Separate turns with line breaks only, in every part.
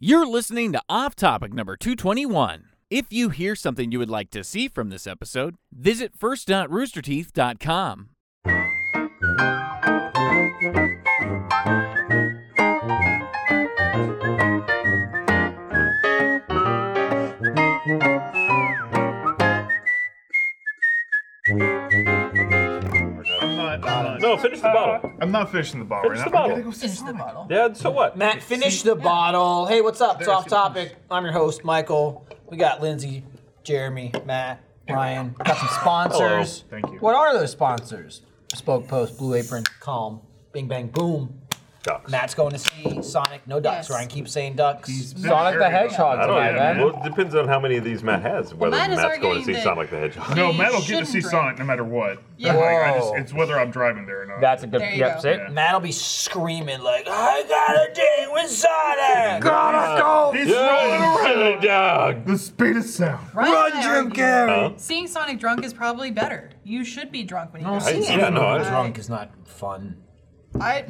You're listening to Off Topic number 221. If you hear something you would like to see from this episode, visit first.roosterteeth.com.
I'm not, I'm not-
No, finish the bottle.
uh, I'm not finishing the bottle
Finish
right
the
now. I
bottle.
gotta go see
Finish the
Sonic.
bottle.
Yeah, so what?
Matt, finish the bottle. Hey, what's up? It's off topic. I'm your host, Michael. We got Lindsay, Jeremy, Matt, Ryan. Got some sponsors.
Hello. Thank you.
What are those sponsors? Spoke Post, Blue Apron, Calm, Bing Bang Boom.
Ducks.
Matt's going to see Sonic. No ducks.
Yes.
Ryan keeps saying ducks.
Sonic the Hedgehog
I don't
tonight,
know.
man.
Well, it depends on how many of these Matt has, whether
mine is
Matt's going to
arguing
see
that-
Sonic the Hedgehog.
No,
He
Matt will get to
shouldn't
see
drink.
Sonic no matter what.
Yeah.
Like, I just,
Whoa.
it's whether I'm driving there or not.
That's a good.
There you
Yep,
go.
see?
Yeah.
Matt'll be screaming like, "I got a date with Sonic."
He's
Yeah,
rolling around.
really, dog.
The speed of sound.
Ryan and I argue.
Huh?
Seeing Sonic drunk is probably better. You should be drunk when you.
I-
drink.
yeah, no, I-
Drunk is not fun.
I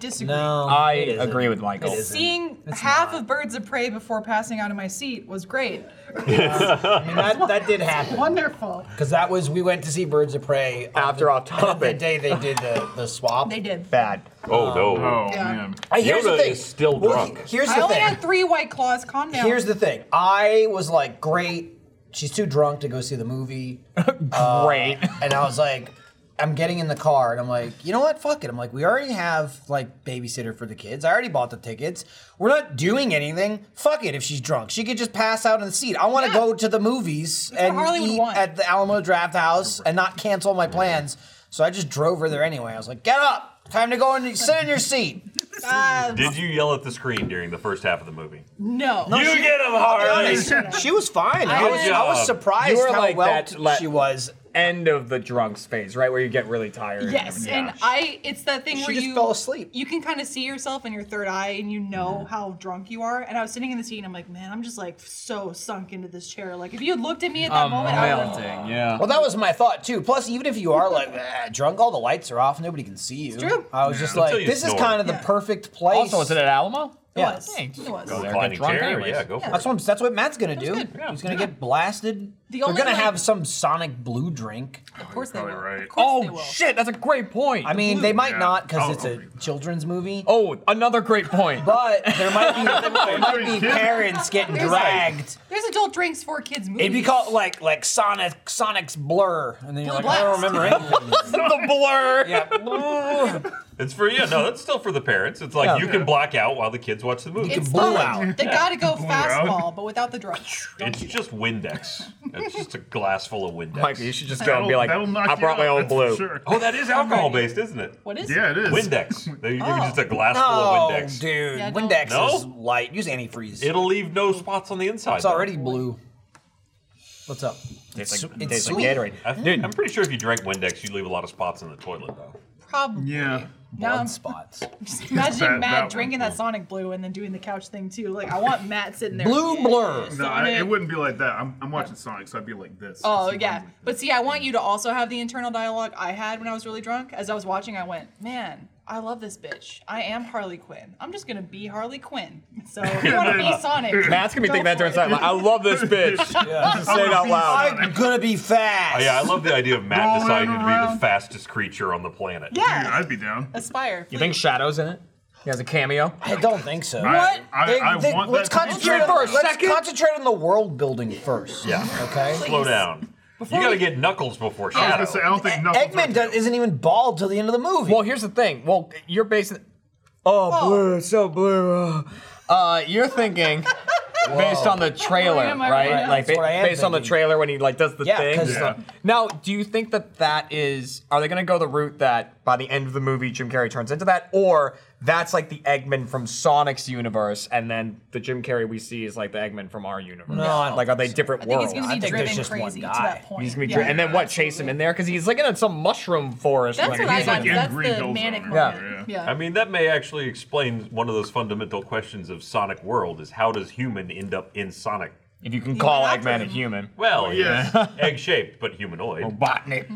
disagree.
No,
I
it isn't.
agree with Michael.
It isn't.
Seeing half of Birds of Prey before passing out of my seat was great.
I mean, that, that did happen
Wonderful.
because that was we went to see Birds of Prey on
After
the-
Off Topic.
The day they did the, the swap.
They did.
Bad.
Oh, no.
Oh,
Yeah.
man.
I, here's the
Yoda
thing.
is still
Well,
drunk.
he- here's
I
the
only
thing.
had three White Claws. Calm down.
Here's the thing. I was like, great. She's too drunk to go see the movie. Uh,
Great.
And I was like, I'm getting in the car and I'm like, you know what? Fuck it. I'm like, we already have like babysitter for the kids. I already bought the tickets. We're not doing anything. Fuck it if she's drunk. She could just pass out in the seat. I want to
Yeah.
go to the movies
what
and
Harley would
eat
want.
at the Alamo Draft House and not cancel my plans. So I just drove her there anyway. I was like, get up. Time to go and sit in your seat.
Oh.
Uh,
Did you yell at the screen during the first half of the movie?
no.
You get him, Harley.
honest, she was fine. I
Good
was, I was
job.
surprised
You were
how
like
well
that
t-
le-
she was.
End of the drunk phase, right where you get really tired.
Yes,
everything.
and I it's that thing
She
where
just
you
fell asleep.
You can kind of see yourself in your third eye and you know how drunk you are. And I was sitting in the seat and I'm like, man, I'm just like so sunk into this chair. Like if you had looked at me at that moment, I would have
yeah.
Well, that was my thought too. Plus, even if you are like "Ah, drunk, all the lights are off, nobody can see you.
true.
I was just
Until
like,
you
this is
snore.
kind of the
Yeah.
perfect place.
Also, is it at Alamo?
it
Yeah.
was.
Thanks.
It was.
Go
They're
climbing
drunk
Oh, chair.
anyways.
Yeah, go for
That's
it.
what, that's what Matt's gonna do.
good. Yeah.
He's gonna get blasted.
The
They're
only,
gonna
like-
have some Sonic Blue drink.
Of course they will.
Probably right.
Of course they
Oh
will.
shit, that's a great point.
I mean, they might
Yeah.
not because
Oh,
it's a
okay.
children's movie.
oh, another great point.
But there might be, there might be
kidding?
parents getting
There's like-
dragged.
There's adult drinks for kids movies.
It'd be called like like Sonic Sonic's Blur, and then you're
Blue
like, I don't
Blast.
remember anything.
the blur.
yeah.
It's for you. No, that's still for the parents. It's like you can black out while the kids watch the movie.
it's
It's,
blow
like
out.
They gotta go
out.
fastball, but without the drugs.
just Windex. it's just a glass full of Windex.
Mike, you should just go and be like,
That'll knock
I
you
brought my
out,
own
that's for
blue.
Sure.
Oh, that is alcohol based, isn't it?
What is
Yeah,
it?
it is.
Windex. They give you just a glass
Oh,
full of Windex.
dude,
Yeah, don't-
Windex
No?
is light. Use antifreeze.
It'll leave no spots on the inside.
it's already blue. What's up?
Tastes like,
It's
tastes like
sweet.
Gatorade.
I,
Dude.
am pretty sure if you drank Windex, you leave a lot of spots in the toilet, though.
Probably.
Yeah.
Now
Blood
I'm
spots.
just imagine
That-
Matt
that one.
drinking that Sonic Blue and then doing the couch thing too. Like I want Matt sitting there.
Blue
Yeah,
blur.
No, I,
Sonic.
it wouldn't be like that. I'm, I'm watching Sonic, so I'd be like this.
Oh yeah, but see, I want you to also have the internal dialogue I had when I was really drunk. As I was watching, I went, "Man, I love this bitch. I am Harley Quinn. I'm just gonna be Harley Quinn." So if you want to be Sonic?
Matt's gonna be
go
thinking that
for
during
it.
time. Like, I love this bitch. Just say it out loud.
I'm gonna be fast.
Oh, yeah, I love the idea of Matt
Rolling
deciding to be
around.
the fastest creature on the planet.
Yeah,
Dude, I'd be down.
aspire.
You think Shadow's in it? He has a cameo.
I don't think so.
What? I,
They-
I
they-
want
let's
that to be
concentrate
true.
on
for a
let's
second.
concentrate on the world building first.
Yeah.
Okay.
Slow down. you gotta get Knuckles before
I was
Shadow.
gonna say, I don't think Knuckles
Eggman
are-
does, isn't even bald till the end of the movie.
Well, here's the thing. Well, you're basing.
oh,
Blue, so blue. Uh, you're thinking. Based on the trailer,
Why am I
right?
right now?
Like
That's what I am
based on the
thinking.
trailer when he like does the
Yeah,
thing.
'cause
Yeah. the-
Now, do you think that that is? Are they going to go the route that by the end of the movie Jim Carrey turns into that, or that's like the Eggman from Sonic's universe, and then the Jim Carrey we see is like the Eggman from our universe?
No, I don't
like are they
think so.
different
I think
worlds?
he's gonna
I
be
think there's
driven
just one
crazy to
guy.
that point.
He's gonna be
Yeah.
dra- and then what? Chase him in there because he's like in some mushroom forest.
That's
when
what
he's
I
He's
got.
like in
That's
Green
the
Hill
manic
Zone.
moment.
Yeah.
Yeah.
I mean, that may actually explain one of those fundamental questions of Sonic World is how does human end up in Sonic?
If you can call
went after
Eggman a
him.
human.
Well,
yeah.
yeah, egg
Oh,
shaped but humanoid.
Robotnik.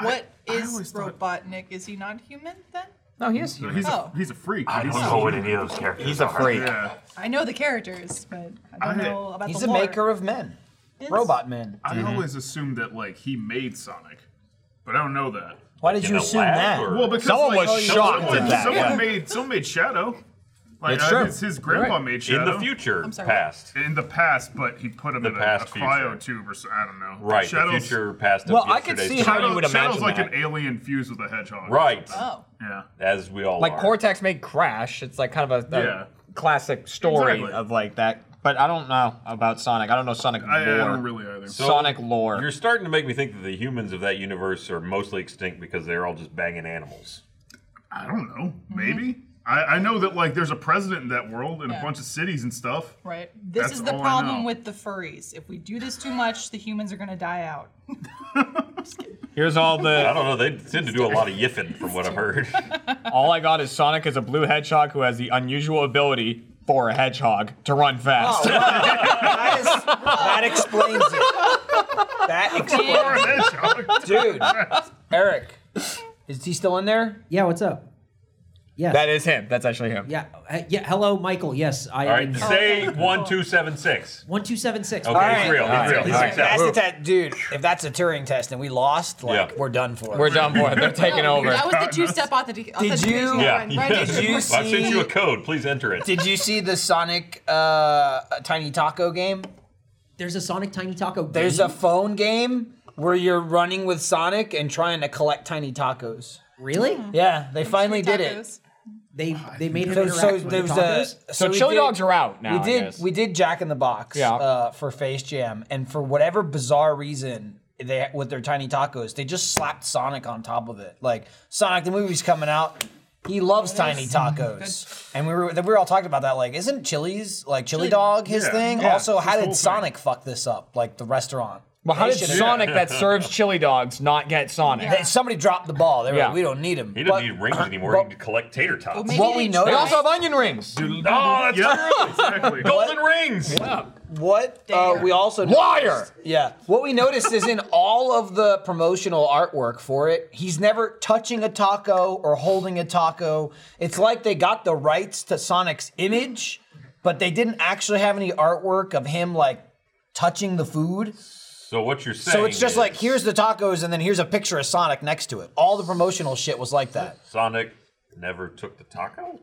What
I
is
always thought-
Robotnik? Is he not human then?
No, he is human.
He's,
Oh.
a, he's a freak.
I
he's
don't
a-
know what any of those characters
He's a
are.
freak.
Yeah.
I know the characters, but I don't
I-
know about
He's
the
a
lore.
maker of men,
It's-
robot men.
I always assumed that like he made Sonic, but I don't know that.
Why did
In
you
a
assume
lab
that?
or-
Well, because
Someone
like,
was shocked
someone,
at that,
Someone
yeah.
made someone made Shadow. Like
It's
I-
true.
his, his grandpa
You're right.
made
In
Shadow
the future,
I'm sorry.
past.
In the past, but he put him
The
in a, a
past future.
cryo tube or so. I don't know.
Right, the
Shadow's,
future, past.
Well,
of
I could
yesterday's
see
time.
how you would
Shadow's
imagine
like
that.
an alien fused with a hedgehog.
Right,
Oh,
Yeah.
as we all
like
are.
Cortex made Crash. It's like kind of a, a
Yeah.
classic story
Exactly.
of like that. But I don't know about Sonic. I don't know Sonic
I, I
lore.
don't really either.
So,
Sonic lore.
You're starting to make me think that the humans of that universe are mostly extinct because they're all just banging animals.
I don't know.
Mm-hmm.
Maybe. I, I know that like there's a president in that world and
Yeah.
a bunch of cities and stuff.
right. This
That's
is the
all I
problem
know.
with the furries. If we do this too much, the humans are gonna die out.
Here's all
I
the
don't know. They tend to do a lot of yiffing, from what I've heard.
all I got is Sonic is a blue hedgehog who has the unusual ability for a hedgehog to run fast.
Oh.
That, is, that explains it. That
Or a
explains
hedgehog.
Dude, Eric, is he still in there?
Yeah, what's up? Yes.
that is him. That's actually him.
Yeah. uh, Yeah. Hello, Michael. Yes, I
All
am.
right,
in-
say one two seven six.
One two seven six.
Okay, he's real.
All
He's
right, Uh,
real.
all
He's maxed
right.
out.
That's the te- dude. If that's a Turing test and we lost, like
Yeah.
we're done for.
We're done for it. They're taking
No,
over.
That was the two-step authentic- authentication.
you-
Yeah.
Ryan, Ryan,
Yes.
Did you
Well, I've sent
see-
you a code. Please enter it.
Did you see the Sonic uh, Tiny Taco game?
There's a Sonic Tiny Taco.
There's
game?
a phone game where you're running with Sonic and trying to collect tiny tacos.
really?
Yeah, they finally did it.
Tacos.
They
Mm-hmm.
they made him
So,
interact
so
with
there's
the
a
tacos.
So
we
chili
did-
dogs are out now,
We
I
did
guess.
we did Jack in the Box
Yeah.
uh, for Face Jam, and for whatever bizarre reason, they with their tiny tacos, they just slapped Sonic on top of it. Like Sonic the movie's coming out. He loves tiny tacos, and we were we were all talking about that. Like, isn't Chili's like Chili Dog his
Yeah,
thing?
yeah,
also,
his
how did
whole thing.
Sonic fuck this up? Like the restaurant.
well, how
They
did
should've-
Sonic that serves chili dogs not get Sonic?
They- somebody dropped the ball. They were
Yeah.
like, we don't need him.
He
But-
doesn't need rings anymore. He can collect tater tots.
Maybe
What
they
we know-
They
Right.
also have onion rings.
Oh, that's
yeah, exactly.
golden rings.
What uh,
There.
we also
Liar!
yeah, what we noticed is in all of the promotional artwork for it, he's never touching a taco or holding a taco. It's like they got the rights to Sonic's image, but they didn't actually have any artwork of him like touching the food.
So what you're saying?
So it's just
is
like here's the tacos and then here's a picture of Sonic next to it. All the promotional shit was like that.
Sonic never took the taco.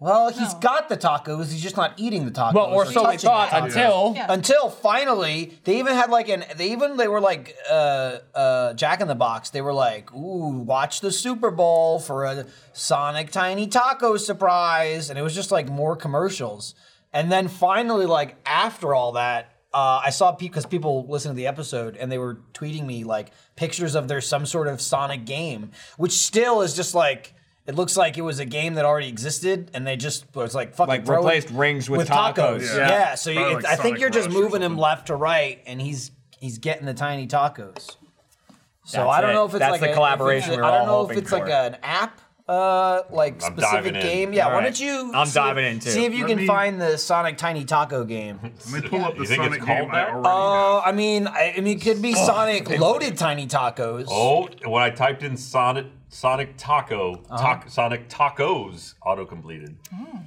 Well, he's
No.
got the tacos, he's just not eating the tacos.
Well, or so we
touching the
thought
tacos.
until
Yeah.
until finally they even had like an they even they were like uh uh jack in the box they were like ooh watch the super bowl for a sonic tiny taco surprise and it was just like more commercials and then finally like after all that uh, I saw because people listened to the episode and they were tweeting me like pictures of their some sort of Sonic game, which still is just like it looks like it was a game that already existed and they just was like fucking
Like,
throwing-
replaced rings with tacos.
tacos.
Yeah.
Yeah. so you,
Probably
it-
like
I think
Sonic
you're just
Rush or
moving him
something.
left to right, and he's he's getting the tiny tacos. So
That's
I don't
it.
know if it's
That's
like
the
a- if it's
collaboration
a-
we were
I don't
all
know if
hoping
it's like
for.
an app, uh, like
I'm diving
specific
in.
game. Yeah,
All
why
right.
don't you?
I'm
see-
diving in, too.
See if you
Let
can
me-
find the Sonic Tiny Taco game.
Let me pull up the
You think it's
Sonic game
called
I
that?
already
Oh,
know.
I mean, I, I mean, it could be Sonic Loaded Tiny Tacos.
Oh, when I typed in Sonic Sonic Taco,
Uh-huh.
tac- Sonic Tacos auto completed.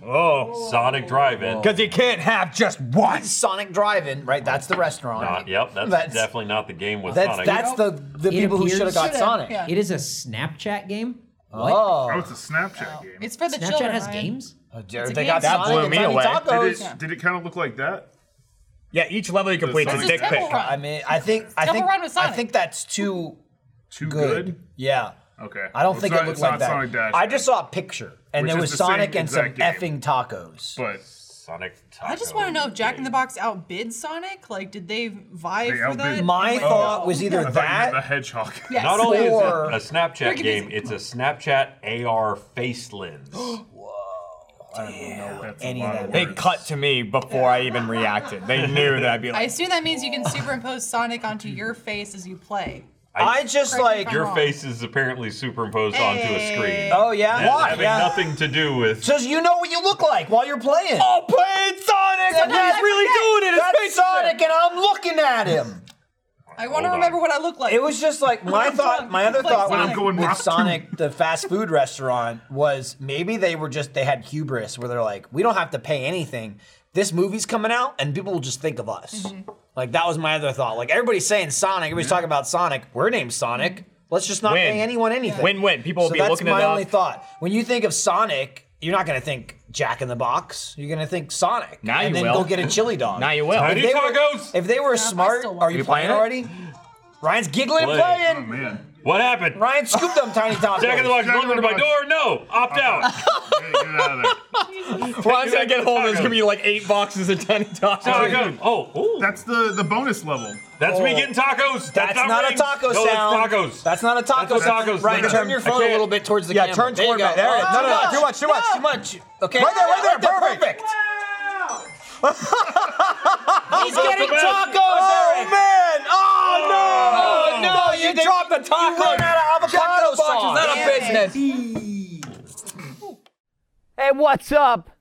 oh,
Sonic Drive-In.
because you can't have just one.
Sonic Drive-In, right? That's the restaurant.
Not, Uh, yep, that's,
That's-
definitely not the game with
that's
Sonic.
that's the the
It
people who should have
appears-
got
Shoulda,
Sonic.
yeah.
It is a Snapchat game.
Oh,
Oh, it's a Snapchat game.
It's for the children.
Snapchat has
Ryan.
games.
they
game.
got
That
Sonic
blew
and
me
Tiny
away.
Tacos.
Did it, did it kind of look like that?
Yeah, each level you complete is a
Sonic
dick
Temple
pic.
Run.
I mean, I think I
Temple
think
Run with
I
Sonic.
think that's too
Too
good.
good?
Yeah.
Okay.
I don't
Well,
think
it's
it
not-
looked
it's
like
not
that.
Sonic Dash.
I just saw a picture, and
Which
there
is
was
the
Sonic
same
and some
exact game.
effing tacos.
But
Sonic Taco.
I just want to know if Jack in the Box outbid Sonic. Like, did they vie
They
for that?
outbid-
My
I don't
thought
know.
was
Oh,
either
I thought you meant the
that.
hedgehog.
Yes.
Not only is it
Or-
a Snapchat
Freaking
game,
easy.
it's a Snapchat AR face lens.
Oh, That's a
Any
lot
of that.
They cut to me before I even reacted. They knew that I'd be
I
like,
assume that means you can superimpose Sonic onto your face as you play.
I just
Correct me if
like.
I'm
Your
wrong.
face is apparently superimposed onto a screen.
Oh yeah.
That is
Why?
having
Yeah.
nothing to do with.
So you know what you look like while you're playing.
"Oh, playing Sonic!
That's
I'm not really doing it. It's
That's
fixing it."
Sonic, and I'm looking at him.
I want to
Hold on.
remember what I look like.
It was just like my
I'm
thought.
drunk.
My other
It's like
thought
When I'm
with-
going
with
rock
Sonic, the fast food restaurant, was maybe they were just they had hubris where they're like, we don't have to pay anything. This movie's coming out, and people will just think of us.
Mm-hmm.
Like that was my other thought. Like everybody's saying Sonic, everybody's talking about Sonic. We're named Sonic. Let's just not
Win.
pay anyone anything.
Win-win. People will
So
be
that's
looking it
my
up.
only thought. When you think of Sonic, you're not gonna think Jack in the Box. You're gonna think Sonic.
Now
and
you
then
will.
go get a chili dog.
Now you will.
If
Tiny
they were-
tacos!
If they were smart,
still want
are
it.
you
You
playing
playing it?
already? Ryan's giggling and
Play.
playing.
Oh, man.
What happened?
Ryan, scoop them tiny tacos.
Jack in the box
Jack in
delivered
the
to my
Box.
"Oh,
door? No.
uh,"
Opt out.
Hey, get out of there.
Ron's gonna get home. There's gonna be like eight boxes of tiny tacos.
Taco. Oh, ooh.
That's the the bonus level.
That's me getting tacos.
That's not, a
rings.
taco
no,
sound.
That's tacos.
That's not a taco.
That's what tacos
Ryan,
sound.
turn your
I
phone a
can't-
little bit towards the
Yeah,
camera.
turn
There you
toward
go.
back. There,
All right,
no, no, no,
too much,
too much,
too much, too much. Okay, right
there, right there, perfect.
He's getting
best.
tacos,
Oh
Eric.
man! Oh no!
no,
you,
you did-
dropped the taco.
You ran out of avocado
Taco box
sauce.
is not
Damn it.
a business.
Hey, what's up?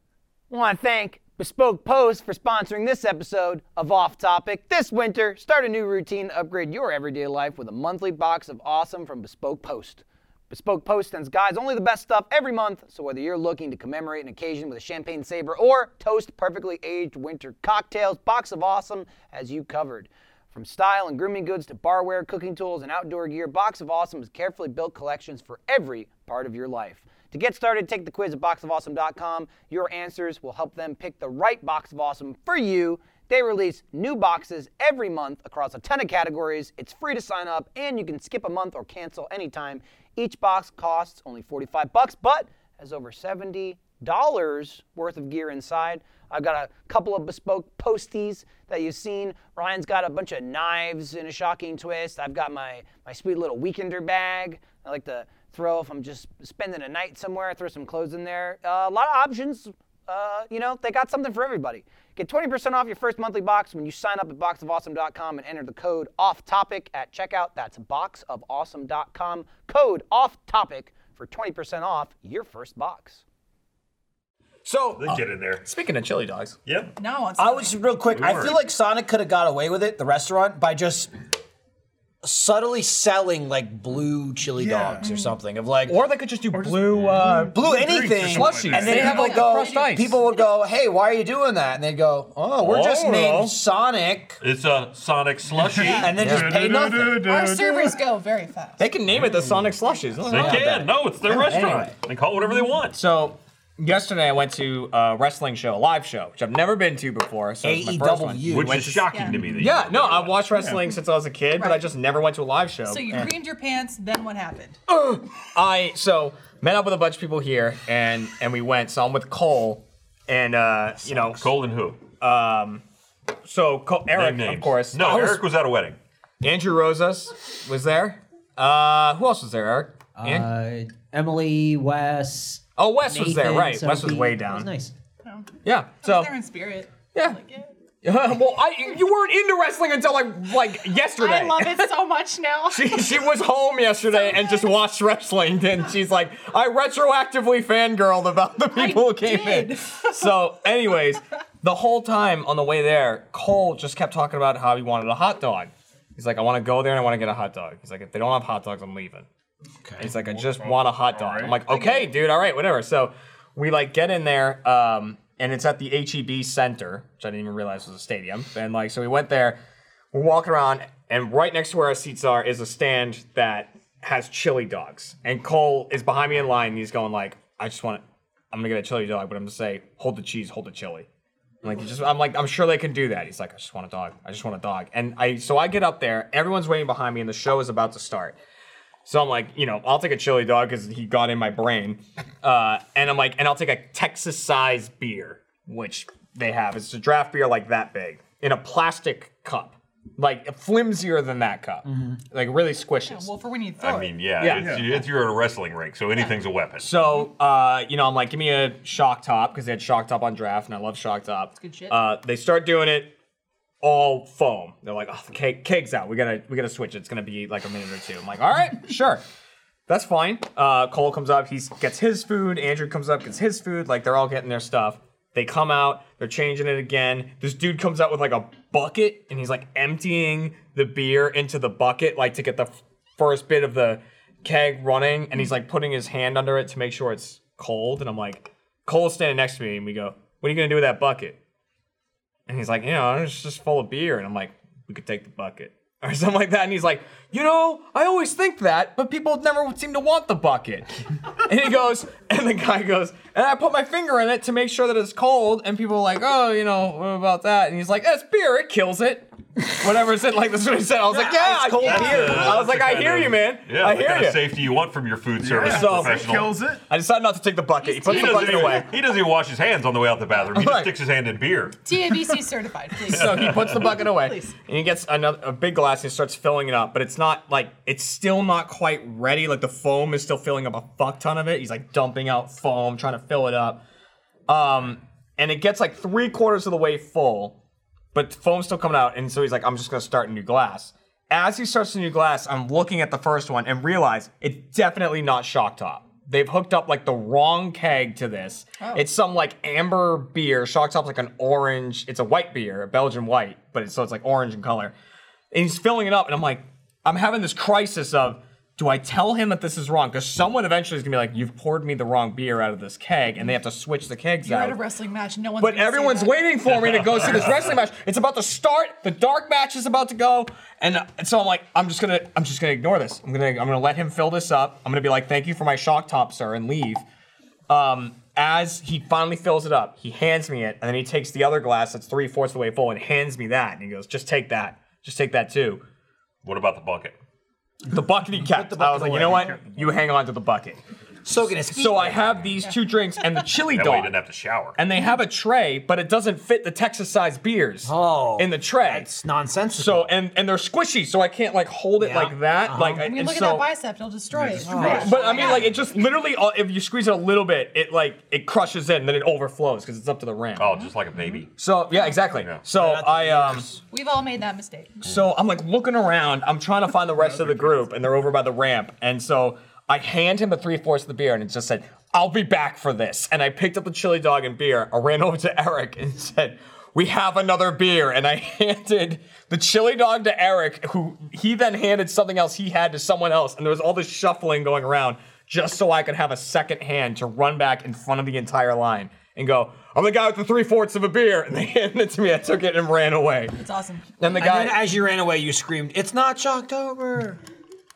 Want to thank Bespoke Post for sponsoring this episode of Off Topic. This winter, start a new routine, upgrade your everyday life with a monthly box of awesome from Bespoke Post. Bespoke Post sends guys only the best stuff every month, so whether you're looking to commemorate an occasion with a champagne saber or toast perfectly aged winter cocktails, Box of Awesome has you covered. From style and grooming goods to barware, cooking tools, and outdoor gear, Box of Awesome has carefully built collections for every part of your life. To get started, take the quiz at boxofawesome.com. Your answers will help them pick the right box of awesome for you. They release new boxes every month across a ton of categories. It's free to sign up, and you can skip a month or cancel anytime. Each box costs only 45 bucks, but has over 70 dollars worth of gear inside. I've got a couple of bespoke posties that you've seen. Ryan's got a bunch of knives in a shocking twist. I've got my my sweet little weekender bag. I like to throw if I'm just spending a night somewhere. I throw some clothes in there. Uh, a lot of options. Uh, you know, they got something for everybody. Get 20% off your first monthly box when you sign up at boxofawesome.com and enter the code off topic at checkout. That's boxofawesome.com. Code off topic for 20% off your first box.
So,
They get in there.
speaking of chili dogs,
Yep.
now I want
I
something.
was real quick. I feel
Lord.
like Sonic could have got away with it, the restaurant, by just subtly selling like blue chili dogs or something of like
or they could just do blue. Uh,
blue
drinks or
anything,
something.
and then
They have,
people
like,
go.
crushed ice.
People would go, "Hey, why are you doing that?" And they'd go, "Oh, we're just
Oh.
named Sonic,"
It's a Sonic slushy.
and then just pay nothing.
Our servers go very fast.
they can name it the Sonic Slushies. Nothing
they
wrong with
can.
that.
No, it's their restaurant.
Oh, anyway.
They call it whatever they want.
So, yesterday I went to a wrestling show, a live show, which I've never been to before. So it's my first one.
AEW.
Which
Went
is
to-
shocking
yeah.
to me. That
Yeah, no, I've watched wrestling since I was a kid, but I
Right.
just never went to a live show.
So you
And-
creamed your pants, then what happened?
I so met up with a bunch of people here, and and we went. So I'm with Cole, and uh, you know,
Cole and who?
um, so Cole,
Name
Eric,
names.
of course.
No,
I was-
Eric was at a wedding.
Andrew Rosas was there. Uh, who else was there, Eric? An-
Uh, Emily, Wes.
oh, Wes was there,
Nathan,
right? Wes was
Sophie.
way
That
down.
was nice.
Yeah. So
They're in spirit.
yeah.
Like, yeah.
well, I you weren't into wrestling until like like yesterday.
I love it so much now.
she, she was home yesterday and just watched wrestling, and she's like, I retroactively fangirled about the people who came in.
did.
So, anyways, the whole time on the way there, Cole just kept talking about how he wanted a hot dog. He's like, I want to go there and I want to get a hot dog. He's like, if they don't have hot dogs, I'm leaving. He's like, I just want a hot dog. I'm like, okay, dude, all right, whatever. So we like get in there, um, and it's at the HEB Center, which I didn't even realize was a stadium. And like, so we went there, we're walking around, and right next to where our seats are is a stand that has chili dogs. And Cole is behind me in line, and he's going like, I just want, I'm gonna get a chili dog, but I'm gonna say, hold the cheese, hold the chili. I'm like, you just, I'm like, I'm sure they can do that. He's like, I just want a dog. I just want a dog. And I, so I get up there, everyone's waiting behind me, and the show is about to start. So I'm like, you know, I'll take a chili dog because he got in my brain. Uh, and I'm like, and I'll take a Texas size beer, which they have. It's a draft beer like that big in a plastic cup, like flimsier than that cup, like really squishes.
well, for when you throw
I mean, yeah,
Yeah.
It's, it's you're at a wrestling rink, so anything's a weapon.
So, uh, you know, I'm like, give me a shock top because they had shock top on draft, and I love shock top.
good shit.
Uh, they start doing it all foam. They're like, oh, the cake, cake's out. We gotta, we gotta switch. it. It's gonna be like a minute or two. I'm like, all right, sure, that's fine. Uh, Cole comes up, he gets his food. Andrew comes up, gets his food. Like they're all getting their stuff. They come out, they're changing it again. This dude comes out with like a bucket and he's like emptying the beer into the bucket, like to get the f- first bit of the keg running. And he's like putting his hand under it to make sure it's cold. And I'm like, Cole's standing next to me and we go, What are you gonna do with that bucket? And he's like, You know, it's just full of beer. And I'm like, We could take the bucket. Or something like that. And he's like, You know, I always think that, but people never seem to want the bucket. and he goes, And the guy goes, And I put my finger in it to make sure that it's cold. And people are like, Oh, you know, what about that? And he's like, That's beer. It kills it. Whatever it said, like that's what he said. I was like, Yeah,
Ice
I-
cold
yeah."
beer.
I
That's
was like,
the
I
kind
hear
of-
you, man.
Yeah,
I
the
hear
kind
you.
of safety you want from your food service
Yeah,
So-
it
professional.
kills it.
I decided not to take the bucket. He put
He
the
doesn't,
bucket away.
even, he doesn't even wash his hands on the way out the bathroom. He
Right.
just sticks his hand in beer.
TABC certified, please.
So he puts the bucket away,
Please.
and he gets another a big glass and he starts filling it up. But it's not like it's still not quite ready. Like the foam is still filling up a fuck ton of it. He's like dumping out foam, trying to fill it up. Um, and it gets like three quarters of the way full, but foam's still coming out. And so he's like, "I'm just gonna start a new glass." As he starts a new glass, I'm looking at the first one and realize it's definitely not shock top. They've hooked up like the wrong keg to this.
Oh.
It's some like amber beer. Shock top's like an orange. It's a white beer, a Belgian white, but it's, so it's like orange in color. And he's filling it up, and I'm like, I'm having this crisis of, do I tell him that this is wrong? Because someone eventually is gonna be like, you've poured me the wrong beer out of this keg, and they have to switch the kegs
You're
out.
at a wrestling match. No one's.
But
gonna say
everyone's
that.
waiting for me to go see this wrestling match. It's about to start. The dark match is about to go, and, uh, and so I'm like, I'm just gonna, I'm just gonna ignore this. I'm gonna, I'm gonna let him fill this up. I'm gonna be like, thank you for my shock top, sir, and leave. Um, as he finally fills it up, he hands me it, and then he takes the other glass that's three fourths of the way full and hands me that, and he goes, just take that, just take that too.
What about the bucket?
The bucket he kept. I was like, you know what? You hang on to the bucket.
Soaking his feet.
So I have these two drinks and the chili
That way he
dog
didn't have to shower.
and they have a tray, but it doesn't fit the Texas-sized beers
Oh,
in the tray.
That's nonsensical.
So and and they're squishy, so I can't like hold it
Yeah.
like that. Like
I
and
mean, look
so,
at that bicep. It'll destroy it.
But I mean, like it just literally, all, if you squeeze it a little bit, it like it crushes in, and then it overflows because it's up to the rim.
Oh, just like a baby.
So yeah, exactly.
Yeah.
So I um,
We've all made that mistake.
so I'm like looking around. I'm trying to find the rest of the group, and they're over by the ramp. And so I hand him the three fourths of the beer, and it just said, "I'll be back for this." And I picked up the chili dog and beer. I ran over to Eric and said, "We have another beer." And I handed the chili dog to Eric, who he then handed something else he had to someone else. And there was all this shuffling going around just so I could have a second hand to run back in front of the entire line and go. I'm the guy with the three fourths of a beer, and they handed it to me. I took it and ran away.
It's awesome.
And the
and
guy,
then as you ran away, you screamed, "It's not Shocktober!"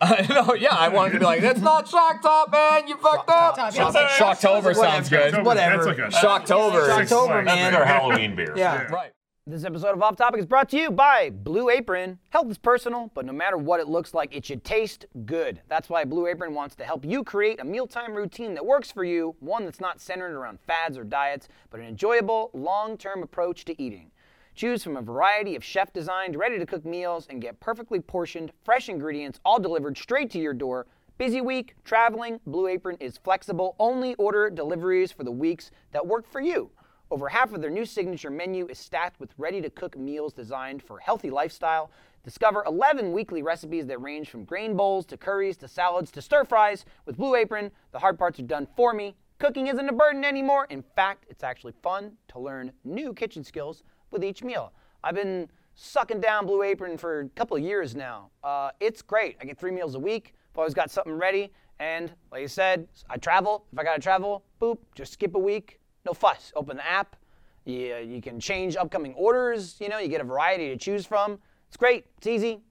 no, yeah, I wanted to be like, that's not Shock Top, man. You fucked up.
Top,
Shock-
yeah.
Shocktober sounds good.
Whatever.
That's like a
Shocktober.
Six
Shocktober,
Flags.
man.
That's our Halloween beer.
Yeah.
Right.
This episode of Off Topic is brought to you by Blue Apron. Health is personal, but no matter what it looks like, it should taste good. That's why Blue Apron wants to help you create a mealtime routine that works for you, one that's not centered around fads or diets, but an enjoyable, long term approach to eating. Choose from a variety of chef designed, ready to cook meals and get perfectly portioned, fresh ingredients all delivered straight to your door. Busy week, traveling, Blue Apron is flexible. Only order deliveries for the weeks that work for you. Over half of their new signature menu is stacked with ready to cook meals designed for healthy lifestyle. Discover 11 weekly recipes that range from grain bowls to curries to salads to stir fries. With Blue Apron, the hard parts are done for me. Cooking isn't a burden anymore. In fact, it's actually fun to learn new kitchen skills with each meal. I've been sucking down Blue Apron for a couple of years now. Uh, it's great. I get three meals a week. I've always got something ready. And like you said, I travel. If I gotta travel, boop, just skip a week. No fuss. Open the app. You, you can change upcoming orders. You know, you get a variety to choose from. It's great. It's easy. You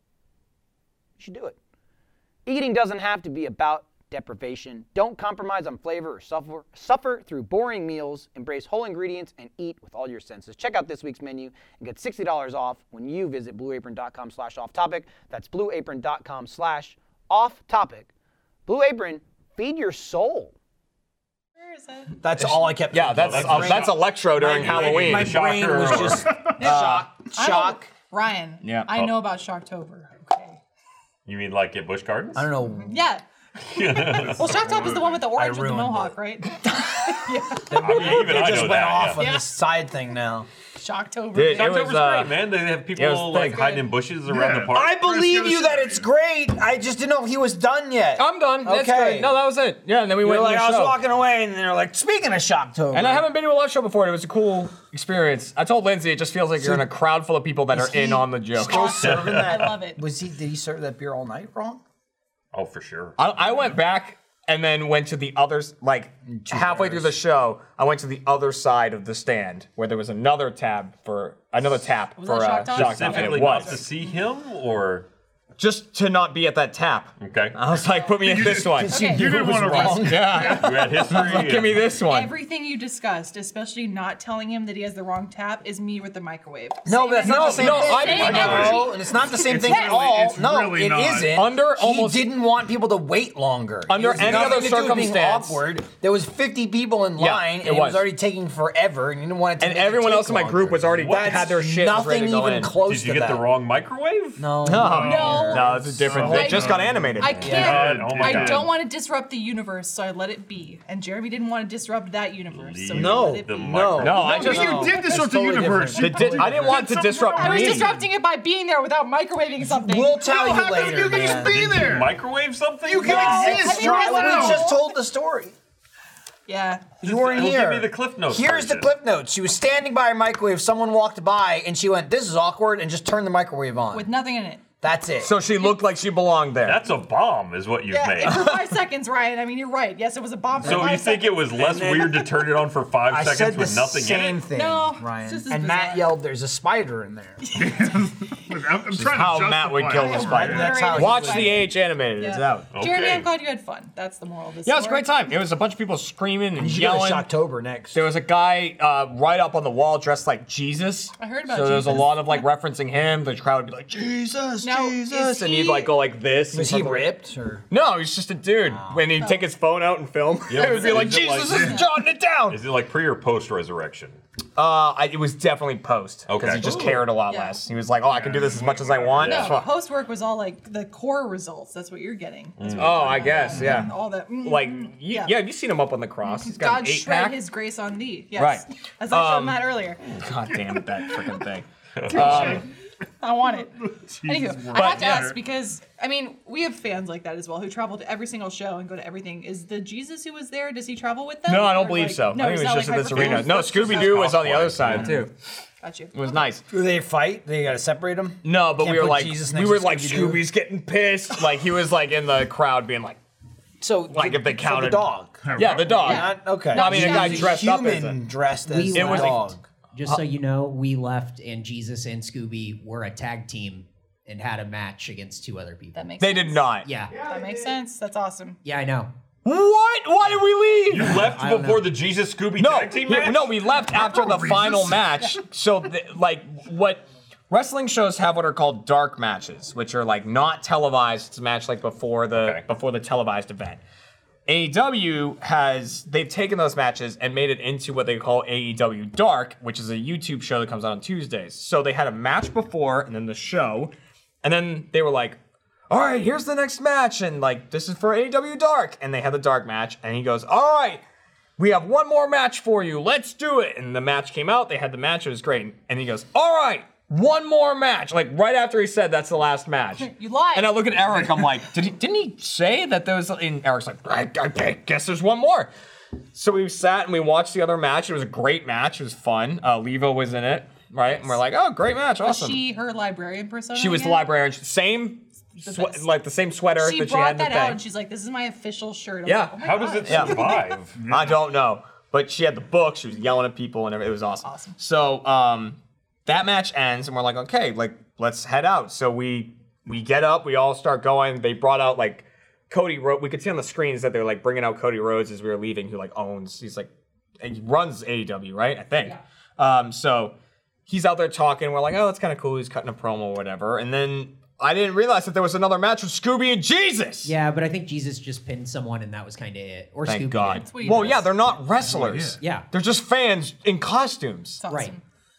should do it. Eating doesn't have to be about deprivation. Don't compromise on flavor or suffer, suffer through boring meals. Embrace whole ingredients and eat with all your senses. Check out this week's menu and get $60 off when you visit blueapron.com slash off topic. That's blueapron.com slash off topic. Blue Apron, feed your soul.
Where is it?
That's all I kept.
Yeah,
thinking.
that's uh, that's Electro during Halloween.
my
shocker
brain was
or-
just shock.
I
Shock.
don't- Ryan.
Yeah.
I
Oh.
know about Sharktober. Okay.
You mean like at Busch Gardens?
I don't know.
Yeah. well, Sharktop is the one with the orange with the
ruined
mohawk,
it.
right?
I mean, even
It
I
just
know
went
that.
off
yeah.
on this side thing now.
Shocktober.
Dude,
man.
it was,
October's
uh,
great, man. They have people
it was
like
thick.
hiding in bushes around the
Yeah.
park.
I
I believe
Chris,
you
you're
that
saying-
it's great. I just didn't know if he was done yet.
I'm done. That's
Okay.
great. No, that was it. Yeah, and then we
They were
went to
like,
the
I was
Oh, show.
walking away, and they're like, speaking of Shocktober.
And I haven't been to a live show before. And it was a cool experience. I told Lindsay it just feels like you're in a crowd full of people that are
Is
in
he
on the joke.
Still serving that?
I love it.
Was he? Did he serve that beer all night wrong?
oh, for sure.
I, I went back and then went to the other s- like halfway through the show. I went to the other side of the stand where there was another tab for another tap
Was
for
that
uh,
Shock Top?
Shock Top, and
Specifically,
it
not to
was
see him or
just to not be at that tap.
okay.
I was like, put me in this one.
Okay.
You didn't want to risk.
Yeah,
You had history. and-
give me this one.
Everything you discussed, especially not telling him that he has the wrong tap, is me with the microwave.
No, Oh, but that's not the same
no,
thing.
I didn't
No,
know.
and it's not the same
It's
thing at
really-
all.
it's
No,
really
it
not.
not
Under
he
almost-
didn't want people to wait longer.
Under
It was
any
nothing
other
to do with being
circumstance.
awkward. There was 50 people in
Yeah,
line, and
it
it was
was.
already taking forever, and you didn't want it to.
and
make it
everyone
take
else in my
longer.
group was already
What?
had their shit was
nothing
ready to go
even
in.
close
Did you
to
get
that.
the wrong microwave?
No,
Oh.
No.
No, it's a different.
Oh,
It just got
no.
animated.
I can't.
God, oh my
I
God.
don't want to disrupt the universe, so I let it be. And Jeremy didn't want to disrupt that universe, so he
No,
let it
The
be.
microwave.
No, I just.
You did disrupt the
totally
universe.
The
different.
You
di- I didn't want to
Something
disrupt
wrong.
I was
me.
disrupting it by being there without microwaving something.
We'll tell
How
you
come
later.
you can
man.
just be there?
Microwave something?
You can
No, I
exist.
think
You're
that's
we
enough.
just told the story.
yeah.
You weren't
Well, give
here.
me the Cliff Notes
Here's the
version.
clip notes. She was standing by a microwave. Someone walked by, and she went, "This is awkward," and just turned the microwave on.
With nothing in it.
That's it.
So she looked like she belonged there.
That's a bomb, is what you've
Yeah,
made.
it's for five seconds, Ryan. I mean, you're right. Yes, it was a bomb. for
So
five
you think it was less weird to turn it on for five
I said
seconds
the
with nothing
same
in it?
thing,
No,
Ryan.
this is
and Matt
bizarre.
yelled, "There's a spider in there."
Look, I'm, I'm trying
how
to
Matt would
justify
kill
it.
the
seconds.
spider.
That's how he
Watch
was.
the H animated. It's out.
Yeah. Jeremy,
Okay.
I'm glad you had fun. That's the moral of this.
Yeah, it was a
story.
great time. It was a bunch of people screaming and
You should go
yelling.
to Shocktober next.
There was a guy uh, right up on the wall dressed like Jesus.
I heard about
So there's a
Jesus.
lot of like referencing him. The crowd would be like Jesus,
Now, is
Jesus, and he'd
he-
like go like this.
Was
and
he
something.
ripped or?
No, he's just a dude.
Ah.
When he'd take his phone out and film,
Yeah,
it would be
is
like
it like-
Jesus is jotting it down.
Is it like pre or post resurrection?
Uh, I, it was definitely post because
Okay.
he just
Ooh.
cared a lot
Yeah.
less. He was like, oh, I can do this as much as I want.
Yeah.
No, post work was all like the core results. That's what you're getting. That's what
Oh, I guess, yeah.
all that. mm,
Like,
mm,
you, yeah. have you seen him up on the cross? He's got
God
an eight
shred
pack.
his grace on thee. Yes.
Right. Um,
As I showed Matt earlier.
God damn it, that freaking thing.
I want it. Anywho, I have to
yeah.
ask because I mean we have fans like that as well who travel to every single show and go to everything. Is the Jesus who was there? Does he travel with them?
No, I
Or,
don't believe
like-
so.
No,
I
he's
think it was
not,
just
like,
in this arena.
hyper-focused?
No,
That's just
Scooby
how-
Doo was on the other side too.
Got you.
It was nice.
Do they fight? They gotta separate them.
No, but
Can't
we were
put
like,
Jesus
we
next
were
to
like,
Scooby-Doo.
Scooby's getting pissed. Like he was like in the crowd being like,
So
Like, if they
so
counted-
the dog.
yeah, the dog.
Yeah.
Not- okay.
No, I mean,
a guy
He's
dressed up as a-
human dressed as
We
a
It was-
dog.
Just so you know, we left and Jesus and Scooby were a tag team and had a match against two other people.
That makes
They
sense.
did not.
yeah.
That makes sense. That's awesome.
Yeah, I know.
What? Why did we
You
leave?
left
don't
before
know.
the Jesus Scooby
No,
tag team
we,
match?
no, we left after the
reasons.
final match. So th- like, what? Wrestling shows have what are called dark matches, which are like not televised. It's a match like before the
Okay.
before the televised event. AEW has they've taken those matches and made it into what they call AEW Dark, which is a YouTube show that comes out on Tuesdays. So they had a match before and then the show, and then they were like, "All right, here's the next match," and like this is for AEW Dark, and they had the dark match, and he goes, "All right." We have one more match for you. Let's do it. And the match came out. They had the match. It was great. And he goes, All right, one more match. Like right after he said that's the last match.
You lied.
And I look at Eric. I'm like, Did he, Didn't he say that there was? And Eric's like, I, I- I guess there's one more. So we sat and we watched the other match. It was a great match. It was fun. Uh, Levo was in it, right? And we're like, Oh, great match.
Was
Awesome.
she her librarian persona?
She was the
again?
librarian. Same, swe-
best.
like the same sweater
She
that she
brought
had in the
that
thing.
out and she's like, "This is my official shirt." I'm
Yeah.
Like, oh my
How does
God.
it survive?
I don't know. But she had the book. She was yelling at people, and everything. it was awesome.
Awesome.
So um, that match ends, and we're like, okay, like let's head out. So we we get up, we all start going. They brought out like Cody Rhodes. We could see on the screens that they're like bringing out Cody Rhodes as we were leaving, who like owns. He's like he runs AEW, right? I think. Um, so he's out there talking. We're like, oh, that's kind of cool. He's cutting a promo, or whatever. And then I didn't realize that there was another match with Scooby and Jesus.
Yeah, but I think Jesus just pinned someone and that was kind of it. Or Scooby.
Thank God.
what he
Well,
does.
yeah, they're not wrestlers.
Yeah. Yeah.
They're just fans in costumes.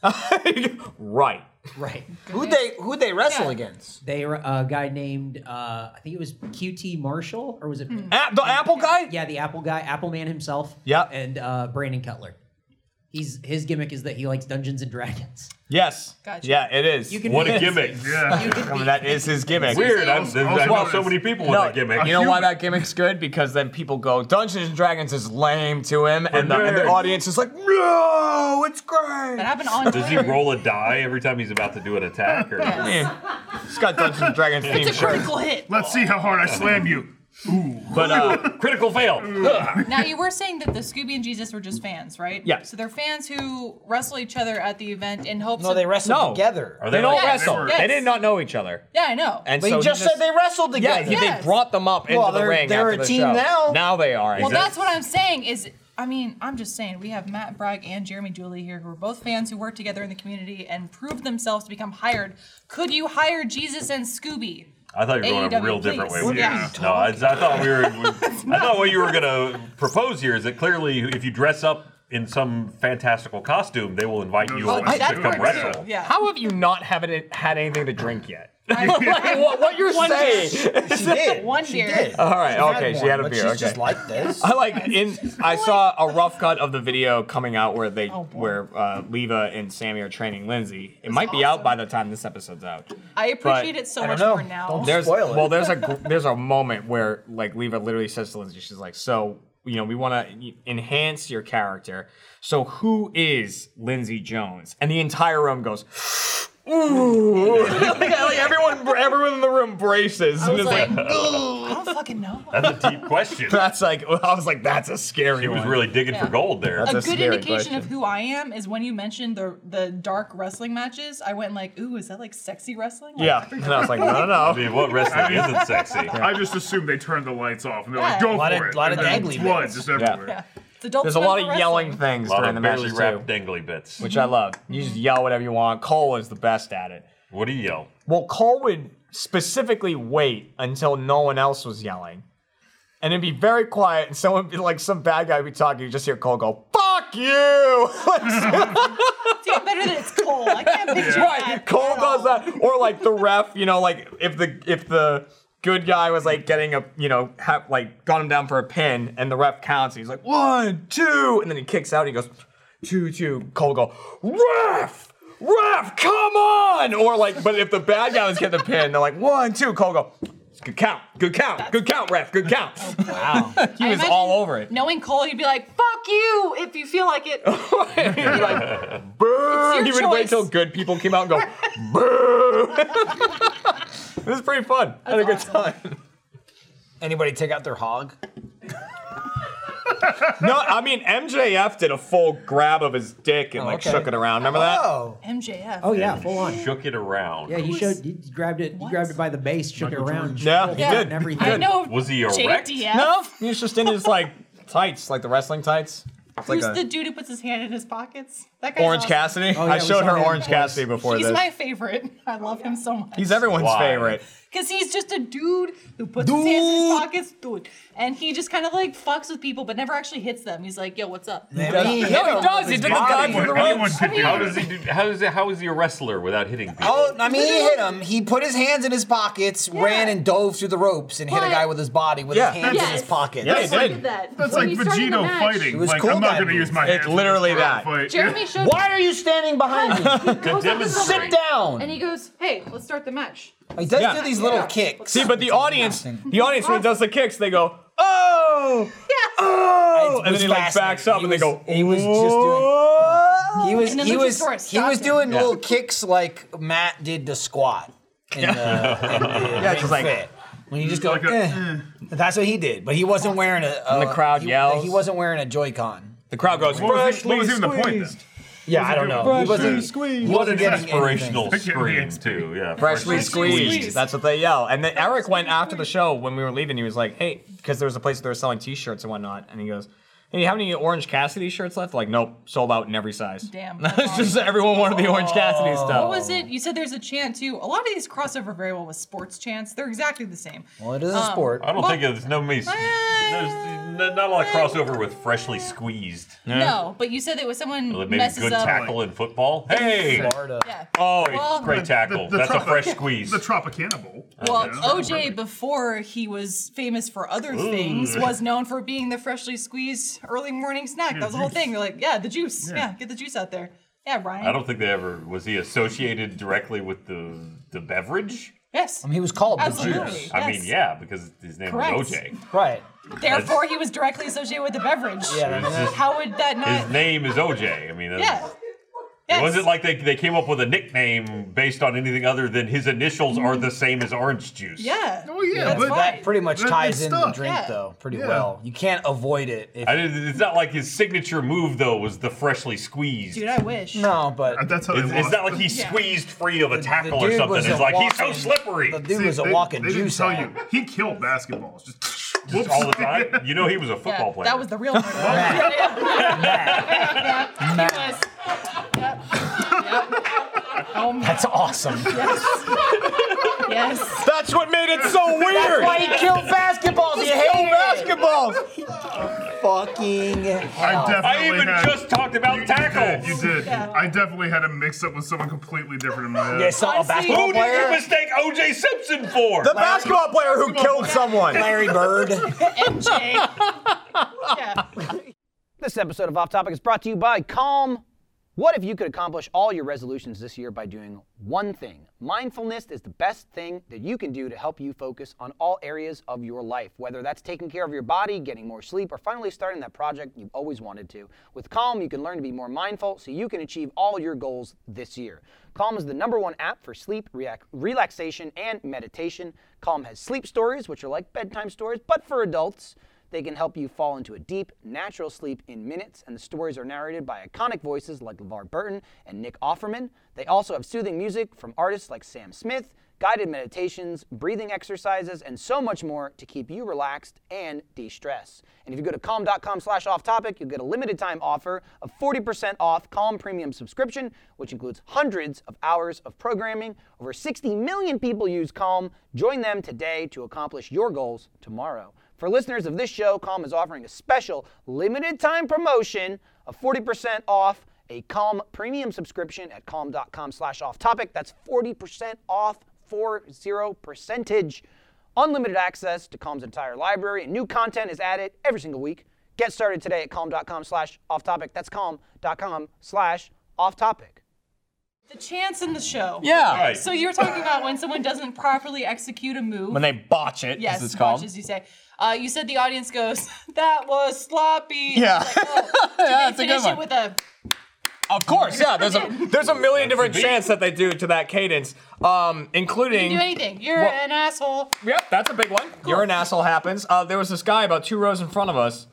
It's awesome.
Right.
right.
Right.
Who they who they wrestle
Yeah.
against?
They were a guy named uh, I think it was QT Marshall or was it?
Hmm.
A- the Apple guy?
Yeah, the Apple guy, Apple Man himself.
Yep.
And uh, Brandon Cutler. He's his gimmick is that he likes Dungeons and Dragons.
Yes.
Gotcha.
Yeah, it is.
You can
What a
Yes.
gimmick.
Yeah.
I mean, that is his gimmick.
Weird. I'm,
Also-
I know
also-
so many people
No,
with that gimmick.
You know why that gimmick's good? Because then people go, Dungeons and Dragons is lame to him, and the, and the
nerds.
audience is like, no, it's
That
great.
happened on
Does he
Twitter.
roll a die every time he's about to do an attack? Or
Yes.
It's got Dungeons and Dragons themed
It's a
shirt.
critical hit.
Let's see how hard I slam you. Ooh.
But uh,
critical fail.
Now you were saying that the Scooby and Jesus were just fans, right?
Yeah.
So they're fans who wrestle each other at the event in hopes.
No,
of-
they wrestled
No.
together.
Are
they don't
Yes,
wrestle.
they were-
They
yes.
did not know each other.
Yeah, I know.
And
But
so
you
he
just, said they wrestled
Yeah,
together.
he- they
Yes.
brought them up into
Well,
the
they're-
ring.
they're
after
a
the
team
show.
now.
Now they are.
well,
exactly.
that's what I'm saying. Is I mean, I'm just saying we have Matt Bragg and Jeremy Dooley here, who are both fans who work together in the community and proved themselves to become hired. Could you hire Jesus and Scooby?
I thought you were going a
AEW,
real different way.
please.
with
Yeah.
this. No, I, I thought we were. I thought what you were going to propose here is that clearly, if you dress up in some fantastical costume, they will invite you
Oh,
over
I-
to
That's
that's
become
where
part
wrestle.
two. Yeah.
How have you not haven't it- had anything to drink yet?
I-
what, what you're saying?
She did.
One
she
beer.
did.
All
She
right,
had
okay, she
one,
had a
but
beer,
She's just
okay.
like this.
I like in. I saw a rough cut of the video coming out where they
Oh, boy.
where uh, Leva and Sammy are training Lindsay. It might be out by the time this episode's out.
I appreciate
But-
it so
I
much
don't know.
more now.
Don't
There's
Spoil it.
well, there's a gr- there's a moment where like Leva literally says to Lindsay, she's like, so you know we want to enhance your character. So who is Lindsay Jones? And the entire room goes. Ooh! like, like, everyone, everyone in the room braces.
I
and
was
it's
like, I don't fucking know.
That's a deep question.
that's like I was like, that's a scary
He was
one.
really digging for
Yeah.
gold there.
a
That's a
good
scary
indication of
question.
who I am is when you mentioned the the dark wrestling matches. I went like, ooh, is that like sexy wrestling? Like,
yeah. And I was like, no, no, no.
I mean, what wrestling isn't sexy?
I just assumed they turned the lights off and they're
Yeah.
like, go
Lot
for
of-
it.
lot
and
of
then
dangly
blood
bits.
just everywhere.
yeah. It's adult
There's a
swim
lot
for
of
wrestling.
yelling things
A lot
during the
of barely
matches too,
wrapped dangly bits.
which I love. You just yell whatever you want. Cole is the best at it.
What do you yell?
Well, Cole would specifically wait until no one else was yelling, and it'd be very quiet. And someone, be like some bad guy, would be talking. You just hear Cole go, "Fuck you!"
It's even better that it's cold. I can't picture
right.
that
Cole uh,
at all.
does that, or like the ref. You know, like if the if the good guy was like getting a you know ha- like got him down for a pin, and the ref counts, and he's like one, two, and then he kicks out. And he goes two, two. Cole go ref. Ref, come on! Or like, but if the bad guy was getting the pin, they're like one, two. Cole go, good count, good count, good count, ref, good count. Wow, he
I
was
imagine
all over it. Oh,
Knowing Cole, he'd be like, "Fuck you!" If you feel like it.
He was like, boo!
your
He would wait
choice.
till good people came out and go, boo! it was pretty fun. I had a good time.
Anybody take out their hog?
No, I mean MJF did a full grab of his dick and
Oh,
like
okay.
shook it around. Remember that?
Oh,
MJF.
Oh yeah, full on.
Shook it around.
Yeah, you showed you grabbed it. You
What?
grabbed it by the base, shook it around.
Yeah, he
Yeah.
did.
And everything.
I know.
Was he erect?
JDF.
No, he was just in his like tights, like the wrestling tights. It's like
Who's
a-
the dude who puts his hand in his pockets? That guy.
Orange Cassidy.
Oh, yeah,
I
we
showed
saw
her
him.
Orange Cassidy before
He's
this.
my favorite. I love him so much.
He's everyone's
Why?
favorite.
Because he's just a dude who puts his hands in his pockets, dude. And he just kind of like fucks with people, but never actually hits them. He's like, yo, what's up?
man, he hit
No,
him
he does.
with
He
his
did the
body.
dodge
Anyone,
with the
anyone
ropes.
could do
How
that.
does he do? How is it? How is he a wrestler without hitting people?
Oh, I mean, he hit him. He put his hands in his pockets, ran and dove through the ropes, and hit
But-
a guy with his body with
Yeah.
his hands
Yes.
in his pocket.
Yeah, he
I
did.
did that.
That's
When
like
he started the
Vegito
match,
fighting.
was
Like,
cool
I'm not
guy
going to
moves.
use my
It's
hands
literally
for a
that.
fight.
Jeremy showed
Why are you standing behind me?
To demonstrate.
Sit down.
and he goes, hey, let's start the match.
He does
Yeah.
do these little
Yeah.
kicks.
See, but the audience, the audience when he does the kicks, they go, oh, oh,
It was
and then he like
fascinating.
backs up
He
and they go.
was- he was just
Oh,
doing- he was
And then
he was
Luchasaurus
he was
stopped him.
doing little kicks like Matt did the squat. In, uh, in the
Yeah, just like-
fit. when you just go.
Like a,
eh. That's what he did, but he wasn't wearing a. a
the crowd
he,
yells.
He wasn't wearing a Joy-Con.
The crowd goes.
What was, he-
"Freshly
what was even the point then?
squeezed." Yeah, I don't know.
He wasn't.
squeezed.
he
What an
wasn't getting
inspirational
anything.
scream too. Yeah.
Freshly
squeezed.
squeezed. That's what they yell. And then Eric went after the show when we were leaving. He was like, "Hey," because there was a place they were selling T-shirts and whatnot. And he goes, "Hey, you have any Orange Cassidy shirts left?" Like, nope, sold out in every size.
Damn.
it's just that everyone wanted the Orange Cassidy stuff.
What was it? You said there's a chant too. A lot of these crossover very well with sports chants. They're exactly the same.
Well, it is a sport.
I don't
Well-
think there's no me. There's n- not a lot of crossover with freshly squeezed.
No, but you said that was someone
Maybe
messes
good
up.
tackle in football. Hey.
Florida.
Yeah.
Oh,
Well-
great tackle. That's a
Tropic-
fresh squeeze.
The Tropicana Bowl.
Well,
Yeah.
OJ, before he was famous for other things, was known for being the freshly squeezed early morning snack. That was the whole thing. They're like, yeah, the juice. Yeah, get the juice out there. Yeah, Ryan.
Mm-hmm. I don't think they ever was he associated directly with the the beverage.
yes.
I mean, he was called the
Absolutely.
Juice.
I
Yes.
mean, yeah, because his name
Correct.
was OJ.
Right.
Therefore, he was directly associated with the beverage.
Yeah.
It's just-
How would that
his
not?
name is OJ. I mean, that's-
Yeah.
it wasn't like they, they came up with a nickname based on anything other than his initials are the same as orange juice.
Mm-hmm. Yeah.
Oh yeah,
That's
but
fine.
That pretty much
That
ties
good
in the
stuff.
drink,
Yeah.
though, pretty
Yeah.
well. You can't avoid it. If,
I didn't, it's not like his signature move though was the freshly squeezed.
Dude, I wish.
no, but
Uh, that's how
it's,
they
it's
lost.
not like he squeezed free of a tackle or
dude
something.
was a
It's like he's so
walking-
slippery.
the dude
See,
was a
they-
walking
they
juice.
Didn't tell
ad.
you he killed basketballs. Just,
Just
whoops.
all the time. You know he was a
Yeah,
football player.
That was the real murder. yeah, yeah. yeah. yeah. He was. Yep. Yep. Oh my.
That's awesome.
Yes.
That's what made it so weird.
That's why he killed basketballs. He hated it.
basketballs.
Fucking hell.
I definitely
I even
had,
just talked about tackles.
You did.
Yeah.
I definitely had a mix up with someone completely different in my head.
yeah, so a
Honestly-
basketball
Who did you
player.
mistake OJ Simpson for?
The basketball player who killed someone.
Larry Bird.
MJ. Yeah.
This episode of Off Topic is brought to you by Calm. What if you could accomplish all your resolutions this year by doing one thing? Mindfulness is the best thing that you can do to help you focus on all areas of your life, whether that's taking care of your body, getting more sleep, or finally starting that project you've always wanted to. With Calm, you can learn to be more mindful so you can achieve all your goals this year. Calm is the number one app for sleep, reac- relaxation, and meditation. Calm has sleep stories, which are like bedtime stories, but for adults. They can help you fall into a deep, natural sleep in minutes, and the stories are narrated by iconic voices like LeVar Burton and Nick Offerman. They also have soothing music from artists like Sam Smith, guided meditations, breathing exercises, and so much more to keep you relaxed and de-stress. And if you go to calm.com slash off topic, you'll get a limited time offer of 40% off Calm Premium subscription, which includes hundreds of hours of programming. Over 60 million people use Calm. Join them today to accomplish your goals tomorrow. For listeners of this show, Calm is offering a special limited time promotion of 40% off a Calm premium subscription at calm.com slash off topic. That's 40% off, 40 percentage. Unlimited access to Calm's entire library and new content is added every single week. Get started today at calm.com slash off topic. That's calm.com slash off topic.
The chance in the show.
Yeah.
Right.
So you were talking about when someone doesn't properly execute a move.
When they botch it,
yes,
as it's
watch
called.
as you say. Uh, you said the audience goes, "That was sloppy."
Yeah.
It's like, oh, did
Yeah,
they
that's a
finish
good
It
one.
with a
Of course, yeah. There's a there's a million different chants that they do to that cadence, um, including.
do anything. You're
Well-
an asshole.
Yep, that's a big one. You're an asshole happens. Uh, there was this guy about two rows in front of us,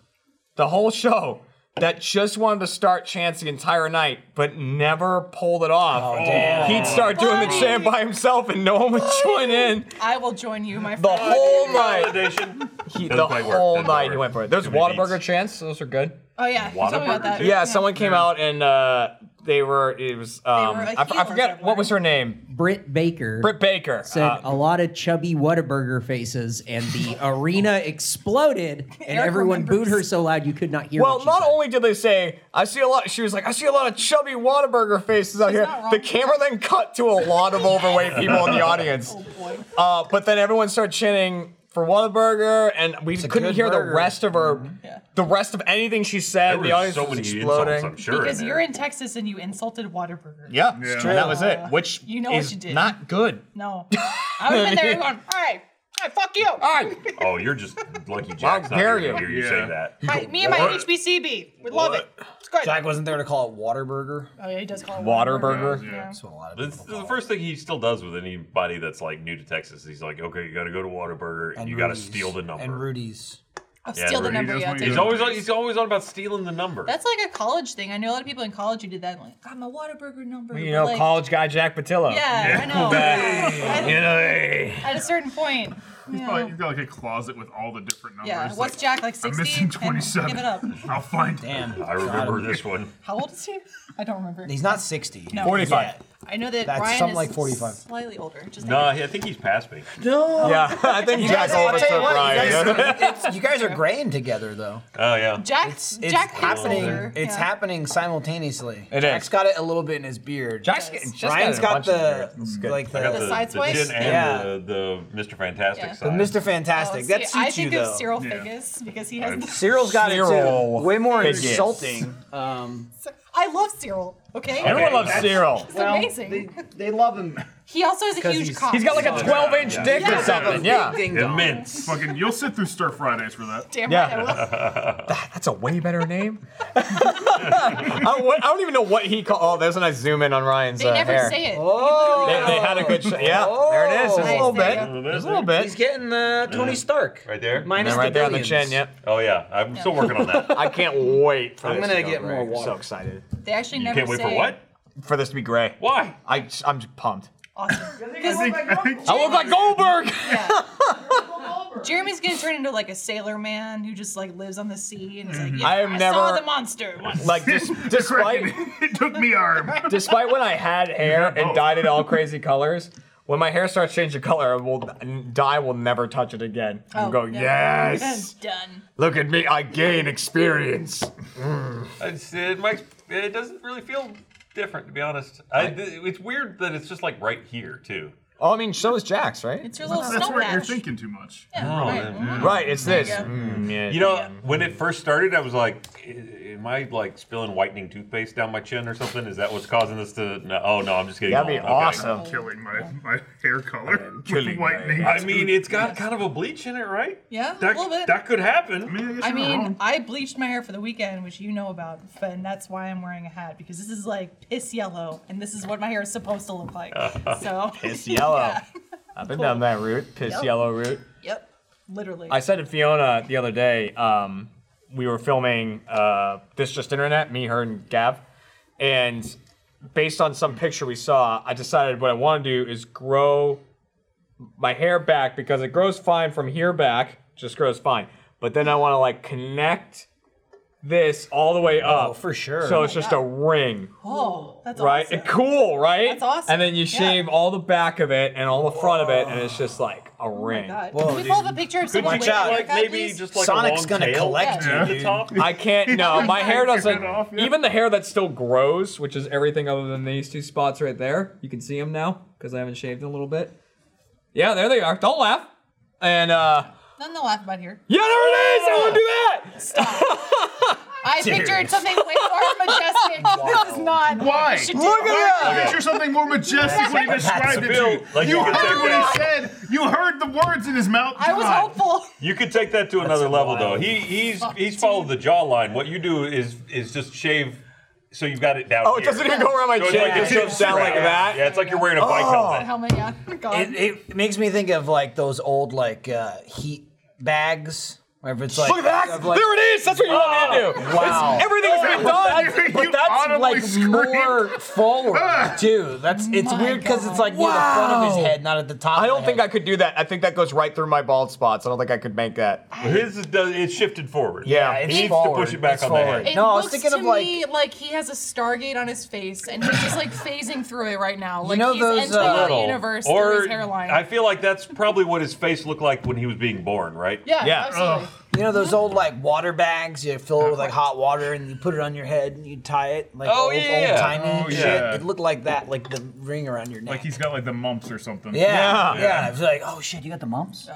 the whole show, that just wanted to start chants the entire night, but never pulled it off. Oh, damn. He'd start doing the
Buddy.
chant by himself, and no one would join in.
I will join you, my
The
friend.
whole night.
Validation.
He,
Doesn't
the
quite work.
whole
Doesn't
night
work.
he went for it. There's
Too many
Whataburger
beats.
chants. Those are good.
Oh yeah. you told me about
Whataburger
that.
too?
Yeah, someone came out and uh, they were. It was. Um,
were a
I f- I
heel
forget
network.
what was her name.
Britt Baker.
Britt Baker.
Said
Uh,
a lot of chubby Whataburger faces, and the arena exploded, and
Eric
everyone booed
remembers.
her so loud you could not hear. what
Well,
she
not
said.
only did they say, I see a lot, she was like, I see a lot of chubby Whataburger faces out here.
not wrong.
The camera then cut to a lot of overweight people in the audience.
Oh boy.
Uh, but then everyone started chanting for Whataburger, and we couldn't
good
hear
burger.
the rest of her,
Mm-hmm.
the rest of anything she said.
There
the
were
audience
so
was
many insults, I'm
exploding.
sure.
Because
in
you're
there.
in Texas and you insulted Whataburger.
Yeah,
Yeah.
and that was it, which
You know what
is
you did.
not good.
No. I would have been there going, all right, all right, fuck you. All
All
right.
right,
Oh, you're just lucky Jack's not
dare
here to
you.
hear you
Yeah.
say that.
me and my
What?
HBCB. We love it. It's good.
Jack wasn't there to call it Waterburger.
Oh, yeah, he does call it
Whataburger.
Yeah.
That's what a lot of
That's
people
the
call
first thing he still does with anybody that's like new to Texas. He's like, okay, you got to go to Waterburger and,
it.
you got to
Rudy's.
steal the number.
And Rudy's.
I'll
Yeah,
steal the
he
number.
does
Yeah,
what he
take
He's
does.
it.
always on, he's always on about stealing the number.
That's like a college thing. I know a lot of people in college who did that. Like, I'm a Whataburger number.
You
but
know,
like,
college guy Jack Patillo.
Yeah, I know.
Hey, you know, hey.
At a certain point. You
He's probably,
know,
he's got like a closet with all the different numbers.
yeah.
It's
What's
like,
Jack like?
I'm
60?
missing 27.
Give it up.
I'll find it.
Damn.
I remember this one.
How old is he? I don't remember.
He's not 60.
No.
Forty-five.
I know that
That's
Brian
something
is
like 45.
slightly older. Just
No, I think he's past me.
No.
Yeah, I think Jack
I'll tell
overtook
you what, you
Ryan.
guys- it's- you guys are graying together, though.
Oh yeah.
Jack,
It's
Jack looks
happening.
older.
It's
yeah.
happening simultaneously.
It is.
Jack's got it a little bit in his beard.
Jack's getting- just
Ryan's
got
got
a bunch of
the
beard. It's good.
like
I got the,
the,
side
the
swipe?
chin and
Yeah.
the, the Mr. Fantastic
Yeah. The
side.
Mr.
Oh,
Fantastic.
see,
That
I
suits you
think
though.
of Cyril
Yeah.
Figgis because he has. the-
Cyril's got it
Cyril
too. Way more
Figgis.
insulting. Um,
I love Cyril. Okay.
Okay.
Everyone loves
That's-
Cyril.
It's
well,
amazing.
They, they love him.
he also has a
'Cause
huge
he's-
cock.
He's got like a 12 inch
Yeah.
dick or
Yeah.
something. Yeah.
Ding dong.
Immense.
Fucking, you'll sit through Stir Fridays for that.
Damn
Yeah.
right. I will.
That's a way better name. I, don't, what- I don't even know what he called. Oh, there's when I zoom in on Ryan's
They
uh,
never
hair.
say it.
Oh.
They, they had a good shot. Yeah, there it is. There's a
Nice,
little
there
bit.
you
go.
There's a little
He's
bit.
getting uh, Tony Stark.
Right there?
And
Minus
then right
the
there on the
billions.
chin. Yep.
Oh yeah. I'm still working on that.
I can't wait. For
I'm
this
gonna
to go
get
gray.
more water.
So excited
They actually
You
never
can't wait
say
for what?
for this to be gray.
Why?
I, I'm just pumped.
Awesome.
I think, I think
I look like Goldberg.
Jeremy's gonna turn into like a sailor man who just like lives on the sea and is like, yeah,
I
I,
have
saw
never-
the monster. once."
like dis- despite
it took me arm.
despite when I had hair and dyed it all crazy colors. When my hair starts changing color, I will dye will never touch it again. I'm
Oh,
going,
no.
yes!
Done.
Look at me, I gain experience.
It's, it, Mike's, it doesn't really feel different, to be honest. I, th- it's weird that it's just like right here, too.
Oh, I mean, so is Jack's, right?
It's your little
That's
snow
right. You're
patch.
thinking too much.
Yeah, right. Mm-hmm.
Right, it's this.
you go.
Mm, yeah.
You know, when it first started, I was like, "I- "Am I like spilling whitening toothpaste down my chin or something? Is that what's causing this to?" No, oh no, I'm just getting.
That'd be
old. Okay.
awesome.
Killing my, my hair color. with
killing
white
my-
nails.
I mean, it's got kind of a bleach in it, right?
Yeah, a
that,
little bit.
That could happen.
I mean, I guess
I
you're not
mean,
wrong.
I bleached my hair for the weekend, which you know about, and that's why I'm wearing a hat because this is like piss yellow, and this is what my hair is supposed to look like. So
Piss yellow.
Yeah.
I've been down that route, piss
Yep.
yellow route.
Yep, literally.
I said to Fiona the other day, um, we were filming uh, This Just Internet, me, her, and Gav. And based on some picture we saw, I decided what I want to do is grow my hair back because it grows fine from here back, just grows fine. But then I want to like connect this all the way up.
Oh, for sure.
So it's just a ring,
oh, that's
right?
awesome.
Cool, right?
That's awesome.
And then you
Yeah.
shave all the back of it and all the front of it, and it's just like
Oh
a ring.
God. Can we pull up a picture of
could
someone
you
with
Watch out.
a
like
haircut,
maybe
please?
just like
Sonic's
a long
gonna
tail
collect
you,
at the
dude.
top?
I can't. No, my hair
Take your
doesn't.
head off, yeah.
Even the hair that's still grows, which is everything other than these two spots right there. You can see them now because I haven't shaved in a little bit. Yeah, there they are. Don't laugh. And uh,
None to laugh about here.
yeah, there it is. I won't do that.
I pictured something way more majestic. This is not.
Why?
Should do-
Look
at
that! Picture something more majestic when he described it to
Bill,
you.
like
you
you
heard
can take
what
that.
he said. You heard the words in his mouth.
I was
God.
hopeful.
You could take that to another level, though. He he's he's followed the jawline. What you do is is just shave, so you've got it down.
Oh, it
here.
doesn't even go around my
So it's
chin.
like
it just
a
goes down like
Yeah,
that. Oh.
Yeah, it's like you're wearing a bike helmet.
Helmet, yeah. Oh God.
It, it makes me think of like those old like uh, heat bags. Wherever it's like
Look at that.
of, like-
there it is. That's what you want me to do.
Oh, Wow.
It's, everything's been done.
You
But that's
audibly
like
screamed.
more forward too. That's it's
My
weird because it's like near the front of
Wow.
his head, not at the top.
I don't think I could do that. I think that goes right through my bald spots. I don't think I could make that.
His is do- it's shifted forward.
Yeah.
it's
he needs
forward.
to push it back
It's
on the
forward.
head.
It
No, I was
looks
thinking
to
of, like-
me like he has a Stargate on his face, and he's just like phasing through it right now. Like
know
he's
those,
entering
uh,
the universe through his
or
hairline.
I feel like that's probably what his face looked like when he was being born, right?
yeah,
Yeah.
absolutely.
You know those old like water bags? You fill it with like hot water and you put it on your head and you tie it like
Oh,
old,
yeah.
old timey
Oh,
shit.
yeah.
It looked like that, like the ring around your neck.
Like he's got like the mumps or something.
yeah, yeah,
Yeah.
I was like, oh shit, you got the mumps.
So,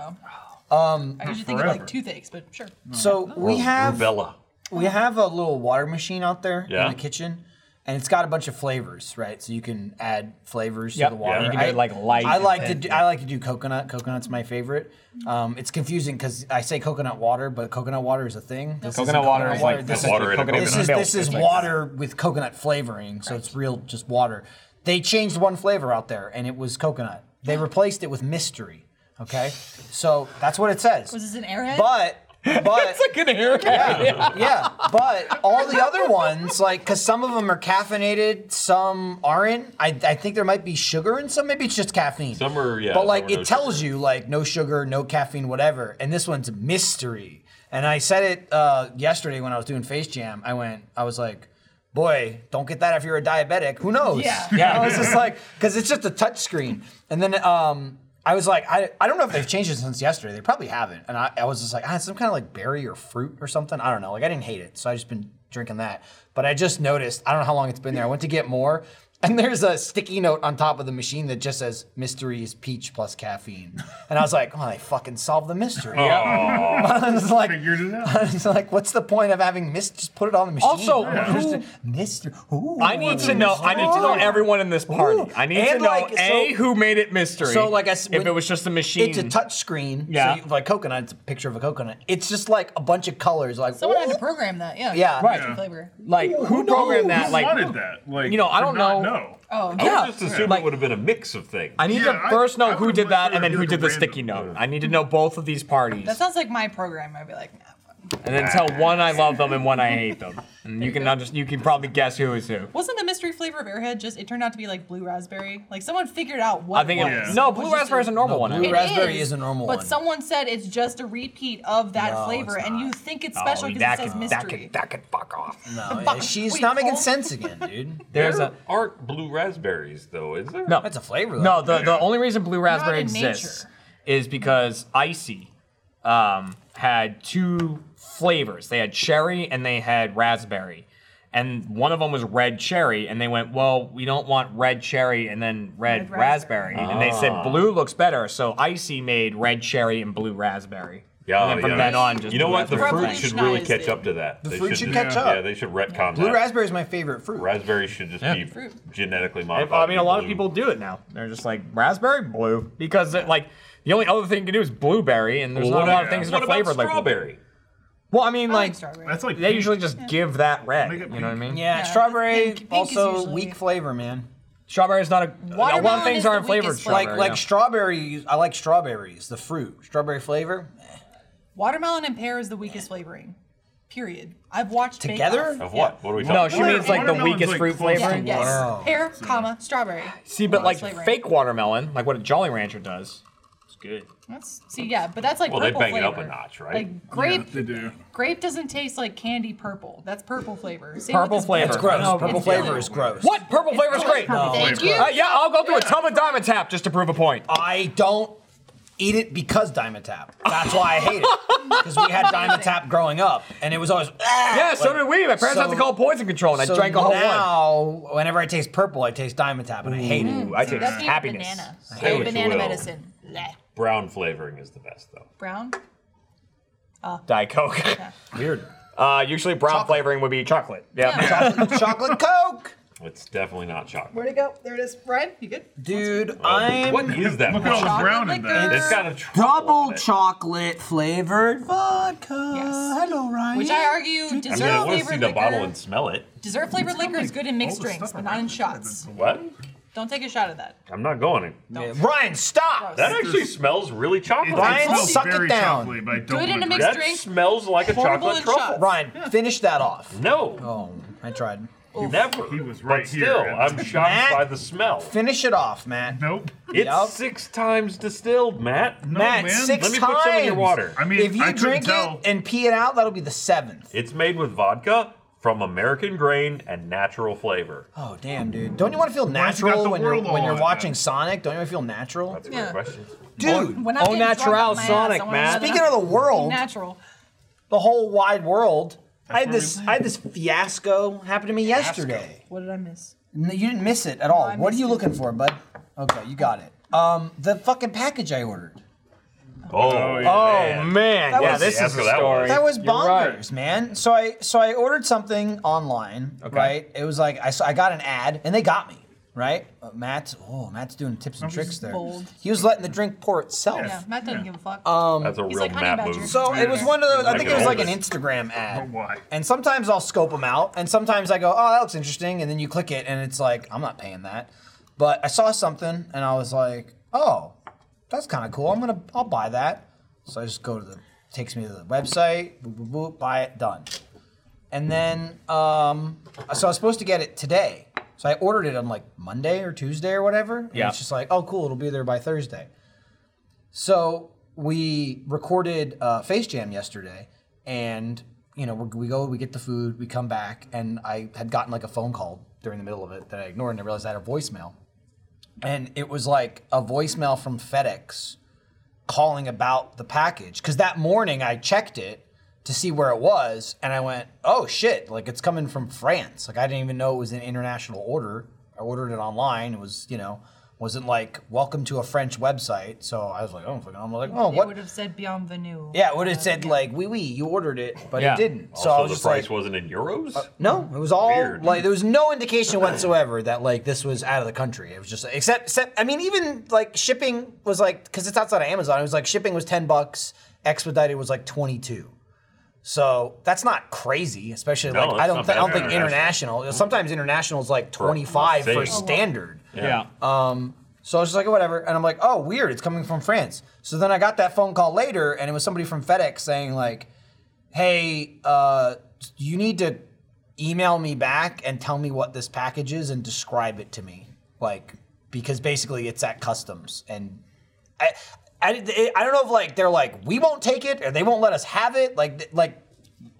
Um,
I usually think of like
forever.
toothaches, but sure.
so we have
Rubella.
we have a little water machine out there
Yeah.
in the kitchen, and it's got a bunch of flavors, right? So you can add flavors
Yep.
to the
Yeah,
water.
you can make, like, light
I like to
and-
do, I like to do coconut. Coconut's my favorite. Um, it's confusing because I say coconut water, but coconut water is a thing. This isn't
Coconut water is like
This
this
is
water in a
coconut
this is
milk.
this is
It's like-
water with coconut flavoring, so it's real just water. They changed one flavor out there, and it was coconut. They replaced it with mystery. Okay, so that's what it says.
Was this an airhead?
But but
Look at her.
yeah, but all the other ones, like, because some of them are caffeinated, some aren't. I, I think there might be sugar in some. Maybe it's just caffeine.
Some are, yeah,
But, like,
some are
it
no
tells you, like, no sugar, no caffeine, whatever. And this one's mystery. And I said it uh, yesterday when I was doing Face Jam. I went, I was like, boy, don't get that if you're a diabetic. Who knows?
Yeah.
Yeah.
I was just like, because it's just a touch screen. And then um, I was like, I, I don't know if they've changed it since yesterday. They probably haven't. And I, I was just like, ah, it's some kind of like berry or fruit or something. I don't know. Like, I didn't hate it. So I just been drinking that. But I just noticed, I don't know how long it's been there. I went to get more. And there's a sticky note on top of the machine that just says mystery is peach plus caffeine. And I was like, oh, they fucking solved the mystery. I was like,
Figured it out.
I was like, what's the point of having mist? Just put it on the machine.
Also,
Just- mist. Ooh.
I need to know. I need to know everyone in this party.
Ooh.
I need
And,
to know
like,
a
so-
who made it mystery.
So, like, I s-
if
when-
it was just a machine.
It's a touch screen.
Yeah.
So you, like coconut, it's a picture of a coconut. It's just like a bunch of colors. Like
Someone had to
ooh.
program that. Yeah.
Yeah.
Right.
Yeah.
Flavor.
like who programmed that?
Who
Like
wanted that? Like
You know, I
to
don't
not
know.
Oh.
I
Yeah.
would just assume
Like-
it would have been a mix of things.
I need
Yeah,
to
I-
first know
I
who
would've
did that
much
and then
rather
who
do
did the
the
sticky
random.
note. I need to know both of these parties
That sounds like my program. I'd be like, nah. fuck.
and then tell one I love them and one I hate them. And you can under- you can probably guess who is who.
Wasn't the mystery flavor of Airhead just? It turned out to be like blue raspberry. Like someone figured out what.
I think
it
it,
Yeah.
was.
no,
Someone
blue
just
raspberry is a
didn't-
normal
No,
one. I
blue
think.
It
raspberry is a normal
but
one.
someone said it's just a repeat of that
No,
flavor,
it's
and you
not.
think it's
Oh,
special because
that
it says
could- That
mystery.
could, that could fuck off.
No,
Fuck.
she's
Wait,
not making
hold-
sense again, dude.
There's
There
a
aren't blue raspberries though, is there?
no.
That's a flavor. Though.
No, the, the only reason blue raspberry
in nature.
exists is because Icy um, had two flavors. They had cherry and they had raspberry. And one of them was red cherry, and they went, Well, we don't want red cherry and then red,
Red
raspberry. And they
Ah.
said blue looks better, so Icy made red cherry and blue raspberry.
Yeah,
and then from
yeah.
then on, just
you know
blue
what? The
raspberry.
fruit should really
Revolutionized
catch
it.
up to that. The
fruit should catch up.
Yeah, they should retcon
blue
that.
raspberry is my favorite fruit.
Raspberry should just be
Fruit.
genetically
If-
modified.
I mean, a
to
lot of
blue.
people do it now. They're just like raspberry blue because it, like the only other thing you can do is blueberry, and there's
Well,
not
what
a lot of
about-
things that
what
are
about
flavored like
strawberry.
Well, I mean,
I
like,
like strawberry.
That's like
they usually just give that red.
Make
You
it
know what I
pink.
mean?
Yeah,
Yeah,
strawberry
pink- pink is
also
usually-
weak flavor, man.
Strawberry is not a. A lot
Watermelon
of things
is the
aren't flavored.
weakest flavor.
strawberry,
Like like
yeah.
strawberries, I like strawberries. The fruit, strawberry flavor.
Watermelon and pear is the weakest flavoring. Period. I've watched Bake
Together?
Off.
Of what? What are we talking
no,
about?
she means like the
Watermelon's,
weakest
like,
fruit
close to
flavor.
water.
Yes.
Wow.
Pear,
Oh.
comma, strawberry.
See, but like
Lowest flavoring.
fake watermelon, like what a Jolly Rancher does. It's good.
That's, see, yeah, but that's like
Well, they
purple
bang it
flavor.
up a notch, right?
Like
Yeah,
grape.
they do.
Grape doesn't taste like candy purple. That's purple flavor. Same
Purple
with this
flavor.
It's
pear.
gross.
No,
Purple
it's
flavor
yellow.
is gross.
What? Purple flavor's great.
Thank
flavor.
you.
Uh, yeah, I'll go through a tub of Diamond Tap just to prove a point.
I don't eat it because Diamond Tap. That's why I hate it. Because we had Diamond Tap growing up, and it was always. "Ah!"
yeah, so
Like,
did we. My parents had to
so-
call poison control, Oh, and I
so
drank a whole one.
now, whenever I taste purple, I taste Diamond Tap, and I hate it.
Mm-hmm.
Ooh, I taste
That's
happiness.
banana.
Say what you
banana
will.
medicine. Blech.
Brown flavoring is the best though.
Brown.
Diet Coke.
Weird.
Uh, usually brown flavoring would be chocolate. Oh, Yeah.
Yeah.
Chocolate, chocolate Coke,
It's definitely not chocolate.
Where'd it go? There it is. Ryan, you good?
dude. I'm
What is that?
Look at all the
Chocolate
brown in
liquor.
that.
It's got a tr-
double
it.
chocolate flavored vodka.
uh,
Yes.
Hello, Ryan.
Which I argue
I mean, I
dessert
want to see
flavored
the bottle
liquor.
and smell it.
Dessert flavored liquor is good in mixed drinks, but not in shots.
What?
Don't take a shot of that.
I'm not going. to-
Yeah, Ryan, stop.
That actually smells really chocolate.
Ryan,
It smells
suck it
very
down.
chocolatey, but I don't
Good in a
wanna
mixed
drink
that
it.
drink.
smells like a
Horrible
chocolate
in
truffle.
shots.
Ryan, finish that off.
No,
Oh, I tried.
never.
He was right
but Still,
here.
I'm shocked
Oh. Matt?
by the smell.
Finish it off, Matt.
Nope.
It's
Yup.
six times distilled, Matt.
No,
Matt,
man.
six
Let me
times.
put some in your water.
I mean,
if you
I couldn't
drink
tell.
it and pee it out, that'll be the seventh.
It's made with vodka from American grain and natural flavor.
Oh damn, dude! Don't you want to feel
Why'd you got
natural
the
when you're
world
when you're
on?
watching Sonic? Don't you want to feel natural,
That's a
Yeah.
great question.
dude?
When
Au
I'm getting drunk
naturel
up my ass,
Sonic,
I want
man.
another-
Speaking of the world,
natural.
the whole wide world, I had
where we
this
live.
I had this fiasco happen to me yesterday.
What did I miss?
No, you didn't miss it at all.
I
what are
missed
you
it.
looking for, bud? Okay, you got it. Um, the fucking package I ordered.
Oh,
Oh man,
That
yeah,
was-
this
Yeah,
is
so
a
that
story.
was-
That was
You're right.
bonkers, man. So I so I ordered something online, right? It was like I saw, I got an ad and they got me, right? Uh, Matt's oh Matt's doing tips and tricks there.
bold.
He was letting the drink pour itself.
Yeah, Matt doesn't give a fuck.
Oh.
That's a
He's
real
like, honey
Matt
badger.
move.
So it was one of those. I
I
think it
can
was like an
always-
Instagram ad.
But why?
And sometimes I'll scope them out, and sometimes I go, "Oh, that looks interesting," and then you click it, and it's like, "I'm not paying that." But I saw something, and I was like, "Oh, that's kind of cool. I'm gonna, I'll buy that." So I just go to the, takes me to the website, boop, boop, boop, buy it, done. And then, um, so I was supposed to get it today. So I ordered it on like Monday or Tuesday or whatever. And
Yeah.
It's just like, oh, cool, it'll be there by Thursday. So we recorded uh, Face Jam yesterday, and you know, we're, we go, we get the food, we come back, and I had gotten like a phone call during the middle of it that I ignored, and I realized I had a voicemail, and it was like a voicemail from FedEx calling about the package because that morning I checked it to see where it was, and I went, "Oh shit! Like it's coming from France. Like I didn't even know it was an international order. I ordered it online. It was, you know." Wasn't like welcome to a French website, so I was like, oh, fucking- I'm like, oh,
It
what?
would have said bienvenue.
Yeah, it would have said like, "We, we, you ordered it, but
Yeah.
it didn't." So I
Also, Oh,
was
the
just
price
like, Uh,
wasn't in euros.
"No, it was all
Weird.
like there was no indication whatsoever that like this was out of the country. It was just except, except I mean, even like shipping was like because it's outside of Amazon. It was like shipping was ten bucks, expedited was like twenty two. So that's not crazy, especially
No,
like I
that's
don't,
not
th- I
bad
don't
for
think international. Sometimes international is like twenty five for,
thing.
standard. Um,
Yeah.
So I was just like, whatever. And I'm like, oh, weird. It's coming from France. So then I got that phone call later, and it was somebody from FedEx saying, like, hey, uh, you need to email me back and tell me what this package is and describe it to me. Like, because basically it's at customs. And I, I, I- I don't know if, like, they're like, we won't take it or they won't let us have it. Like, th- like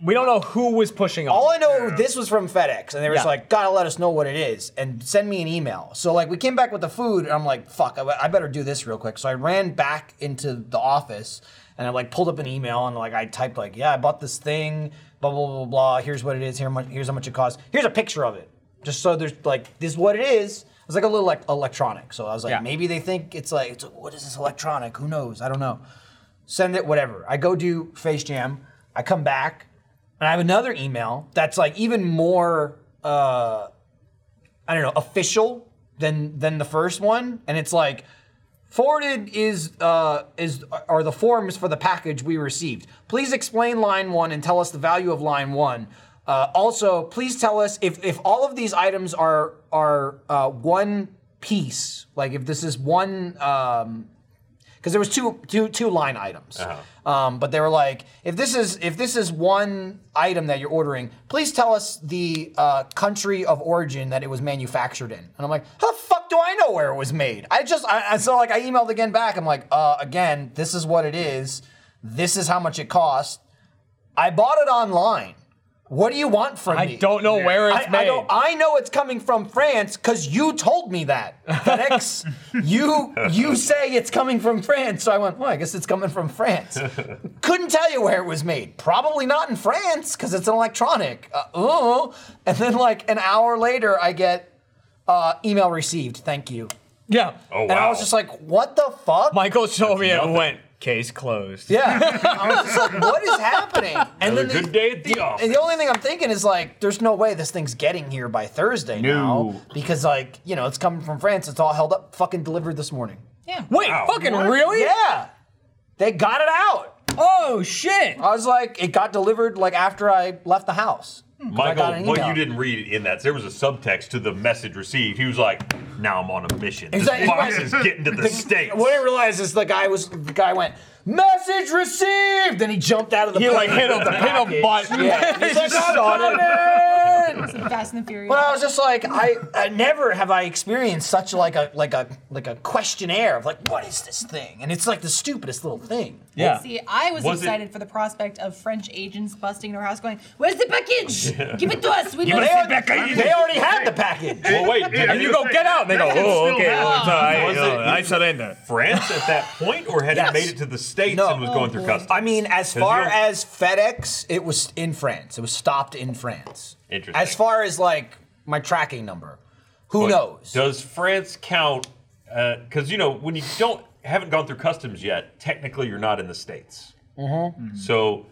We don't know who was pushing
all
on.
I know this was from FedEx, and they were just
Yeah.
like, "Gotta let us know what it is, and send me an email." So like, we came back with the food, and I'm like, "Fuck, I, I better do this real quick." So I ran back into the office, and I like pulled up an email, and like I typed like, "Yeah, I bought this thing, blah blah blah blah. Here's what it is. Here much. Here's how much it costs. Here's a picture of it, just so there's like this is what it is." It was like a little like electronic, so I was like,
Yeah.
maybe they think it's like, it's like, what is this electronic? Who knows? I don't know send it, whatever. I go do Face Jam. I come back, and I have another email that's like even more, uh, I don't know, official than than the first one, and it's like. Forwarded is uh, is are the forms for the package we received. Please explain line one and tell us the value of line one. Uh, also, please tell us if, if all of these items are are uh, one piece, like if this is one um, because there was two two two line items. Um, but they were like, if this is if this is one item that you're ordering, please tell us the uh, country of origin that it was manufactured in. And I'm like, how the fuck do I know where it was made? I just I, I so like I emailed again back. I'm like, uh, again, this is what it is. This is how much it cost. I bought it online. What do you want from me?
I don't know where it's
I,
made.
I, don't, I know it's coming from France because you told me that. FedEx, you you say it's coming from France, so I went. Well, I guess it's coming from France. Couldn't tell you where it was made. Probably not in France because it's an electronic. Uh, oh, and then like an hour later, I get uh, email received. Thank you.
yeah.
oh wow.
And I was just like, what the fuck?
Michael showed me it and
nothing.
went, case closed.
yeah. I was just like, what is happening? And
Another
then
good
the,
day at the office.
And the only thing I'm thinking is like, there's no way this thing's getting here by Thursday now
No.
because like, you know, it's coming from France. It's all held up, fucking delivered this morning.
Yeah.
Wait,
Wow.
fucking really?
Yeah, they got it out.
Oh shit.
I was like, it got delivered like after I left the house.
Hmm.
got
Michael,
an
what
email.
you didn't read in that, there was a subtext to the message received. He was like, now I'm on a mission.
He's
This
like-
box
he's
is getting to the, States.
What I didn't realize is the guy was the guy went message received, and he jumped out of the
He like hit a hit a button.
Yeah,
He
he's like,
just
"I'm
saw it.
coming!"
Some Fast and the Furious.
But I was just like, I, I never have I experienced such like a like a like a questionnaire of like what is this thing, and it's like the stupidest little thing.
Yeah.
See, I was,
Was it-
excited for the prospect of French agents busting into our house, going, "Where's the package? Give it to us. We
They,
want
al- they already had the package.
well, wait, did
And
you
you go get out, and they go,
That is
oh,
still
okay.
valid.
well, it's, uh, I,
Was
uh,
it-
I surrender.
France at that point, or had
Yes.
it made it to the States
No. Oh,
and was going through customs?
I mean, as
'Cause
far
you're-
as FedEx, it was in France. It was stopped in France.
Interesting.
As far as like my tracking number, who
But
knows?
Does France count? Because you know, when you don't haven't gone through customs yet, technically you're not in the states.
Mm-hmm.
So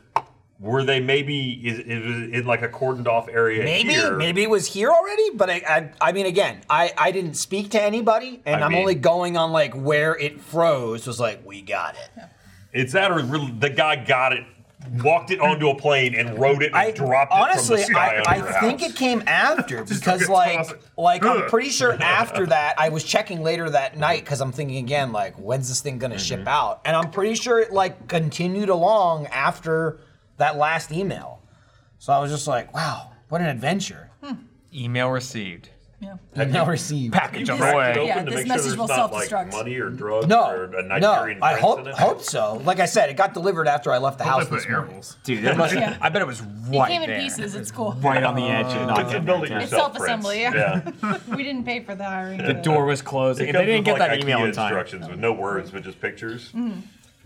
were they maybe is, is it in like a cordoned off area?
Maybe,
here?
maybe it was here already, but I, I, I mean, again, I, I didn't speak to anybody, and
I
I'm
mean-
only going on like where it froze. Was like, we got it.
it's that, or really, the guy got it, walked it onto a plane and rode it and
I
dropped it
honestly,
from the sky
I,
under your
I think
house.
it came after because
took it,
like,
toss it.
like I'm
Ugh.
pretty sure after that I was checking later that night because I'm thinking again like, when's this thing gonna
Mm-hmm.
ship out? And I'm pretty sure it like continued along after that last
Hmm.
email. So I was just like, wow, what an adventure.
Email received.
Yeah.
You now receive.
package on the
Right.
way.
Open
Yeah,
to
this
make
message
sure
will
there's not
self-destruct.
like money or drugs or
No,
a
no.
Nigerian
I
prince
hope
in it.
hope so. Like I said, it got delivered after I left the
I
house
put
this morning.
airballs.
Dude, it must,
Yeah.
I bet it was
It
right
came in
there.
pieces. It's cool.
Right on the edge and
It's a build it
It's
yourself prince.
self-assembly, yeah. We didn't pay for the hiring.
The door was closed.
It
If
comes
they didn't
with,
get
like,
that email
IKEA
in time.
instructions with no words but just pictures.
Mm.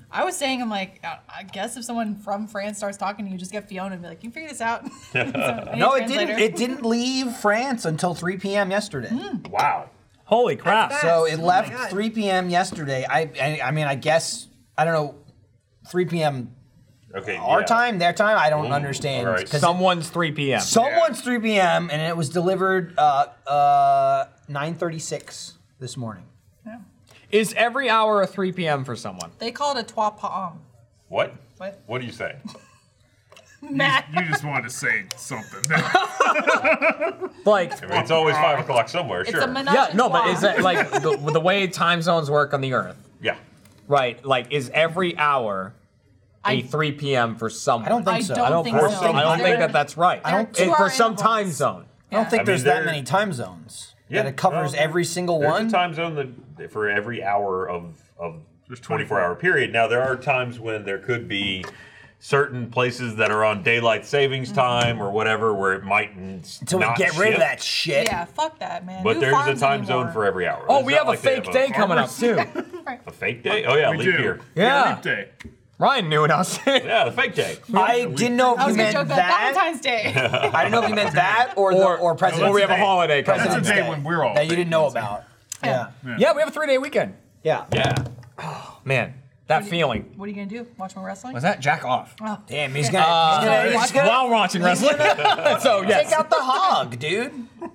I was saying, I'm like, I I guess if someone from France starts talking to you, just get Fiona and be like, "Can you figure this out?" So, I need a
No, it
translator.
didn't. It didn't leave France until 3 p.m. yesterday.
Hmm. Wow.
Holy crap.
So
Yes.
it
Oh my
left
God.
3 p.m. yesterday. I, I I mean, I guess I don't know. 3 p.m.
Okay.
our
yeah.
time, their time. I don't understand
all right.
'cause
Someone's 3 p.m.
someone's 3 p.m. and it was delivered uh, uh, 9:36 this morning.
Is every hour a 3 p.m. for someone?
They call it a trois paong.
What?
What?
What do you say?
Matt.
You just wanted to say something.
Like,
I mean, it's always five o'clock somewhere.
It's
Sure.
a menage
yeah,
a
no, but
trois.
is that like the, the way time zones work on the Earth?
yeah.
Right. Like, is every hour a
I-
3 p.m. for someone?
I don't think
I
so.
don't
I don't,
think
I
so.
don't
I don't think
They're-
that that's right.
I don't
It-
think-
for some
Two are
time
animals.
zone.
I don't think
I mean,
there's that
there-
many time zones.
Yeah.
that it covers
no,
every single
there's
one.
A time zone that for every hour of of
There's
24 hour period. Now there are times when there could be certain places that are on daylight savings time or whatever where it might n-
Until we
not
get rid of
shift.
that shit.
Yeah, fuck that, man.
But
Who
there's a
farms
time
anymore?
zone for every hour.
Oh,
It's
we
not
have a
like they
fake
have
day coming up too.
A fake day? Oh yeah,
we
leap
do.
year.
Yeah.
Leap day.
Ryan knew what I was saying.
Yeah, the fake day.
I didn't know if
I
you
was gonna
meant
joke
that.
that Valentine's Day.
I didn't know if you meant that or the, or President's
or we have a
Day.
holiday coming
That's
up.
a
President's
day when we're all
that you didn't know about. Yeah.
Yeah.
Yeah, we have a three day weekend.
Yeah.
Yeah.
Man, that feeling.
what are you gonna do? Watch more wrestling?
Was that jack off?
Oh.
Damn, he's gonna, he's gonna, he's gonna
While watching wrestling. so yes,
take out the hog, dude.